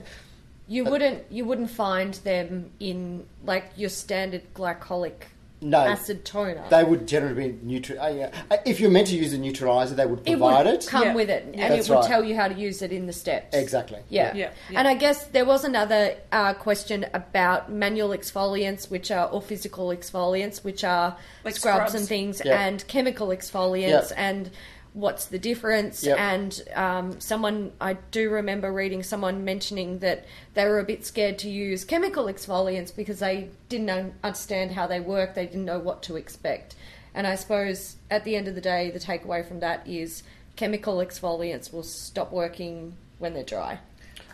[SPEAKER 1] You wouldn't you wouldn't find them in like your standard glycolic
[SPEAKER 3] No.
[SPEAKER 1] acid toner.
[SPEAKER 3] they would generally be neutral. Uh, yeah. Uh, If you're meant to use a neutralizer, they would
[SPEAKER 1] it
[SPEAKER 3] provide
[SPEAKER 1] would
[SPEAKER 3] it.
[SPEAKER 1] come
[SPEAKER 2] Yeah.
[SPEAKER 1] with it, and
[SPEAKER 3] That's
[SPEAKER 1] it would
[SPEAKER 3] right.
[SPEAKER 1] tell you how to use it in the steps.
[SPEAKER 3] Exactly.
[SPEAKER 1] Yeah.
[SPEAKER 2] Yeah.
[SPEAKER 1] And I guess there was another uh, question about manual exfoliants, which are, or physical exfoliants, which are
[SPEAKER 2] Like
[SPEAKER 1] scrubs,
[SPEAKER 2] scrubs.
[SPEAKER 1] and things,
[SPEAKER 3] Yeah.
[SPEAKER 1] and chemical exfoliants,
[SPEAKER 3] Yeah.
[SPEAKER 1] and what's the difference.
[SPEAKER 3] Yeah.
[SPEAKER 1] And um, someone, I do remember reading someone mentioning that they were a bit scared to use chemical exfoliants because they didn't un- understand how they work, they didn't know what to expect. And I suppose at the end of the day, the takeaway from that is chemical exfoliants will stop working when they're dry.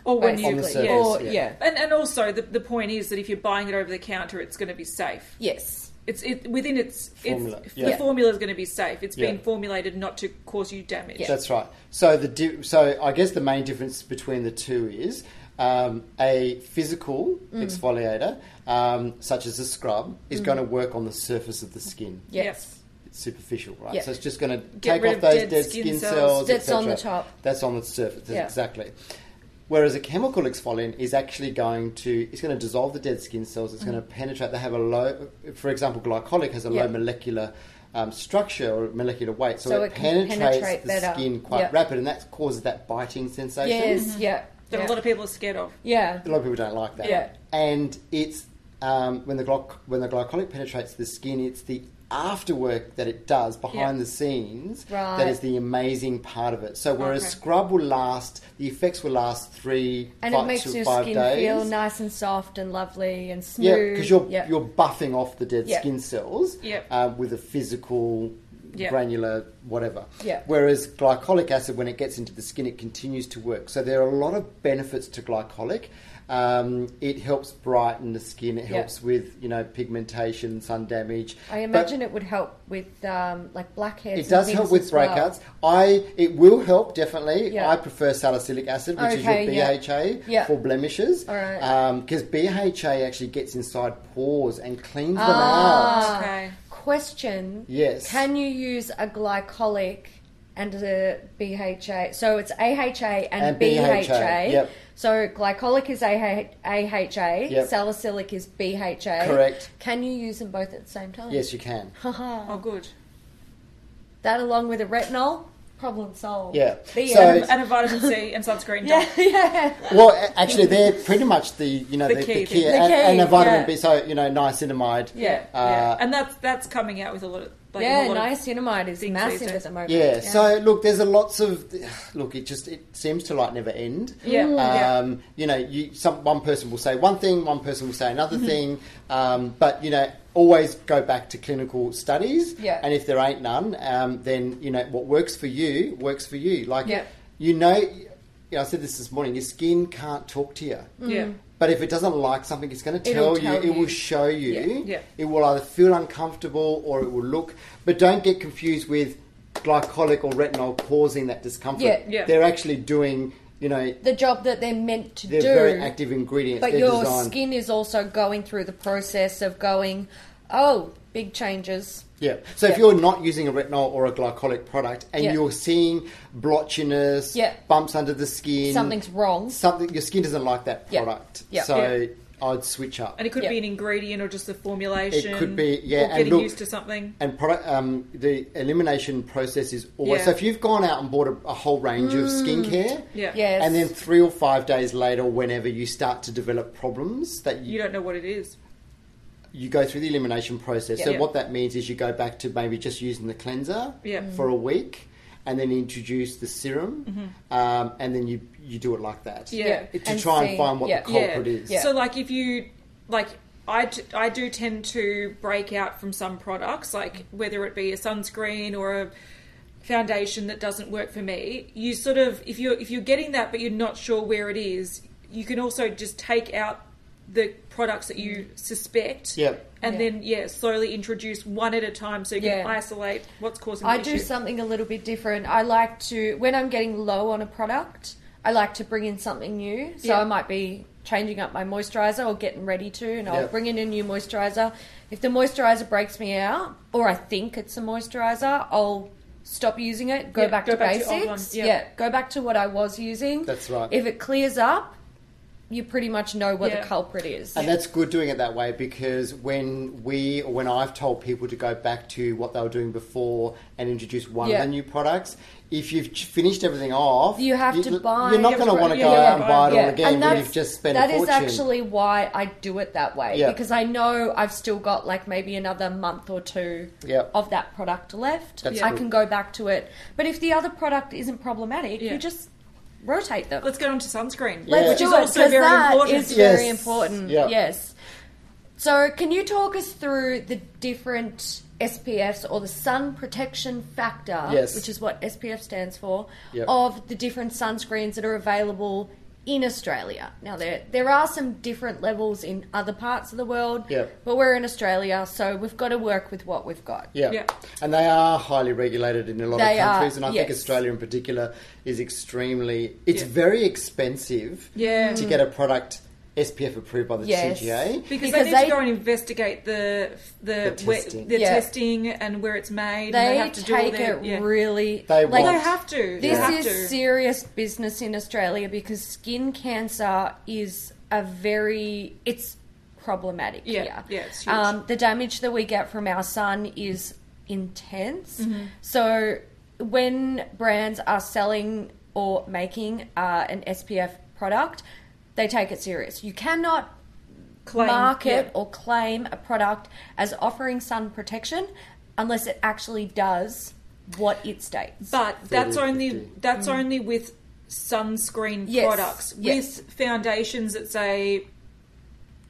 [SPEAKER 2] Or when you,
[SPEAKER 1] Basically.
[SPEAKER 3] On the surface,
[SPEAKER 2] yeah.
[SPEAKER 1] or,
[SPEAKER 3] yeah.
[SPEAKER 1] yeah.
[SPEAKER 2] And and also the the point is that if you're buying it over the counter, it's going to be safe.
[SPEAKER 1] Yes.
[SPEAKER 2] it's it within its
[SPEAKER 3] Formula,
[SPEAKER 2] It's,
[SPEAKER 3] yeah.
[SPEAKER 2] The formula is going to be safe. It's been
[SPEAKER 3] Yeah.
[SPEAKER 2] formulated not to cause you damage.
[SPEAKER 3] That's right. So the di- so I guess the main difference between the two is um, a physical exfoliator, um, such as a scrub, is going to work on the surface of the skin.
[SPEAKER 1] Yes.
[SPEAKER 3] It's superficial, right?
[SPEAKER 1] Yeah.
[SPEAKER 3] So it's just going to
[SPEAKER 2] Get
[SPEAKER 3] take
[SPEAKER 2] rid
[SPEAKER 3] off
[SPEAKER 2] of
[SPEAKER 3] those dead,
[SPEAKER 2] dead
[SPEAKER 3] skin,
[SPEAKER 2] skin
[SPEAKER 3] cells.
[SPEAKER 2] cells.
[SPEAKER 1] That's on the
[SPEAKER 3] etc..
[SPEAKER 1] top.
[SPEAKER 3] That's on the surface. That's
[SPEAKER 1] Yeah.
[SPEAKER 3] Exactly. Whereas a chemical exfoliant is actually going to it's going to dissolve the dead skin cells. It's going to penetrate. They have a low, for example, glycolic has a
[SPEAKER 1] Mm. Yeah.
[SPEAKER 3] low molecular um, structure or molecular weight, so,
[SPEAKER 1] So
[SPEAKER 3] it,
[SPEAKER 1] it can
[SPEAKER 3] penetrates
[SPEAKER 1] penetrate
[SPEAKER 3] the
[SPEAKER 1] better.
[SPEAKER 3] skin quite
[SPEAKER 1] Yeah.
[SPEAKER 3] rapid, and that causes that biting sensation.
[SPEAKER 1] Yes. Yeah.
[SPEAKER 2] That
[SPEAKER 1] yeah.
[SPEAKER 2] a lot of people Mm-hmm. are scared of.
[SPEAKER 1] yeah.
[SPEAKER 3] A lot of people don't like that.
[SPEAKER 1] Yeah.
[SPEAKER 3] And it's um, when the glyc- when the glycolic penetrates the skin, it's the afterwork that it does behind
[SPEAKER 2] Yeah.
[SPEAKER 3] the scenes that
[SPEAKER 1] Right.
[SPEAKER 3] is the amazing part of it. So whereas
[SPEAKER 2] Okay.
[SPEAKER 3] scrub will last, the effects will last three
[SPEAKER 1] And
[SPEAKER 3] five,
[SPEAKER 1] it makes
[SPEAKER 3] to
[SPEAKER 1] your
[SPEAKER 3] five
[SPEAKER 1] skin
[SPEAKER 3] days.
[SPEAKER 1] feel nice and soft and lovely and smooth.
[SPEAKER 3] yeah, because you're
[SPEAKER 1] Yeah.
[SPEAKER 3] you're buffing off the dead
[SPEAKER 1] Yeah.
[SPEAKER 3] skin cells
[SPEAKER 2] Yeah.
[SPEAKER 3] um, with a physical
[SPEAKER 2] Yeah.
[SPEAKER 3] granular whatever.
[SPEAKER 1] Yeah.
[SPEAKER 3] Whereas glycolic acid, when it gets into the skin, it continues to work. So there are a lot of benefits to glycolic. Um, it helps brighten the skin. It
[SPEAKER 1] Yeah.
[SPEAKER 3] helps with you know pigmentation, sun damage.
[SPEAKER 1] I
[SPEAKER 3] But-
[SPEAKER 1] imagine it would help with um, like blackheads.
[SPEAKER 3] it
[SPEAKER 1] and
[SPEAKER 3] does help
[SPEAKER 1] things
[SPEAKER 3] with
[SPEAKER 1] as well.
[SPEAKER 3] breakouts. I it will help definitely.
[SPEAKER 1] Yeah.
[SPEAKER 3] I prefer salicylic acid, which
[SPEAKER 1] Okay,
[SPEAKER 3] is your
[SPEAKER 1] yeah.
[SPEAKER 3] BHA
[SPEAKER 1] Yeah.
[SPEAKER 3] for blemishes. Um,
[SPEAKER 1] All right.
[SPEAKER 3] Because BHA actually gets inside pores and cleans them out.
[SPEAKER 1] Ah.
[SPEAKER 2] Okay.
[SPEAKER 1] Question.
[SPEAKER 3] Yes.
[SPEAKER 1] Can you use a glycolic and a BHA? So it's AHA and,
[SPEAKER 3] And
[SPEAKER 1] BHA.
[SPEAKER 3] BHA, yep.
[SPEAKER 1] So glycolic is AHA, AHA
[SPEAKER 3] Yep.
[SPEAKER 1] salicylic is BHA.
[SPEAKER 3] Correct.
[SPEAKER 1] Can you use them both at the same time?
[SPEAKER 3] Yes, you can.
[SPEAKER 2] Oh, good.
[SPEAKER 1] That along with a retinol, problem solved.
[SPEAKER 3] Yeah.
[SPEAKER 1] The
[SPEAKER 3] So-
[SPEAKER 1] end.
[SPEAKER 2] And a vitamin C and sunscreen.
[SPEAKER 1] yeah, yeah.
[SPEAKER 3] Well, a- actually, they're pretty much the you know the,
[SPEAKER 2] The
[SPEAKER 3] the key,
[SPEAKER 2] key, the
[SPEAKER 3] and, and
[SPEAKER 1] key,
[SPEAKER 3] a vitamin
[SPEAKER 1] yeah.
[SPEAKER 3] B. So you know, niacinamide.
[SPEAKER 2] Yeah.
[SPEAKER 3] Uh,
[SPEAKER 2] yeah. And that's that's coming out with a lot of like a
[SPEAKER 1] yeah,
[SPEAKER 2] lot of
[SPEAKER 1] niacinamide is
[SPEAKER 2] things
[SPEAKER 1] massive
[SPEAKER 2] these
[SPEAKER 1] at
[SPEAKER 2] days.
[SPEAKER 1] the moment.
[SPEAKER 3] Yeah. So look, there's a lots of look. It just it seems to like never end.
[SPEAKER 2] Yeah.
[SPEAKER 1] Mm,
[SPEAKER 3] Um,
[SPEAKER 2] yeah.
[SPEAKER 3] You know, you some one person will say one thing, one person will say another thing. Um, but you know, always go back to clinical studies.
[SPEAKER 1] Yeah.
[SPEAKER 3] And if there ain't none, um, then you know what works for you works for you. Like
[SPEAKER 1] Yeah.
[SPEAKER 3] you know, you know, I said this this morning. Your skin can't talk to you.
[SPEAKER 2] Yeah.
[SPEAKER 1] Mm.
[SPEAKER 3] But if it doesn't like something, it's going to
[SPEAKER 1] It'll
[SPEAKER 3] tell, you,
[SPEAKER 1] tell
[SPEAKER 3] It will
[SPEAKER 1] you.
[SPEAKER 3] show you.
[SPEAKER 1] Yeah.
[SPEAKER 2] Yeah.
[SPEAKER 3] It will either feel uncomfortable or it will look. But don't get confused with glycolic or retinol causing that discomfort.
[SPEAKER 1] Yeah.
[SPEAKER 2] Yeah.
[SPEAKER 3] They're actually doing, you know,
[SPEAKER 1] the job that they're meant to
[SPEAKER 3] they're
[SPEAKER 1] do.
[SPEAKER 3] very active ingredients.
[SPEAKER 1] But
[SPEAKER 3] they're
[SPEAKER 1] your
[SPEAKER 3] designed.
[SPEAKER 1] skin is also going through the process of going, oh, big changes.
[SPEAKER 3] Yeah. So if
[SPEAKER 1] Yeah.
[SPEAKER 3] you're not using a retinol or a glycolic product and
[SPEAKER 1] Yeah.
[SPEAKER 3] you're seeing blotchiness,
[SPEAKER 1] Yeah.
[SPEAKER 3] bumps under the skin,
[SPEAKER 1] Something's wrong.
[SPEAKER 3] something your skin doesn't like that
[SPEAKER 1] Yeah.
[SPEAKER 3] product.
[SPEAKER 1] Yeah.
[SPEAKER 3] So
[SPEAKER 2] Yeah.
[SPEAKER 3] I'd switch up.
[SPEAKER 2] And it could
[SPEAKER 1] Yeah.
[SPEAKER 2] be an ingredient or just a formulation.
[SPEAKER 3] It could be,
[SPEAKER 2] Or
[SPEAKER 3] yeah, and
[SPEAKER 2] getting
[SPEAKER 3] look-
[SPEAKER 2] used to something.
[SPEAKER 3] And product, um, the elimination process is always.
[SPEAKER 2] Yeah.
[SPEAKER 3] So if you've gone out and bought a, a whole range of skincare,
[SPEAKER 2] Yeah.
[SPEAKER 1] Mm. Yes.
[SPEAKER 3] and then three or five days later, whenever you start to develop problems, that
[SPEAKER 2] You
[SPEAKER 3] you
[SPEAKER 2] don't know what it is.
[SPEAKER 3] you go through the elimination process.
[SPEAKER 1] Yeah.
[SPEAKER 3] So
[SPEAKER 2] Yeah.
[SPEAKER 3] what that means is you go back to maybe just using the cleanser
[SPEAKER 2] Yeah.
[SPEAKER 1] Mm-hmm.
[SPEAKER 2] Mm.
[SPEAKER 3] for a week, and then introduce the serum, um, and then you you do it like that.
[SPEAKER 2] Mm-hmm. Yeah.
[SPEAKER 3] To try and
[SPEAKER 1] see-
[SPEAKER 3] find what
[SPEAKER 1] yeah.
[SPEAKER 3] the culprit is.
[SPEAKER 1] Yeah.
[SPEAKER 2] So, like, if you like, I, t- I do tend to break out from some products, like whether it be a sunscreen or a foundation that doesn't work for me. You sort of if you're if you're getting that, but you're not sure where it is, you can also just take out the products that you suspect.
[SPEAKER 3] Yep.
[SPEAKER 2] And
[SPEAKER 1] Mm. Yeah.
[SPEAKER 2] then yeah, slowly introduce one at a time so you can
[SPEAKER 1] Yeah.
[SPEAKER 2] isolate what's causing. The
[SPEAKER 1] I do
[SPEAKER 2] issue.
[SPEAKER 1] something a little bit different. I like to, when I'm getting low on a product, I like to bring in something new. So
[SPEAKER 2] Yeah.
[SPEAKER 1] I might be changing up my moisturizer or getting ready to, and I'll
[SPEAKER 3] Yeah.
[SPEAKER 1] bring in a new moisturizer. If the moisturizer breaks me out, or I think it's a moisturizer, I'll stop using it, go
[SPEAKER 2] Yeah,
[SPEAKER 1] back
[SPEAKER 2] go
[SPEAKER 1] to
[SPEAKER 2] back to old
[SPEAKER 1] basics.
[SPEAKER 2] one. Yeah.
[SPEAKER 1] yeah, go back to what I was using.
[SPEAKER 3] That's right.
[SPEAKER 1] If it clears up, you pretty much know what
[SPEAKER 2] Yeah.
[SPEAKER 1] the culprit is.
[SPEAKER 3] And that's good doing it that way because when we or when I've told people to go back to what they were doing before and introduce one
[SPEAKER 1] Yeah.
[SPEAKER 3] of the new products, if you've ch- finished everything off,
[SPEAKER 1] You have to buy-
[SPEAKER 3] You're not
[SPEAKER 1] you
[SPEAKER 3] going to
[SPEAKER 2] have
[SPEAKER 3] want to
[SPEAKER 2] to-
[SPEAKER 3] go
[SPEAKER 2] yeah,
[SPEAKER 3] out and
[SPEAKER 2] buy-
[SPEAKER 3] buy it all
[SPEAKER 2] yeah.
[SPEAKER 3] again when
[SPEAKER 1] that's-
[SPEAKER 3] you've just spent
[SPEAKER 1] that
[SPEAKER 3] a
[SPEAKER 1] is
[SPEAKER 3] fortune.
[SPEAKER 1] actually why I do it that way
[SPEAKER 3] Yeah.
[SPEAKER 1] because I know I've still got like maybe another month or two
[SPEAKER 3] Yeah.
[SPEAKER 1] of that product left.
[SPEAKER 3] That's
[SPEAKER 1] I
[SPEAKER 3] good.
[SPEAKER 1] can go back to it, but if the other product isn't problematic,
[SPEAKER 2] Yeah.
[SPEAKER 1] you just rotate them.
[SPEAKER 2] Let's get on to sunscreen.
[SPEAKER 3] Let's
[SPEAKER 2] which
[SPEAKER 1] do
[SPEAKER 2] is
[SPEAKER 1] it,
[SPEAKER 2] also
[SPEAKER 1] 'cause
[SPEAKER 2] very
[SPEAKER 1] that
[SPEAKER 2] important.
[SPEAKER 1] is
[SPEAKER 3] Yes.
[SPEAKER 1] very important.
[SPEAKER 3] Yeah.
[SPEAKER 1] Yes. So, can you talk us through the different SPFs or the sun protection factor,
[SPEAKER 3] Yes.
[SPEAKER 1] which is what SPF stands for,
[SPEAKER 3] Yep.
[SPEAKER 1] of the different sunscreens that are available in Australia. Now there there are some different levels in other parts of the world,
[SPEAKER 3] Yep.
[SPEAKER 1] but we're in Australia, so we've got to work with what we've got.
[SPEAKER 3] Yeah.
[SPEAKER 2] Yeah.
[SPEAKER 3] And they are highly regulated in a lot
[SPEAKER 1] They
[SPEAKER 3] of
[SPEAKER 1] are,
[SPEAKER 3] countries. and I think
[SPEAKER 1] yes.
[SPEAKER 3] Australia in particular is extremely, it's
[SPEAKER 2] Yeah.
[SPEAKER 3] very expensive
[SPEAKER 2] Yeah.
[SPEAKER 3] to get a product SPF approved by the
[SPEAKER 1] Yes.
[SPEAKER 3] CGA.
[SPEAKER 1] Because
[SPEAKER 2] because, they need
[SPEAKER 1] they-
[SPEAKER 2] to go and investigate the the
[SPEAKER 3] The
[SPEAKER 2] where-
[SPEAKER 3] testing.
[SPEAKER 2] the
[SPEAKER 1] Yeah.
[SPEAKER 2] testing and where it's made. and
[SPEAKER 1] They
[SPEAKER 2] have to do all
[SPEAKER 1] take
[SPEAKER 2] their-
[SPEAKER 1] it
[SPEAKER 2] yeah.
[SPEAKER 1] really
[SPEAKER 3] They
[SPEAKER 1] like
[SPEAKER 2] Well,
[SPEAKER 3] want-
[SPEAKER 2] they have to.
[SPEAKER 1] This
[SPEAKER 2] they have
[SPEAKER 1] is
[SPEAKER 2] to.
[SPEAKER 1] serious business in Australia because skin cancer is a very it's problematic
[SPEAKER 2] Yeah,
[SPEAKER 1] here.
[SPEAKER 2] yeah, it's huge.
[SPEAKER 1] um, the damage that we get from our sun is intense.
[SPEAKER 2] Mm-hmm.
[SPEAKER 1] So when brands are selling or making uh, an SPF product, they take it serious. You cannot
[SPEAKER 2] Claim,
[SPEAKER 1] market
[SPEAKER 2] yeah.
[SPEAKER 1] or claim a product as offering sun protection unless it actually does what it states.
[SPEAKER 2] But that's
[SPEAKER 3] 30,
[SPEAKER 2] only
[SPEAKER 3] 50.
[SPEAKER 2] that's only with sunscreen
[SPEAKER 1] Hmm. Yes,
[SPEAKER 2] products.
[SPEAKER 1] yes.
[SPEAKER 2] With foundations that say,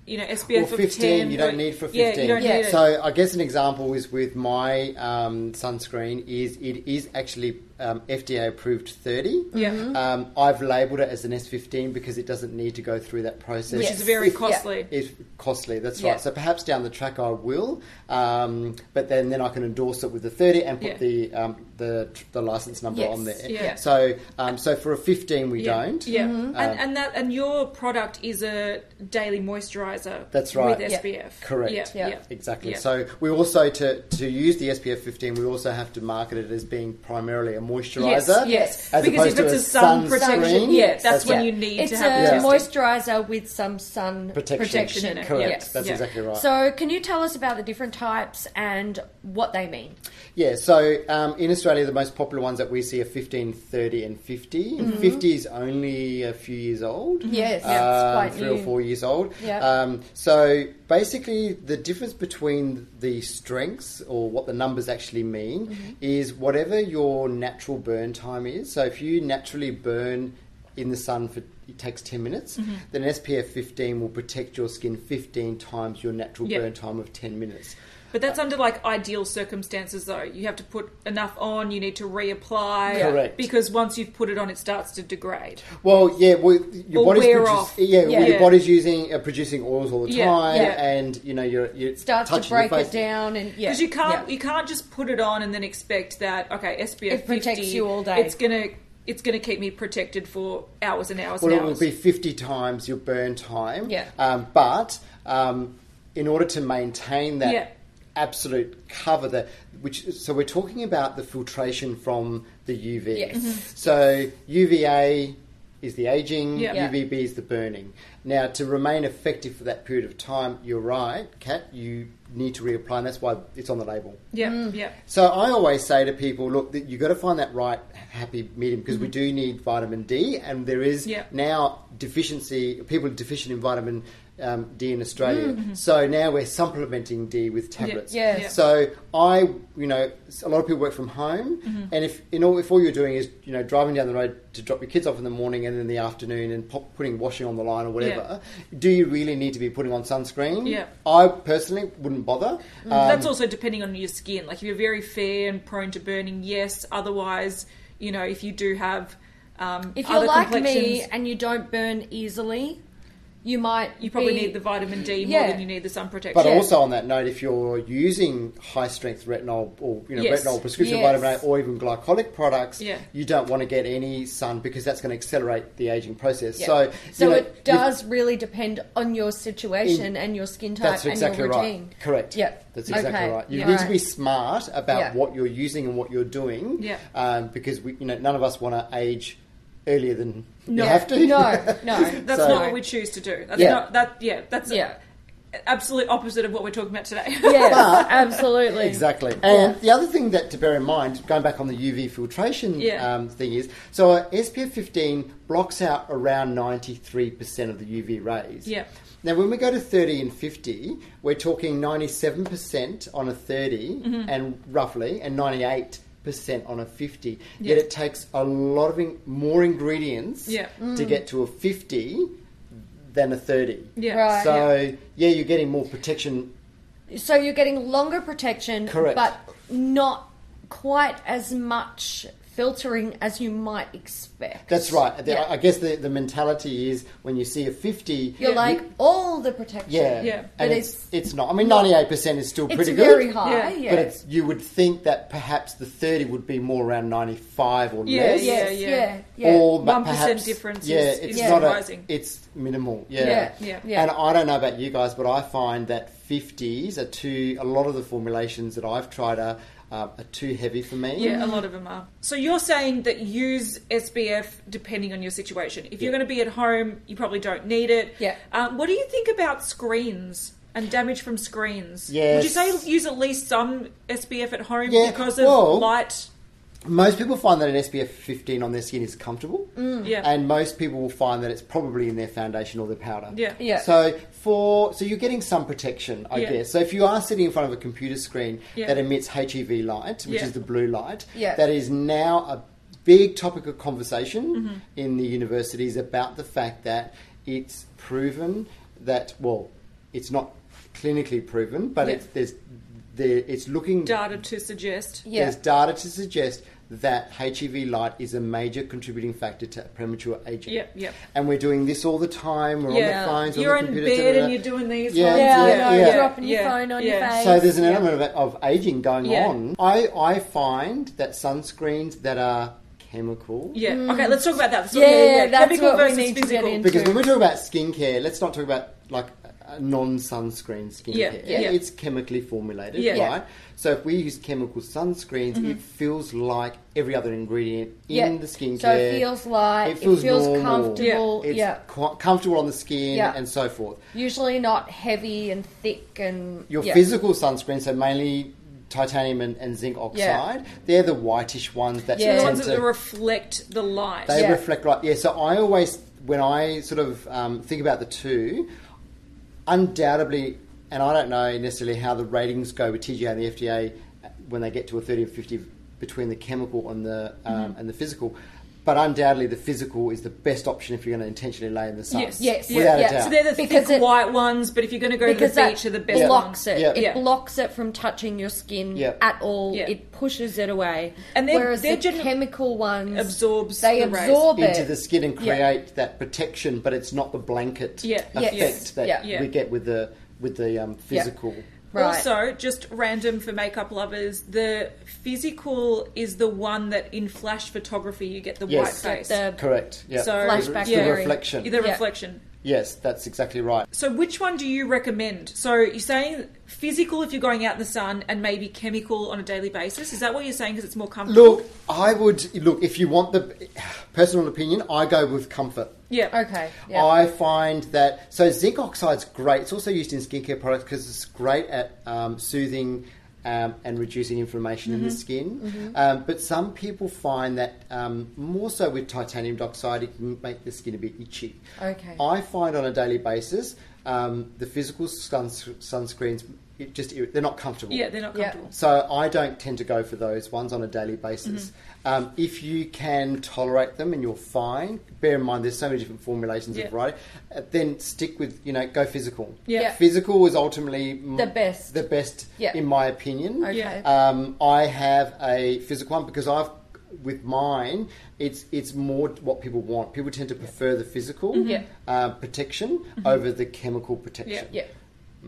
[SPEAKER 2] you know, SPF
[SPEAKER 3] Well,
[SPEAKER 2] of
[SPEAKER 3] 15
[SPEAKER 2] 10,
[SPEAKER 3] you don't
[SPEAKER 2] or-
[SPEAKER 3] need for 15
[SPEAKER 2] Yeah, you don't
[SPEAKER 1] Yeah.
[SPEAKER 2] need it.
[SPEAKER 3] so i guess an example is with my um, sunscreen is it is actually um, fda approved 30
[SPEAKER 2] Yeah.
[SPEAKER 1] Mm-hmm.
[SPEAKER 3] um, i've labeled it as an s15 because it doesn't need to go through that process
[SPEAKER 2] which
[SPEAKER 1] Yes.
[SPEAKER 2] is very
[SPEAKER 1] Yeah.
[SPEAKER 2] costly.
[SPEAKER 3] it's costly. That's
[SPEAKER 1] Yeah.
[SPEAKER 3] right. So perhaps down the track I will, um, but then then I can endorse it with the thirty and put
[SPEAKER 2] Yeah.
[SPEAKER 3] the um, the the license number
[SPEAKER 1] Yes.
[SPEAKER 3] on there.
[SPEAKER 2] Yeah.
[SPEAKER 3] So um, so for a fifteen we
[SPEAKER 2] yeah.
[SPEAKER 3] don't.
[SPEAKER 2] Yeah,
[SPEAKER 1] Mm-hmm.
[SPEAKER 3] Um,
[SPEAKER 2] and, and that and your product is a daily moisturizer.
[SPEAKER 3] That's right.
[SPEAKER 2] With
[SPEAKER 1] Yeah.
[SPEAKER 2] SPF,
[SPEAKER 3] Correct.
[SPEAKER 2] Yeah,
[SPEAKER 1] Yeah.
[SPEAKER 2] yeah.
[SPEAKER 3] Exactly.
[SPEAKER 2] Yeah.
[SPEAKER 3] So we also to to use the SPF 15, we also have to market it as being primarily a moisturizer.
[SPEAKER 2] yes.
[SPEAKER 3] As
[SPEAKER 2] Because
[SPEAKER 3] opposed
[SPEAKER 2] if it's
[SPEAKER 3] to
[SPEAKER 2] a sun protection,
[SPEAKER 3] sunscreen.
[SPEAKER 2] yes, that's
[SPEAKER 3] That's
[SPEAKER 2] when
[SPEAKER 3] right.
[SPEAKER 2] you need
[SPEAKER 1] it's
[SPEAKER 2] to have
[SPEAKER 1] a
[SPEAKER 2] the testing.
[SPEAKER 1] moisturizer with some sun protection.
[SPEAKER 3] Protection.
[SPEAKER 2] in it.
[SPEAKER 3] Correct.
[SPEAKER 2] Yes.
[SPEAKER 3] That's
[SPEAKER 2] Yeah.
[SPEAKER 3] exactly right.
[SPEAKER 1] So, can you tell us about the different types and what they mean?
[SPEAKER 3] Yeah, so um, in Australia, the most popular ones that we see are 15, 30, and 50. And 50 is only a few years old.
[SPEAKER 1] Mm-hmm. Yes,
[SPEAKER 3] um,
[SPEAKER 1] yeah, it's quite
[SPEAKER 3] three
[SPEAKER 1] new.
[SPEAKER 3] or four years old.
[SPEAKER 1] Yeah.
[SPEAKER 3] Um, so basically, the difference between the strengths or what the numbers actually mean
[SPEAKER 1] Mm-hmm.
[SPEAKER 3] is whatever your natural burn time is. So if you naturally burn in the sun for it takes 10 minutes,
[SPEAKER 1] Mm-hmm.
[SPEAKER 3] then SPF 15 will protect your skin 15 times your natural
[SPEAKER 2] Yeah.
[SPEAKER 3] burn time of 10 minutes.
[SPEAKER 2] But that's under like ideal circumstances, though. You have to put enough on. You need to reapply.
[SPEAKER 3] Yeah. Correct.
[SPEAKER 2] Because once you've put it on, it starts to degrade.
[SPEAKER 3] Well, yeah, well, your
[SPEAKER 2] Or
[SPEAKER 3] body's
[SPEAKER 2] wear
[SPEAKER 3] produce-
[SPEAKER 2] off.
[SPEAKER 3] yeah, well,
[SPEAKER 2] Yeah.
[SPEAKER 3] your body's using uh, producing oils all the
[SPEAKER 2] Yeah,
[SPEAKER 3] time,
[SPEAKER 2] yeah.
[SPEAKER 3] and you know you're, you're
[SPEAKER 1] Starts to
[SPEAKER 3] touching your
[SPEAKER 1] break it
[SPEAKER 3] face.
[SPEAKER 1] down and yeah,
[SPEAKER 2] Because you can't
[SPEAKER 1] yeah.
[SPEAKER 2] you can't just put it on and then expect that okay SPF
[SPEAKER 1] It protects
[SPEAKER 2] 50,
[SPEAKER 1] you all day.
[SPEAKER 2] It's gonna it's gonna keep me protected for hours and hours
[SPEAKER 3] Well,
[SPEAKER 2] and
[SPEAKER 3] it will
[SPEAKER 2] hours.
[SPEAKER 3] be fifty times your burn time.
[SPEAKER 1] Yeah.
[SPEAKER 3] Um, but um, in order to maintain that
[SPEAKER 2] Yeah.
[SPEAKER 3] absolute cover, that which so we're talking about the filtration from the UV.
[SPEAKER 1] Yes. Mhm.
[SPEAKER 3] So UVA is the aging,
[SPEAKER 2] Mm-hmm. Yeah.
[SPEAKER 1] Yeah.
[SPEAKER 3] UVB is the burning. Now, to remain effective for that period of time, you're right, Kat. You need to reapply, and that's why it's on the label.
[SPEAKER 2] yeah, yeah.
[SPEAKER 3] So I always say to people, look, that you've got to find that right happy medium because
[SPEAKER 1] Mm-hmm.
[SPEAKER 3] we do need vitamin D, and there is
[SPEAKER 2] Yeah.
[SPEAKER 3] now deficiency. People are deficient in vitamin um, D in Australia, so now we're supplementing D with tablets.
[SPEAKER 1] Yes. Mm-hmm. Yeah.
[SPEAKER 3] So I, you know, a lot of people work from home,
[SPEAKER 1] Mm-hmm.
[SPEAKER 3] and if in all, if all you're doing is you know driving down the road to drop your kids off in the morning and in the afternoon and pop, putting washing on the line or whatever, do you really need to be putting on sunscreen?
[SPEAKER 2] Yeah.
[SPEAKER 3] I personally wouldn't bother.
[SPEAKER 1] Mm-hmm.
[SPEAKER 3] Um,
[SPEAKER 2] That's also depending on your skin. Like if you're very fair and prone to burning, yes. Otherwise, you know, if you do have um,
[SPEAKER 1] If
[SPEAKER 2] other
[SPEAKER 1] you're like me
[SPEAKER 2] complexions,
[SPEAKER 1] and you don't burn easily, you might
[SPEAKER 2] you probably
[SPEAKER 1] be-
[SPEAKER 2] need the vitamin D
[SPEAKER 1] Yeah.
[SPEAKER 2] more than you need the sun protection.
[SPEAKER 3] But
[SPEAKER 1] Yeah.
[SPEAKER 3] also on that note, if you're using high strength retinol or you know
[SPEAKER 2] Yes.
[SPEAKER 3] retinol prescription
[SPEAKER 1] Yes.
[SPEAKER 3] vitamin A or even glycolic products,
[SPEAKER 2] Yeah.
[SPEAKER 3] you don't want to get any sun because that's going to accelerate the aging process.
[SPEAKER 1] Yeah.
[SPEAKER 3] So,
[SPEAKER 1] so
[SPEAKER 3] you know,
[SPEAKER 1] it does really depend on your situation and your skin
[SPEAKER 3] if-
[SPEAKER 1] type
[SPEAKER 3] That's
[SPEAKER 1] and
[SPEAKER 3] exactly
[SPEAKER 1] your
[SPEAKER 3] right.
[SPEAKER 1] routine.
[SPEAKER 3] Correct.
[SPEAKER 1] Yeah.
[SPEAKER 3] That's exactly
[SPEAKER 1] Okay.
[SPEAKER 3] right. You
[SPEAKER 1] Yeah.
[SPEAKER 3] need to
[SPEAKER 1] Right.
[SPEAKER 3] be smart about
[SPEAKER 1] Yeah.
[SPEAKER 3] what you're using and what you're doing.
[SPEAKER 2] Yeah.
[SPEAKER 3] Um, because we, you know, none of us want to age earlier than
[SPEAKER 1] No.
[SPEAKER 3] you have to.
[SPEAKER 1] No, no.
[SPEAKER 2] That's
[SPEAKER 3] So-
[SPEAKER 2] not what we choose to do. That's
[SPEAKER 3] Yeah.
[SPEAKER 2] not that. Yeah, that's
[SPEAKER 1] Yeah.
[SPEAKER 2] a, absolute opposite of what we're talking about today.
[SPEAKER 1] Yes, absolutely.
[SPEAKER 3] Exactly. And the other thing that to bear in mind, going back on the UV filtration
[SPEAKER 2] Yeah.
[SPEAKER 3] um, thing, is so uh, SPF 15 blocks out around 93% of the UV rays.
[SPEAKER 2] Yeah.
[SPEAKER 3] Now, when we go to 30 and 50, we're talking 97% on a 30,
[SPEAKER 2] Mm-hmm.
[SPEAKER 3] and roughly, and 98% on a 50. Yet
[SPEAKER 2] Yeah.
[SPEAKER 3] it takes a lot of in- more ingredients
[SPEAKER 2] Yeah. Mm.
[SPEAKER 3] to get to a 50 than a 30.
[SPEAKER 2] yeah.
[SPEAKER 1] Right.
[SPEAKER 3] So, yeah, you're getting more protection
[SPEAKER 1] So you're getting longer protection,
[SPEAKER 3] Correct.
[SPEAKER 1] but not quite as much filtering as you might expect.
[SPEAKER 3] That's right. The-
[SPEAKER 1] Yeah.
[SPEAKER 3] I guess the, the mentality is when you see a 50,
[SPEAKER 1] You're
[SPEAKER 2] Yeah.
[SPEAKER 1] like all the protection.
[SPEAKER 3] yeah,
[SPEAKER 2] Yeah.
[SPEAKER 1] But
[SPEAKER 3] and it's,
[SPEAKER 1] it's-
[SPEAKER 3] it's not. I mean, 98% is still
[SPEAKER 1] It's
[SPEAKER 3] pretty
[SPEAKER 1] very
[SPEAKER 3] good.
[SPEAKER 1] high.
[SPEAKER 2] Yeah.
[SPEAKER 1] Yeah.
[SPEAKER 3] But it's, you would think that perhaps the 30 would be more around 95 or
[SPEAKER 2] Yeah,
[SPEAKER 3] less.
[SPEAKER 2] yeah.
[SPEAKER 1] yes, yeah, yeah.
[SPEAKER 3] Or ma-
[SPEAKER 2] 1%
[SPEAKER 3] perhaps,
[SPEAKER 2] difference
[SPEAKER 3] yeah,
[SPEAKER 2] is-
[SPEAKER 3] it's
[SPEAKER 2] is
[SPEAKER 3] not a,
[SPEAKER 2] surprising.
[SPEAKER 3] it's minimal.
[SPEAKER 1] yeah,
[SPEAKER 2] Yeah.
[SPEAKER 1] yeah.
[SPEAKER 3] And I don't know about you guys, but I find that 50s are too, a lot of the formulations that I've tried are, uh, are too heavy for me.
[SPEAKER 2] Yeah, a lot of them are. So you're saying that use SBF depending on your situation. If you're
[SPEAKER 3] Yeah.
[SPEAKER 2] going to be at home, you probably don't need it.
[SPEAKER 1] Yeah.
[SPEAKER 2] Um, what do you think about screens and damage from screens? Would you
[SPEAKER 3] Yes.
[SPEAKER 2] say use at least some SBF at home
[SPEAKER 3] Yeah,
[SPEAKER 2] because of
[SPEAKER 3] well-
[SPEAKER 2] light?
[SPEAKER 3] Most people find that an SPF 15 on their skin is comfortable,
[SPEAKER 1] Mm.
[SPEAKER 2] Yeah.
[SPEAKER 3] mm. and most people will find that it's probably in their foundation or their powder.
[SPEAKER 2] yeah.
[SPEAKER 1] Yeah.
[SPEAKER 3] So for so you're getting some protection, I
[SPEAKER 2] Yeah.
[SPEAKER 3] guess. So if you are sitting in front of a computer screen
[SPEAKER 2] Yeah.
[SPEAKER 3] that emits HEV light, which
[SPEAKER 2] Yeah.
[SPEAKER 3] is the blue light,
[SPEAKER 1] Yeah.
[SPEAKER 3] that is now a big topic of conversation
[SPEAKER 2] Mm-hmm.
[SPEAKER 3] in the universities about the fact that it's proven that well, it's not clinically proven, but
[SPEAKER 1] Yeah.
[SPEAKER 3] it's there's there, it's looking
[SPEAKER 2] Data to suggest.
[SPEAKER 1] Yeah.
[SPEAKER 3] there's data to suggest that HEV light is a major contributing factor to premature aging.
[SPEAKER 2] Yep, yep.
[SPEAKER 3] And we're doing this all the time. We're
[SPEAKER 2] Yeah.
[SPEAKER 3] on the phones,
[SPEAKER 2] you're
[SPEAKER 3] on the
[SPEAKER 2] in bed
[SPEAKER 3] computer. da, da,
[SPEAKER 2] and
[SPEAKER 3] da.
[SPEAKER 2] you're doing these
[SPEAKER 3] Yeah,
[SPEAKER 2] ones.
[SPEAKER 1] Yeah, I know.
[SPEAKER 3] yeah.
[SPEAKER 1] Dropping your
[SPEAKER 2] Yeah.
[SPEAKER 1] phone on
[SPEAKER 2] Yeah.
[SPEAKER 1] your face.
[SPEAKER 3] So there's an
[SPEAKER 1] Yeah.
[SPEAKER 3] element of, of aging going
[SPEAKER 2] Yeah.
[SPEAKER 3] on. I, I find that sunscreens that are chemical.
[SPEAKER 2] Yeah. Okay, let's talk about that. Let's talk-
[SPEAKER 1] Mm. Yeah, that's
[SPEAKER 2] Chemical
[SPEAKER 1] what we
[SPEAKER 2] versus
[SPEAKER 1] need to get
[SPEAKER 2] physical.
[SPEAKER 1] into.
[SPEAKER 3] Because when we're talking about skincare, let's not talk about like non sunscreen skincare.
[SPEAKER 2] Yeah, yeah.
[SPEAKER 3] It's chemically formulated,
[SPEAKER 2] Yeah. Mm-hmm.
[SPEAKER 1] Yeah.
[SPEAKER 3] right? So if we use chemical sunscreens, it feels like every other ingredient in
[SPEAKER 1] Yeah.
[SPEAKER 3] the skincare.
[SPEAKER 1] So it feels light. It
[SPEAKER 3] It
[SPEAKER 1] feels,
[SPEAKER 3] feels normal.
[SPEAKER 1] comfortable. Yeah.
[SPEAKER 3] It's qu- comfortable on the skin
[SPEAKER 1] Yeah.
[SPEAKER 3] and so forth.
[SPEAKER 1] Usually not heavy and thick and
[SPEAKER 3] Your
[SPEAKER 1] yeah.
[SPEAKER 3] physical sunscreens so mainly titanium and, and zinc oxide. They're the whitish ones that
[SPEAKER 1] Yeah.
[SPEAKER 2] The
[SPEAKER 1] So
[SPEAKER 3] tend
[SPEAKER 2] ones
[SPEAKER 3] to
[SPEAKER 2] that reflect the light.
[SPEAKER 3] They
[SPEAKER 1] Yeah.
[SPEAKER 3] reflect right. Yeah. So I always, when I sort of um, think about the two, undoubtedly, and I don't know necessarily how the ratings go with TGA and the FDA uh, when they get to a thirty or fifty between the chemical and the um,
[SPEAKER 2] Mm-hmm.
[SPEAKER 3] and the physical. But undoubtedly, the physical is the best option if you're going to intentionally lay in the sun.
[SPEAKER 2] Yes.
[SPEAKER 1] Yes.
[SPEAKER 3] Without
[SPEAKER 1] Yeah.
[SPEAKER 3] a doubt.
[SPEAKER 2] So they're the
[SPEAKER 1] Because
[SPEAKER 2] thick
[SPEAKER 1] it-
[SPEAKER 2] white ones, but if you're going to go to the
[SPEAKER 1] because
[SPEAKER 2] beach,
[SPEAKER 1] that
[SPEAKER 2] they're the best
[SPEAKER 1] blocks
[SPEAKER 2] ones.
[SPEAKER 1] it.
[SPEAKER 3] Yeah.
[SPEAKER 1] It
[SPEAKER 2] Yeah.
[SPEAKER 1] blocks it from touching your skin
[SPEAKER 3] Yeah.
[SPEAKER 1] at all.
[SPEAKER 2] Yeah.
[SPEAKER 1] It pushes it away.
[SPEAKER 2] And they're-
[SPEAKER 1] whereas
[SPEAKER 2] they're
[SPEAKER 1] the
[SPEAKER 2] generally-
[SPEAKER 1] chemical ones
[SPEAKER 2] Absorbs
[SPEAKER 1] they
[SPEAKER 2] the rays.
[SPEAKER 1] absorb it.
[SPEAKER 3] into the skin and
[SPEAKER 1] Yeah.
[SPEAKER 3] create that protection, but it's not the blanket
[SPEAKER 2] Yeah.
[SPEAKER 3] effect
[SPEAKER 1] Yes.
[SPEAKER 3] that
[SPEAKER 1] Yeah.
[SPEAKER 2] Yeah.
[SPEAKER 3] we get with the with the um, physical.
[SPEAKER 1] right.
[SPEAKER 2] Also, just random for makeup lovers, the physical is the one that in flash photography you get the
[SPEAKER 3] Yes.
[SPEAKER 2] white
[SPEAKER 1] Like
[SPEAKER 2] face.
[SPEAKER 1] the-
[SPEAKER 3] Correct. Yeah.
[SPEAKER 2] So-
[SPEAKER 1] Flashback
[SPEAKER 3] It's the
[SPEAKER 1] theory.
[SPEAKER 3] reflection.
[SPEAKER 2] the
[SPEAKER 1] Yeah.
[SPEAKER 2] reflection.
[SPEAKER 3] Yes, that's exactly right.
[SPEAKER 2] So, which one do you recommend? So, you're saying physical if you're going out in the sun, and maybe chemical on a daily basis. Is that what you're saying? Because it's more comfortable.
[SPEAKER 3] Look, I would look if you want the personal opinion. I go with comfort.
[SPEAKER 2] yeah.
[SPEAKER 1] okay. Yeah.
[SPEAKER 3] I find that so zinc oxide's great. It's also used in skincare products because it's great at um, soothing um, and reducing inflammation in the skin. Um, but some people find that um, more so with titanium dioxide, it can make the skin a bit itchy.
[SPEAKER 1] Okay.
[SPEAKER 3] I find on a daily basis um, the physical suns- sunscreens it just irri- they're not comfortable.
[SPEAKER 2] Yeah, they're not
[SPEAKER 1] Yeah.
[SPEAKER 2] comfortable.
[SPEAKER 3] So I don't tend to go for those ones on a daily basis.
[SPEAKER 1] Mm-hmm.
[SPEAKER 3] Um, if you can tolerate them and you're fine, bear in mind there's so many different formulations
[SPEAKER 2] Yeah.
[SPEAKER 3] of variety. uh, Then stick with you know go physical.
[SPEAKER 2] Yeah.
[SPEAKER 1] Yeah.
[SPEAKER 3] Physical is ultimately m-
[SPEAKER 1] The best.
[SPEAKER 3] The best,
[SPEAKER 1] Yeah. Oh,
[SPEAKER 3] in my opinion.
[SPEAKER 1] okay.
[SPEAKER 2] Yeah.
[SPEAKER 3] Um, I have a physical one because I've with mine it's it's more what people want. People tend to prefer the physical
[SPEAKER 1] Yeah.
[SPEAKER 3] uh, protection over the chemical protection.
[SPEAKER 1] Mm-hmm. yeah.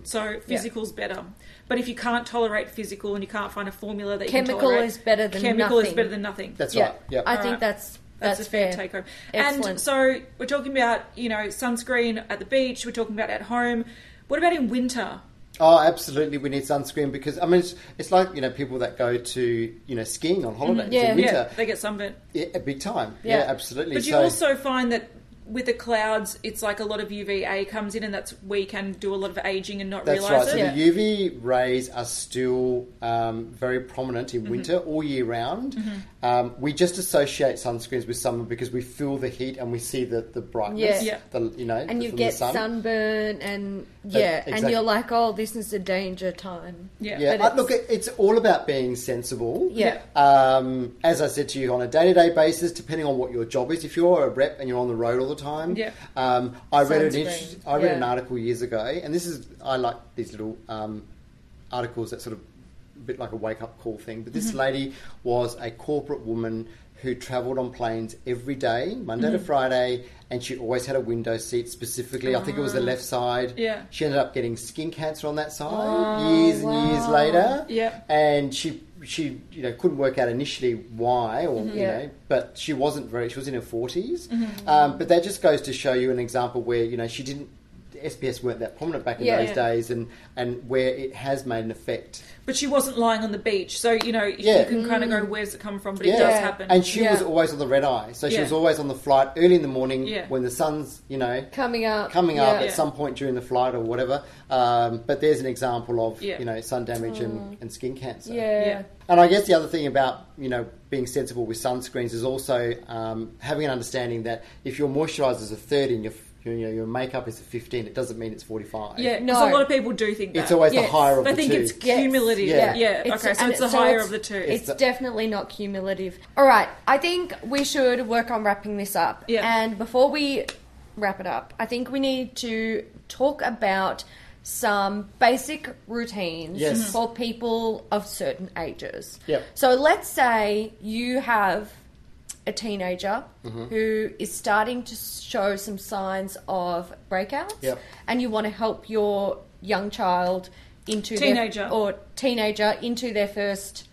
[SPEAKER 2] So physical's better, but if you can't tolerate physical and you can't find a formula that you
[SPEAKER 1] Chemical
[SPEAKER 2] can tolerate,
[SPEAKER 1] is better than
[SPEAKER 2] chemical is
[SPEAKER 1] nothing.
[SPEAKER 2] better than nothing.
[SPEAKER 3] That's
[SPEAKER 1] yeah.
[SPEAKER 3] right. Yeah.
[SPEAKER 1] I
[SPEAKER 2] All
[SPEAKER 1] think
[SPEAKER 2] right.
[SPEAKER 1] that's
[SPEAKER 2] That's,
[SPEAKER 1] that's,
[SPEAKER 2] a fair, take home. And
[SPEAKER 1] Excellent.
[SPEAKER 2] so we're talking about you know sunscreen at the beach. We're talking about at home. What about in winter?
[SPEAKER 3] Oh, absolutely. We need sunscreen because I mean, it's, it's like you know people that go to you know skiing on holidays
[SPEAKER 1] Mm-hmm. Yeah.
[SPEAKER 3] in
[SPEAKER 2] Yeah,
[SPEAKER 3] winter,
[SPEAKER 2] they get sunburn.
[SPEAKER 3] yeah. big time.
[SPEAKER 1] Yeah.
[SPEAKER 3] Yeah, absolutely.
[SPEAKER 2] But you
[SPEAKER 3] so,
[SPEAKER 2] also find that with the clouds, it's like a lot of UVA comes in, and that's we can do a lot of aging and not
[SPEAKER 3] that's
[SPEAKER 2] realize
[SPEAKER 3] right. So
[SPEAKER 2] it.
[SPEAKER 1] Yeah.
[SPEAKER 3] the UV rays are still um, very prominent
[SPEAKER 1] Mm-hmm.
[SPEAKER 3] in winter all year round. Um, we just associate sunscreens with summer because we feel the heat and we see the the brightness.
[SPEAKER 1] Yeah.
[SPEAKER 3] The, you know,
[SPEAKER 1] and you
[SPEAKER 3] from
[SPEAKER 1] get
[SPEAKER 3] the sun.
[SPEAKER 1] sunburn and yeah, and
[SPEAKER 3] exactly.
[SPEAKER 1] you're like, oh, this is a danger time.
[SPEAKER 2] Yeah.
[SPEAKER 3] Yeah,
[SPEAKER 1] But
[SPEAKER 3] Uh,
[SPEAKER 1] it's-
[SPEAKER 3] look, it- it's all about being sensible.
[SPEAKER 1] Yeah.
[SPEAKER 3] Um, as I said to you, on a day-to-day basis, depending on what your job is, if you're a rep and you're on the road all the time,
[SPEAKER 2] Yeah.
[SPEAKER 3] Um, I read an
[SPEAKER 1] Sunscreen.
[SPEAKER 3] interest, I read an
[SPEAKER 1] Yeah.
[SPEAKER 3] article years ago, and this is I like these little um,
[SPEAKER 1] Mm-hmm.
[SPEAKER 3] articles that sort of a bit like a wake-up call thing. But this lady was a corporate woman who traveled on planes every day, Monday
[SPEAKER 1] Mm-hmm.
[SPEAKER 3] to Friday, and she always had a window seat specifically. I think it was
[SPEAKER 1] Ah.
[SPEAKER 3] the left side.
[SPEAKER 2] Yeah.
[SPEAKER 3] She ended up getting skin cancer on that side years and years
[SPEAKER 1] Oh, wow.
[SPEAKER 3] later.
[SPEAKER 2] Yep.
[SPEAKER 3] And she she you know couldn't work out initially why or
[SPEAKER 2] Mm-hmm.
[SPEAKER 3] you
[SPEAKER 1] Yeah.
[SPEAKER 3] know but she wasn't very she was in her 40s um, but that just goes to show you an example where you know she didn't SPS weren't that prominent back in
[SPEAKER 1] Yeah.
[SPEAKER 3] those days and and where it has made an effect
[SPEAKER 2] But she wasn't lying on the beach, so you know
[SPEAKER 3] Yeah.
[SPEAKER 2] you can kind of go,
[SPEAKER 1] Mm.
[SPEAKER 2] "Where's it come from?" But it
[SPEAKER 3] Yeah.
[SPEAKER 2] does
[SPEAKER 1] Yeah.
[SPEAKER 2] happen.
[SPEAKER 3] And she was
[SPEAKER 1] Yeah.
[SPEAKER 3] always on the red eye, so she
[SPEAKER 2] Yeah.
[SPEAKER 3] was always on the flight early in the morning
[SPEAKER 2] Yeah.
[SPEAKER 3] when the sun's you know
[SPEAKER 1] Coming up.
[SPEAKER 3] coming up
[SPEAKER 1] yeah.
[SPEAKER 3] at some point during the flight or whatever. Um, but there's an example of
[SPEAKER 2] Yeah. Mm.
[SPEAKER 3] you know sun damage and, and skin cancer.
[SPEAKER 1] Yeah.
[SPEAKER 2] Yeah.
[SPEAKER 3] And I guess the other thing about you know being sensible with sunscreens is also um, having an understanding that if your moisturiser is a thirty and your you know your makeup is a fifteen, it doesn't mean it's forty five.
[SPEAKER 2] yeah, because
[SPEAKER 1] No.
[SPEAKER 2] a lot of people do think that.
[SPEAKER 3] It's always the
[SPEAKER 1] Yes.
[SPEAKER 3] higher of
[SPEAKER 2] I
[SPEAKER 3] the
[SPEAKER 2] think
[SPEAKER 3] two.
[SPEAKER 2] it's cumulative.
[SPEAKER 3] Yes.
[SPEAKER 2] Yeah,
[SPEAKER 1] Yeah.
[SPEAKER 2] okay, so
[SPEAKER 1] and
[SPEAKER 2] it's the higher
[SPEAKER 1] it's-
[SPEAKER 2] of the two.
[SPEAKER 1] It's,
[SPEAKER 3] the-
[SPEAKER 1] definitely not cumulative. All right, I think we should work on wrapping this up.
[SPEAKER 2] Yeah.
[SPEAKER 1] And before we wrap it up, I think we need to talk about some basic routines
[SPEAKER 3] Yes. Mhm.
[SPEAKER 1] for people of certain ages.
[SPEAKER 3] Yep.
[SPEAKER 1] So let's say you have a teenager
[SPEAKER 3] Mm-hmm.
[SPEAKER 1] who is starting to show some signs of breakouts
[SPEAKER 3] Yep.
[SPEAKER 1] and you want to help your young child into their-
[SPEAKER 2] Teenager.
[SPEAKER 1] or teenager into their first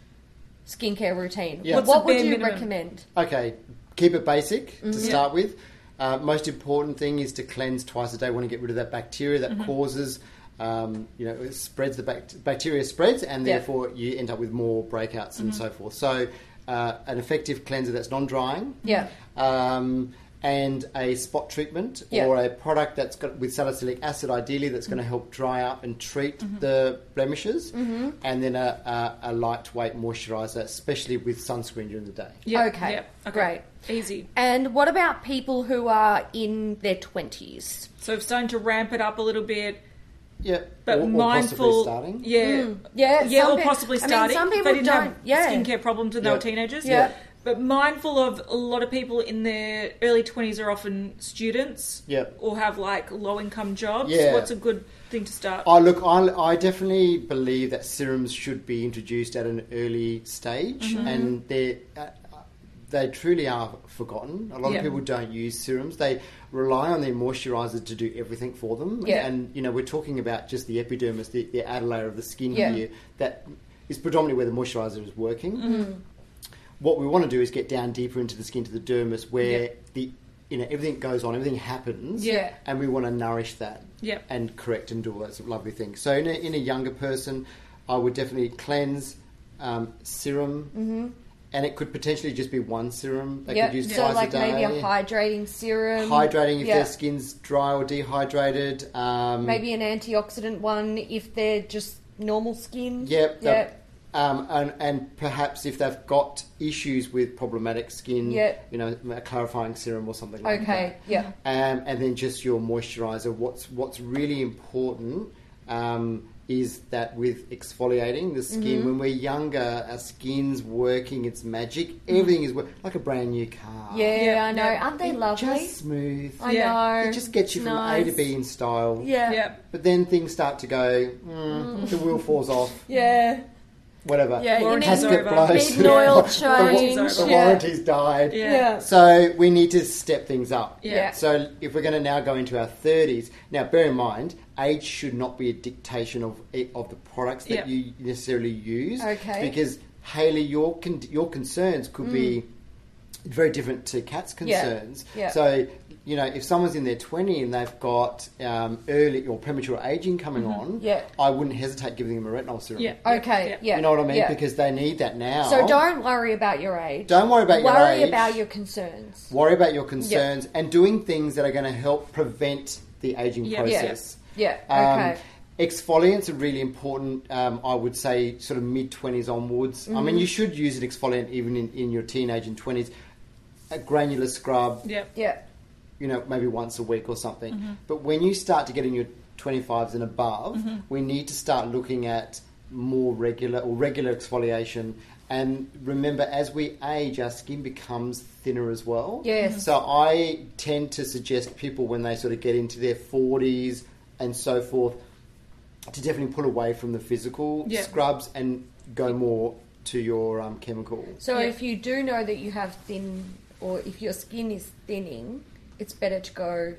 [SPEAKER 1] skincare routine.
[SPEAKER 3] Yeah.
[SPEAKER 1] What,
[SPEAKER 3] What's
[SPEAKER 2] the
[SPEAKER 1] would
[SPEAKER 2] bare
[SPEAKER 1] you
[SPEAKER 2] minimum?
[SPEAKER 1] recommend?
[SPEAKER 3] Okay, keep it basic to
[SPEAKER 2] Mm-hmm. Yeah.
[SPEAKER 3] start with. Uh, most important thing is to cleanse twice a day. want to get rid of that bacteria
[SPEAKER 2] Mm-hmm.
[SPEAKER 3] that causes, um, you know, it spreads the bac- bacteria spreads, and
[SPEAKER 1] Yeah.
[SPEAKER 3] therefore you end up with more breakouts
[SPEAKER 2] Mm-hmm.
[SPEAKER 3] and so forth. So, uh, an effective cleanser that's non-drying.
[SPEAKER 1] Yeah.
[SPEAKER 3] Um, and a spot treatment
[SPEAKER 1] Yeah.
[SPEAKER 3] or a product that's got with salicylic acid, ideally, that's going to help dry up and treat the blemishes, and then a, a, a lightweight moisturizer, especially with sunscreen during the day.
[SPEAKER 2] Yeah,
[SPEAKER 1] Okay,
[SPEAKER 2] yeah,
[SPEAKER 1] great.
[SPEAKER 2] Easy.
[SPEAKER 1] And what about people who are in their 20s?
[SPEAKER 2] So it's starting to ramp it up a little bit,
[SPEAKER 3] Yeah,
[SPEAKER 2] but
[SPEAKER 3] or- or
[SPEAKER 2] mindful.
[SPEAKER 3] possibly starting.
[SPEAKER 2] Yeah.
[SPEAKER 1] Hmm. yeah,
[SPEAKER 2] Yeah,
[SPEAKER 1] some
[SPEAKER 2] or
[SPEAKER 1] pe-
[SPEAKER 2] possibly
[SPEAKER 1] I mean,
[SPEAKER 2] starting.
[SPEAKER 1] some
[SPEAKER 2] if
[SPEAKER 1] people
[SPEAKER 2] they didn't have
[SPEAKER 1] don't- yeah.
[SPEAKER 2] skincare problems when they
[SPEAKER 3] Yeah.
[SPEAKER 2] were teenagers.
[SPEAKER 1] Yeah.
[SPEAKER 2] But mindful of a lot of people in their early 20s are often students
[SPEAKER 3] Yeah.
[SPEAKER 2] or have like low income jobs.
[SPEAKER 3] Yeah.
[SPEAKER 2] What's a good thing to start?
[SPEAKER 3] I Oh, look, I, I definitely believe that serums should be introduced at an early stage,
[SPEAKER 1] Mm-hmm.
[SPEAKER 3] and they uh, they truly are forgotten. A lot
[SPEAKER 2] Yeah.
[SPEAKER 3] of people don't use serums; they rely on their moisturiser to do everything for them.
[SPEAKER 1] Yeah.
[SPEAKER 3] And you know, we're talking about just the epidermis, the, the outer layer of the skin
[SPEAKER 1] Yeah.
[SPEAKER 3] here, that is predominantly where the moisturiser is working.
[SPEAKER 1] Mm-hmm.
[SPEAKER 3] What we want to do is get down deeper into the skin to the dermis, where
[SPEAKER 2] Yeah.
[SPEAKER 3] the you know everything goes on, everything happens,
[SPEAKER 1] Yeah.
[SPEAKER 3] and we want to nourish that
[SPEAKER 2] Yep.
[SPEAKER 3] and correct and do all those lovely things. So in a, in a younger person, I would definitely cleanse, um, serum, and it could potentially just be one serum. They
[SPEAKER 1] Yeah,
[SPEAKER 3] could use
[SPEAKER 1] Mm-hmm. so
[SPEAKER 3] twice
[SPEAKER 1] like
[SPEAKER 3] a day.
[SPEAKER 1] maybe a hydrating serum,
[SPEAKER 3] Hydrating if
[SPEAKER 1] yeah.
[SPEAKER 3] their skin's dry or dehydrated. Um,
[SPEAKER 1] maybe an antioxidant one if they're just normal skin.
[SPEAKER 3] Yep. the-
[SPEAKER 1] Yep.
[SPEAKER 3] Um, and, and perhaps if they've got issues with problematic skin,
[SPEAKER 1] Yep.
[SPEAKER 3] you know, a clarifying serum or something like that.
[SPEAKER 1] Okay. Yeah.
[SPEAKER 3] um, and then just your moisturizer. What's what's really important um, is that with exfoliating the skin,
[SPEAKER 1] Mm-hmm.
[SPEAKER 3] when we're younger, our skin's working its magic. Everything is work- like a brand new car.
[SPEAKER 1] Yeah,
[SPEAKER 2] Yeah,
[SPEAKER 1] I know.
[SPEAKER 2] yeah.
[SPEAKER 1] Aren't they
[SPEAKER 3] It's
[SPEAKER 1] lovely?
[SPEAKER 3] Ah. Just smooth.
[SPEAKER 1] I
[SPEAKER 2] Yeah.
[SPEAKER 1] know.
[SPEAKER 3] It just gets you
[SPEAKER 1] It's
[SPEAKER 3] from A to
[SPEAKER 1] nice.
[SPEAKER 3] B in style.
[SPEAKER 1] Yeah. Yeah.
[SPEAKER 2] yeah.
[SPEAKER 3] But then things start to go. Mm, The wheel falls off.
[SPEAKER 1] Yeah.
[SPEAKER 3] Whatever.
[SPEAKER 1] Yeah, you
[SPEAKER 2] Warranty's
[SPEAKER 1] need
[SPEAKER 3] Casket
[SPEAKER 2] over.
[SPEAKER 3] blows.
[SPEAKER 1] big oil
[SPEAKER 3] The wa-
[SPEAKER 1] change.
[SPEAKER 2] Warranty's
[SPEAKER 3] The
[SPEAKER 2] over.
[SPEAKER 1] yeah.
[SPEAKER 3] warranty's died.
[SPEAKER 2] Yeah.
[SPEAKER 1] Yeah.
[SPEAKER 3] So we need to step things up.
[SPEAKER 1] Yeah.
[SPEAKER 2] Yeah.
[SPEAKER 3] So if we're going to now go into our 30s, now bear in mind, age should not be a dictation of eh, of the products
[SPEAKER 2] Yeah.
[SPEAKER 3] that you necessarily use.
[SPEAKER 1] Okay.
[SPEAKER 3] Because Haley, your con- your concerns could be very different to Kat's concerns.
[SPEAKER 1] Mm. Yeah.
[SPEAKER 3] So you know, if someone's in their 20 and they've got um, early or premature aging coming on,
[SPEAKER 1] Mm-hmm. Yeah.
[SPEAKER 3] I wouldn't hesitate giving them a retinol serum.
[SPEAKER 2] Yeah.
[SPEAKER 1] Okay.
[SPEAKER 2] Yeah.
[SPEAKER 1] Yeah.
[SPEAKER 3] You know what I mean?
[SPEAKER 1] yeah.
[SPEAKER 3] Because they need that now.
[SPEAKER 1] So don't worry about your age.
[SPEAKER 3] Don't worry about your
[SPEAKER 1] worry
[SPEAKER 3] age.
[SPEAKER 1] about your concerns.
[SPEAKER 3] worry about your concerns and doing things that are going to help prevent the aging
[SPEAKER 2] Yeah.
[SPEAKER 1] Yeah.
[SPEAKER 3] process.
[SPEAKER 1] Yeah.
[SPEAKER 3] Um,
[SPEAKER 1] Okay.
[SPEAKER 3] Exfoliants are really important, um, I would say, sort of mid 20s onwards. I
[SPEAKER 1] Mm-hmm.
[SPEAKER 3] mean, you should use an exfoliant even in, in your teenage and 20s. A granular scrub,
[SPEAKER 2] Yeah.
[SPEAKER 1] yeah.
[SPEAKER 3] you know, maybe once a week or something. But when you start to get in your 25s and above, we need to start looking at more regular or regular exfoliation. And remember, as we age, our skin becomes thinner as well.
[SPEAKER 1] Yes. Mhm.
[SPEAKER 3] So I tend to suggest people when they sort of get into their 40s and so forth to definitely pull away from the physical
[SPEAKER 2] Yeah.
[SPEAKER 3] scrubs and go more to your um, chemical.
[SPEAKER 1] So
[SPEAKER 2] Yeah.
[SPEAKER 1] if you do know that you have thin, or if your skin is thinning, it's better to go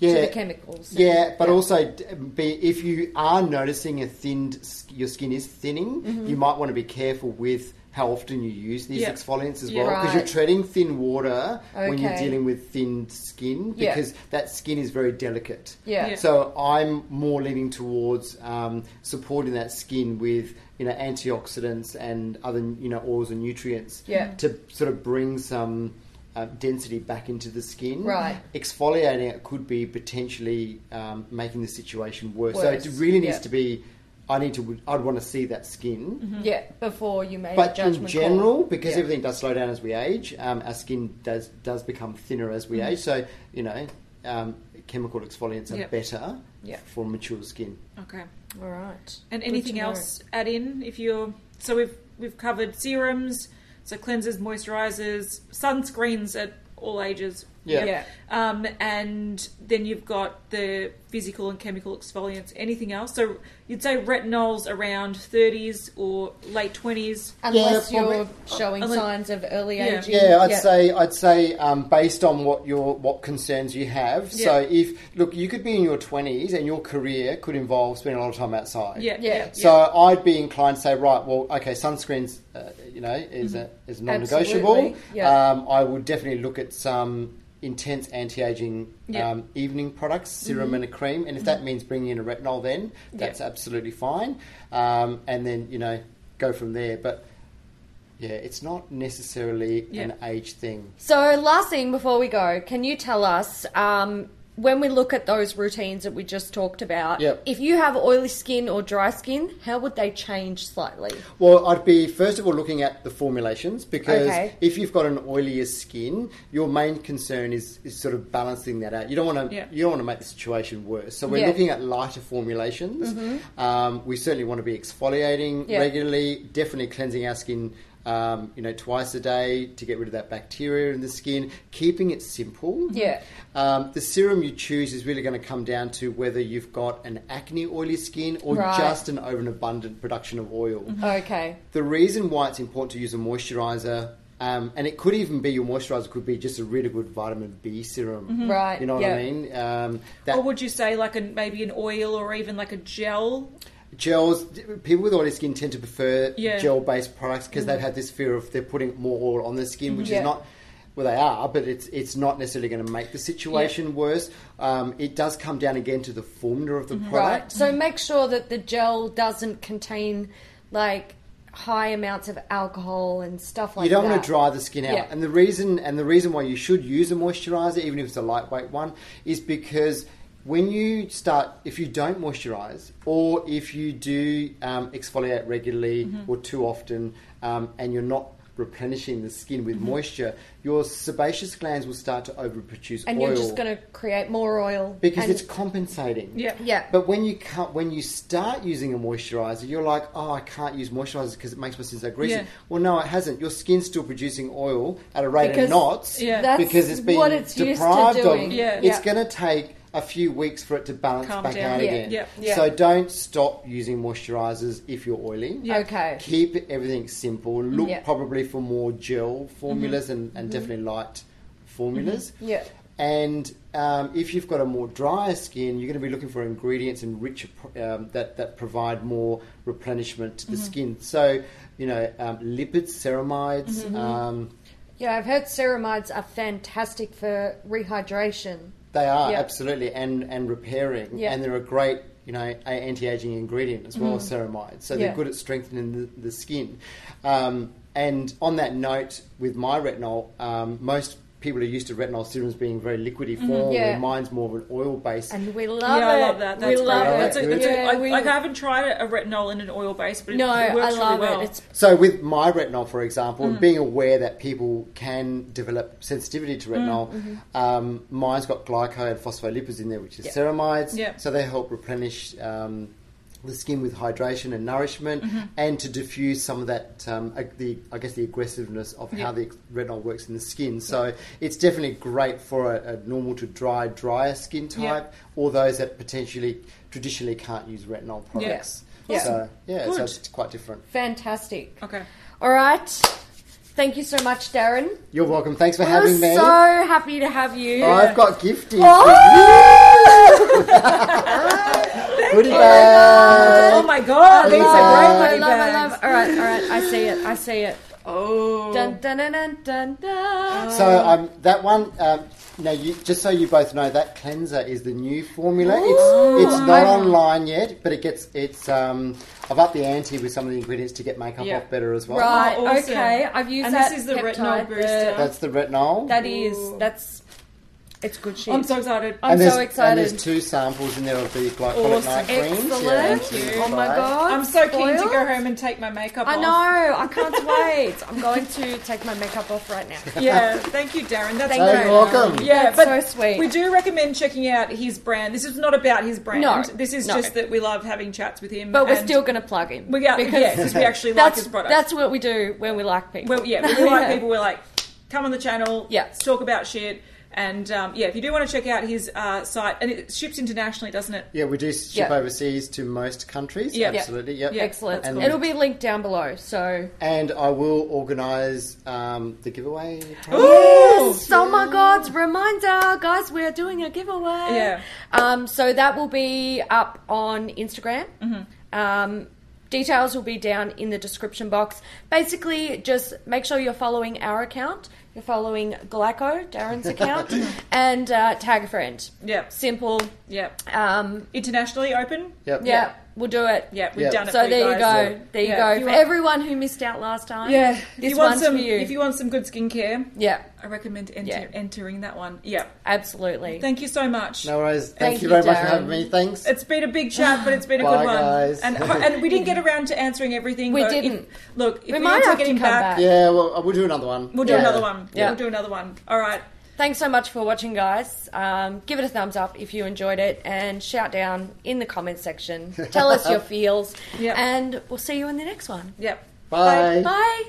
[SPEAKER 1] to the chemicals.
[SPEAKER 3] Yeah, but also d- be, if you are noticing a thinned s- your skin is thinning,
[SPEAKER 1] Mm-hmm.
[SPEAKER 3] you might want to be careful with how often you use these
[SPEAKER 2] Yeah.
[SPEAKER 3] exfoliants as
[SPEAKER 2] Yeah.
[SPEAKER 3] well because you're
[SPEAKER 1] Right.
[SPEAKER 3] treading thin water when you're
[SPEAKER 1] Okay.
[SPEAKER 3] dealing with thin skin
[SPEAKER 1] Yeah.
[SPEAKER 3] because that skin is very delicate.
[SPEAKER 1] Yeah. Yeah.
[SPEAKER 3] So I'm more leaning towards um, supporting that skin with you know antioxidants and other you know oils and nutrients
[SPEAKER 1] Yeah.
[SPEAKER 3] to sort of bring some uh, density back into the skin
[SPEAKER 1] Right.
[SPEAKER 3] exfoliating it could be potentially um, making the situation worse. So it
[SPEAKER 1] Worse,
[SPEAKER 3] really needs
[SPEAKER 1] yeah.
[SPEAKER 3] to be. I need to. I'd want to see that skin.
[SPEAKER 2] Mm-hmm.
[SPEAKER 1] yeah, before you make a
[SPEAKER 3] But
[SPEAKER 1] judgment
[SPEAKER 3] in
[SPEAKER 1] call.
[SPEAKER 3] general, because
[SPEAKER 1] Yeah.
[SPEAKER 3] everything does slow down as we age, um, our skin does does become thinner as we
[SPEAKER 1] Mm-hmm.
[SPEAKER 3] age. So you know, um, chemical exfoliants are
[SPEAKER 2] Yeah.
[SPEAKER 3] better
[SPEAKER 1] Yeah.
[SPEAKER 3] for mature skin.
[SPEAKER 2] Okay.
[SPEAKER 1] All right.
[SPEAKER 2] And
[SPEAKER 1] Good to
[SPEAKER 2] anything
[SPEAKER 1] know.
[SPEAKER 2] else add in if you're so we've we've covered serums, so cleansers, moisturizers, sunscreens at all ages.
[SPEAKER 3] Yeah.
[SPEAKER 1] Yeah.
[SPEAKER 2] Um, and then you've got the physical and chemical exfoliants. Anything else? So you'd say retinols around 30s or late 20s.
[SPEAKER 1] Unless
[SPEAKER 3] Yeah,
[SPEAKER 1] you're
[SPEAKER 3] probably-
[SPEAKER 1] showing
[SPEAKER 2] unless-
[SPEAKER 1] signs of early
[SPEAKER 2] Yeah.
[SPEAKER 1] aging.
[SPEAKER 3] Yeah, I'd say I'd say um, based on what your what concerns you have. So if look, you could be in your twenties and your career could involve spending a lot of time outside.
[SPEAKER 2] Yeah.
[SPEAKER 1] Yeah.
[SPEAKER 3] So I'd be inclined to say, right, well, okay, sunscreens, uh, you know, is a, is non-negotiable.
[SPEAKER 1] Mm-hmm. Absolutely, yeah.
[SPEAKER 3] Um, I would definitely look at some intense anti-aging
[SPEAKER 2] Yeah.
[SPEAKER 3] um, evening products,
[SPEAKER 1] Mm-hmm.
[SPEAKER 3] serum and a cream, and if that means bringing in a retinol, then that's absolutely fine. Um, and then you know, go from there. But yeah, it's not necessarily an
[SPEAKER 2] Yeah.
[SPEAKER 3] age thing.
[SPEAKER 1] So, last thing before we go, can you tell us um, when we look at those routines that we just talked about,
[SPEAKER 3] Yep.
[SPEAKER 1] if you have oily skin or dry skin, how would they change slightly?
[SPEAKER 3] Well, I'd be first of all looking at the formulations because
[SPEAKER 1] Okay.
[SPEAKER 3] if you've got an oilier skin, your main concern is, is sort of balancing that out. You don't want to
[SPEAKER 2] Yeah.
[SPEAKER 3] you don't want to make the situation worse. So we're
[SPEAKER 1] Yeah. Mm-hmm.
[SPEAKER 3] looking at lighter formulations. Um, we certainly want to be exfoliating
[SPEAKER 1] Yeah.
[SPEAKER 3] regularly, definitely cleansing our skin. Um, you know, twice a day to get rid of that bacteria in the skin, keeping it simple.
[SPEAKER 1] Yeah.
[SPEAKER 3] Um, the serum you choose is really going to come down to whether you've got an acne oily skin or
[SPEAKER 1] Right. Mm-hmm.
[SPEAKER 3] just an over and abundant production of oil.
[SPEAKER 1] Okay.
[SPEAKER 3] The reason why it's important to use a moisturizer, um, and it could even be your moisturizer could be just a really good vitamin B serum.
[SPEAKER 1] Right.
[SPEAKER 3] You know what
[SPEAKER 1] yeah.
[SPEAKER 3] I mean? Um, that
[SPEAKER 2] Or would you say like a, maybe an oil or even like a gel?
[SPEAKER 3] gels, people with oily skin tend to prefer
[SPEAKER 2] Yeah.
[SPEAKER 3] gel-based products because they've had this fear of they're putting more oil on their skin, which
[SPEAKER 1] Yeah.
[SPEAKER 3] is not. Well, they are, but it's it's not necessarily going to make the situation worse. Um, it does come down again to the formula of the product.
[SPEAKER 1] Right. So make sure that the gel doesn't contain like high amounts of alcohol and stuff like
[SPEAKER 3] you
[SPEAKER 1] that.
[SPEAKER 3] don't want to dry the skin out
[SPEAKER 1] Yeah.
[SPEAKER 3] and the reason and the reason why you should use a moisturizer even if it's a lightweight one is because when you start if you don't moisturize or if you do um, exfoliate regularly
[SPEAKER 1] Mm-hmm.
[SPEAKER 3] or too often um, and you're not replenishing the skin with
[SPEAKER 1] Mm-hmm.
[SPEAKER 3] moisture your sebaceous glands will start to overproduce
[SPEAKER 1] And
[SPEAKER 3] oil
[SPEAKER 1] you're just going to create more oil.
[SPEAKER 3] because
[SPEAKER 1] and-
[SPEAKER 3] it's compensating
[SPEAKER 2] Yeah.
[SPEAKER 1] Yeah.
[SPEAKER 3] but when you can't, when you start using a moisturizer, you're like, oh, I can't use moisturizers because it makes my skin so greasy.
[SPEAKER 2] Yeah.
[SPEAKER 3] Well, no, it hasn't. Your skin's still producing oil at a rate
[SPEAKER 1] Because
[SPEAKER 3] of knots
[SPEAKER 2] Yeah.
[SPEAKER 1] That's
[SPEAKER 3] because it's been
[SPEAKER 1] what it's used to
[SPEAKER 3] deprived
[SPEAKER 1] doing.
[SPEAKER 3] of.
[SPEAKER 2] Yeah.
[SPEAKER 3] It's
[SPEAKER 1] Yeah.
[SPEAKER 3] going to take a few weeks for it to balance
[SPEAKER 2] Calm
[SPEAKER 3] back
[SPEAKER 2] down.
[SPEAKER 3] out
[SPEAKER 1] Yeah.
[SPEAKER 3] again.
[SPEAKER 2] Yeah.
[SPEAKER 1] Yeah.
[SPEAKER 3] So don't stop using moisturizers if you're oily.
[SPEAKER 2] Yeah.
[SPEAKER 1] Okay.
[SPEAKER 3] Keep everything simple. Look
[SPEAKER 1] Yeah. Mm-hmm.
[SPEAKER 3] probably for more gel formulas and, and definitely light formulas.
[SPEAKER 1] Yeah.
[SPEAKER 3] And um, if you've got a more drier skin, you're going to be looking for ingredients and richer pro- um, that that provide more replenishment to the
[SPEAKER 1] Mm-hmm.
[SPEAKER 3] skin. So, you know, um, lipids, ceramides.
[SPEAKER 1] Mm-hmm.
[SPEAKER 3] Um,
[SPEAKER 1] Yeah, I've heard ceramides are fantastic for rehydration.
[SPEAKER 3] They are
[SPEAKER 1] Yeah.
[SPEAKER 3] absolutely and and repairing,
[SPEAKER 1] Yeah.
[SPEAKER 3] and they're a great you know a- anti-aging ingredient as well as ceramides. So
[SPEAKER 1] Mm-hmm. Yeah.
[SPEAKER 3] they're good at strengthening the, the skin. Um, and on that note, with my retinol, um, most people are used to retinol serums being very liquidy form,
[SPEAKER 1] Mm-hmm. Yeah.
[SPEAKER 3] where mine's more of an oil base.
[SPEAKER 1] And we love
[SPEAKER 2] yeah, I
[SPEAKER 1] it.
[SPEAKER 2] love that. That's
[SPEAKER 1] we love
[SPEAKER 2] great.
[SPEAKER 1] it.
[SPEAKER 2] That's a, that's
[SPEAKER 1] yeah,
[SPEAKER 2] a, I,
[SPEAKER 1] we-
[SPEAKER 2] like I haven't tried a retinol in an oil base, but it,
[SPEAKER 1] no,
[SPEAKER 2] it
[SPEAKER 1] I
[SPEAKER 2] works
[SPEAKER 1] love
[SPEAKER 2] really well.
[SPEAKER 1] it. It's
[SPEAKER 3] So with my retinol, for example, and being aware that people can develop sensitivity to retinol, um, mine's got glyco and phospholipids in there, which is
[SPEAKER 1] Yep.
[SPEAKER 3] ceramides.
[SPEAKER 2] Yep.
[SPEAKER 3] So they help replenish um, the skin with hydration and nourishment, and to diffuse some of that, um, ag- the I guess the aggressiveness of
[SPEAKER 2] Yep.
[SPEAKER 3] how the retinol works in the skin. So it's definitely great for a, a normal to dry, drier skin type, or those that potentially traditionally can't use retinol products.
[SPEAKER 1] Yeah.
[SPEAKER 3] So yeah, so
[SPEAKER 2] Good.
[SPEAKER 3] it's quite different.
[SPEAKER 1] fantastic.
[SPEAKER 2] okay.
[SPEAKER 1] All right. Thank you so much, Darren.
[SPEAKER 3] You're welcome. Thanks for
[SPEAKER 1] I was
[SPEAKER 3] having me. Oh,
[SPEAKER 1] so happy to have you.
[SPEAKER 3] I've got gifties.
[SPEAKER 1] Oh!
[SPEAKER 3] Goodie
[SPEAKER 2] Oh
[SPEAKER 3] bag.
[SPEAKER 2] my god, these
[SPEAKER 1] I
[SPEAKER 2] are
[SPEAKER 1] love,
[SPEAKER 2] great
[SPEAKER 1] I
[SPEAKER 2] money
[SPEAKER 1] love, I
[SPEAKER 2] bags.
[SPEAKER 1] love. All right, all right. I see it. I see it.
[SPEAKER 2] Oh,
[SPEAKER 1] Dun dun dun dun dun. dun.
[SPEAKER 3] So um, that one. Um, now, you, just so you both know, that cleanser is the new formula.
[SPEAKER 1] Ooh.
[SPEAKER 3] It's it's not
[SPEAKER 1] I've-
[SPEAKER 3] online yet, but it gets it's. Um, I've upped the ante with some of the ingredients to get makeup
[SPEAKER 2] Yeah.
[SPEAKER 3] off better as well.
[SPEAKER 1] right.
[SPEAKER 2] Oh, awesome.
[SPEAKER 1] Okay. I've used
[SPEAKER 2] And
[SPEAKER 1] that.
[SPEAKER 2] this is the
[SPEAKER 1] peptide,
[SPEAKER 2] retinol
[SPEAKER 1] the-
[SPEAKER 2] booster.
[SPEAKER 3] That's the retinol.
[SPEAKER 1] That is.
[SPEAKER 2] Ooh.
[SPEAKER 1] That's. It's good shit.
[SPEAKER 2] I'm so excited.
[SPEAKER 1] I'm
[SPEAKER 3] and there's,
[SPEAKER 1] so
[SPEAKER 3] And
[SPEAKER 1] excited.
[SPEAKER 3] there's two samples in there of the glycolic
[SPEAKER 2] Awesome.
[SPEAKER 3] night creams.
[SPEAKER 1] Excellent.
[SPEAKER 2] Thank you.
[SPEAKER 1] Oh my
[SPEAKER 3] Right.
[SPEAKER 1] god.
[SPEAKER 2] I'm so keen to
[SPEAKER 1] spoiled.
[SPEAKER 2] go home and take my makeup
[SPEAKER 1] I
[SPEAKER 2] off.
[SPEAKER 1] know. I can't wait. I'm going to take my makeup off right now.
[SPEAKER 2] Yeah, thank you, Darren. That's
[SPEAKER 1] Thank
[SPEAKER 3] Oh,
[SPEAKER 1] you.
[SPEAKER 2] great.
[SPEAKER 3] you're welcome.
[SPEAKER 2] Yeah,
[SPEAKER 1] That's
[SPEAKER 2] but
[SPEAKER 1] so sweet.
[SPEAKER 2] we do recommend checking out his brand. This is not about his brand.
[SPEAKER 1] No,
[SPEAKER 2] this is
[SPEAKER 1] no.
[SPEAKER 2] just that we love having chats with him.
[SPEAKER 1] But we're
[SPEAKER 2] and
[SPEAKER 1] still going to plug him.
[SPEAKER 2] we yeah,
[SPEAKER 1] because
[SPEAKER 2] because we actually like
[SPEAKER 1] that's
[SPEAKER 2] his product.
[SPEAKER 1] that's what we do when we like people.
[SPEAKER 2] well, yeah, we like people. We're like, come on the channel.
[SPEAKER 1] Yeah.
[SPEAKER 2] let's talk about shit. And um, yeah, if you do want to check out his uh, site, and it ships internationally, doesn't it?
[SPEAKER 3] Yeah, we do ship
[SPEAKER 1] Yeah.
[SPEAKER 3] overseas to most countries.
[SPEAKER 2] Yeah.
[SPEAKER 3] Absolutely. Yep.
[SPEAKER 2] Yeah.
[SPEAKER 1] Excellent.
[SPEAKER 3] And-
[SPEAKER 1] It'll be linked down below. So.
[SPEAKER 3] And I will organise um, the giveaway.
[SPEAKER 2] Ooh!
[SPEAKER 1] Oh my God! Reminder, guys, we're doing a giveaway.
[SPEAKER 2] Yeah.
[SPEAKER 1] Um, so that will be up on Instagram.
[SPEAKER 2] Mm-hmm.
[SPEAKER 1] Um, details will be down in the description box. Basically, just make sure you're following our account. You're following Glyco, Darren's account, and uh, tag a friend.
[SPEAKER 2] Yeah.
[SPEAKER 1] Simple.
[SPEAKER 2] Yeah,
[SPEAKER 1] Um,
[SPEAKER 2] internationally open.
[SPEAKER 3] Yep.
[SPEAKER 1] yeah, we'll do it.
[SPEAKER 2] Yeah, we've
[SPEAKER 3] Yeah.
[SPEAKER 2] done it.
[SPEAKER 1] So
[SPEAKER 2] for
[SPEAKER 1] there you
[SPEAKER 2] guys.
[SPEAKER 1] go. There you
[SPEAKER 2] Yeah.
[SPEAKER 1] go.
[SPEAKER 2] If you
[SPEAKER 1] for
[SPEAKER 2] want-
[SPEAKER 1] everyone who missed out last time.
[SPEAKER 2] Yeah, if
[SPEAKER 1] This
[SPEAKER 2] you want
[SPEAKER 1] one's
[SPEAKER 2] some,
[SPEAKER 1] for you.
[SPEAKER 2] if you want some good skincare,
[SPEAKER 1] Yeah.
[SPEAKER 2] I recommend enter,
[SPEAKER 1] Yeah.
[SPEAKER 2] entering that one. Yeah.
[SPEAKER 1] Absolutely.
[SPEAKER 2] Thank you so much.
[SPEAKER 3] No worries. Thank,
[SPEAKER 1] Thank
[SPEAKER 3] you
[SPEAKER 1] you,
[SPEAKER 3] very much for
[SPEAKER 1] Darren.
[SPEAKER 3] having me. Thanks.
[SPEAKER 2] It's been a big chat, but it's been a
[SPEAKER 3] Bye,
[SPEAKER 2] good one.
[SPEAKER 3] guys.
[SPEAKER 2] And and we didn't get around to answering everything.
[SPEAKER 1] We
[SPEAKER 2] but if-
[SPEAKER 1] didn't.
[SPEAKER 2] look, if we,
[SPEAKER 1] might
[SPEAKER 2] didn't
[SPEAKER 1] have
[SPEAKER 2] get
[SPEAKER 1] to
[SPEAKER 2] him
[SPEAKER 1] come
[SPEAKER 2] back,
[SPEAKER 1] back.
[SPEAKER 3] yeah, well, we'll do another one.
[SPEAKER 2] we'll do
[SPEAKER 3] Yeah.
[SPEAKER 2] another one.
[SPEAKER 1] Yeah.
[SPEAKER 2] We'll do another one. All right.
[SPEAKER 1] Thanks so much for watching, guys. Um, give it a thumbs up if you enjoyed it and shout down in the comment section. Tell us your feels.
[SPEAKER 2] Yep.
[SPEAKER 1] And we'll see you in the next one.
[SPEAKER 2] Yep.
[SPEAKER 3] Bye.
[SPEAKER 1] Bye.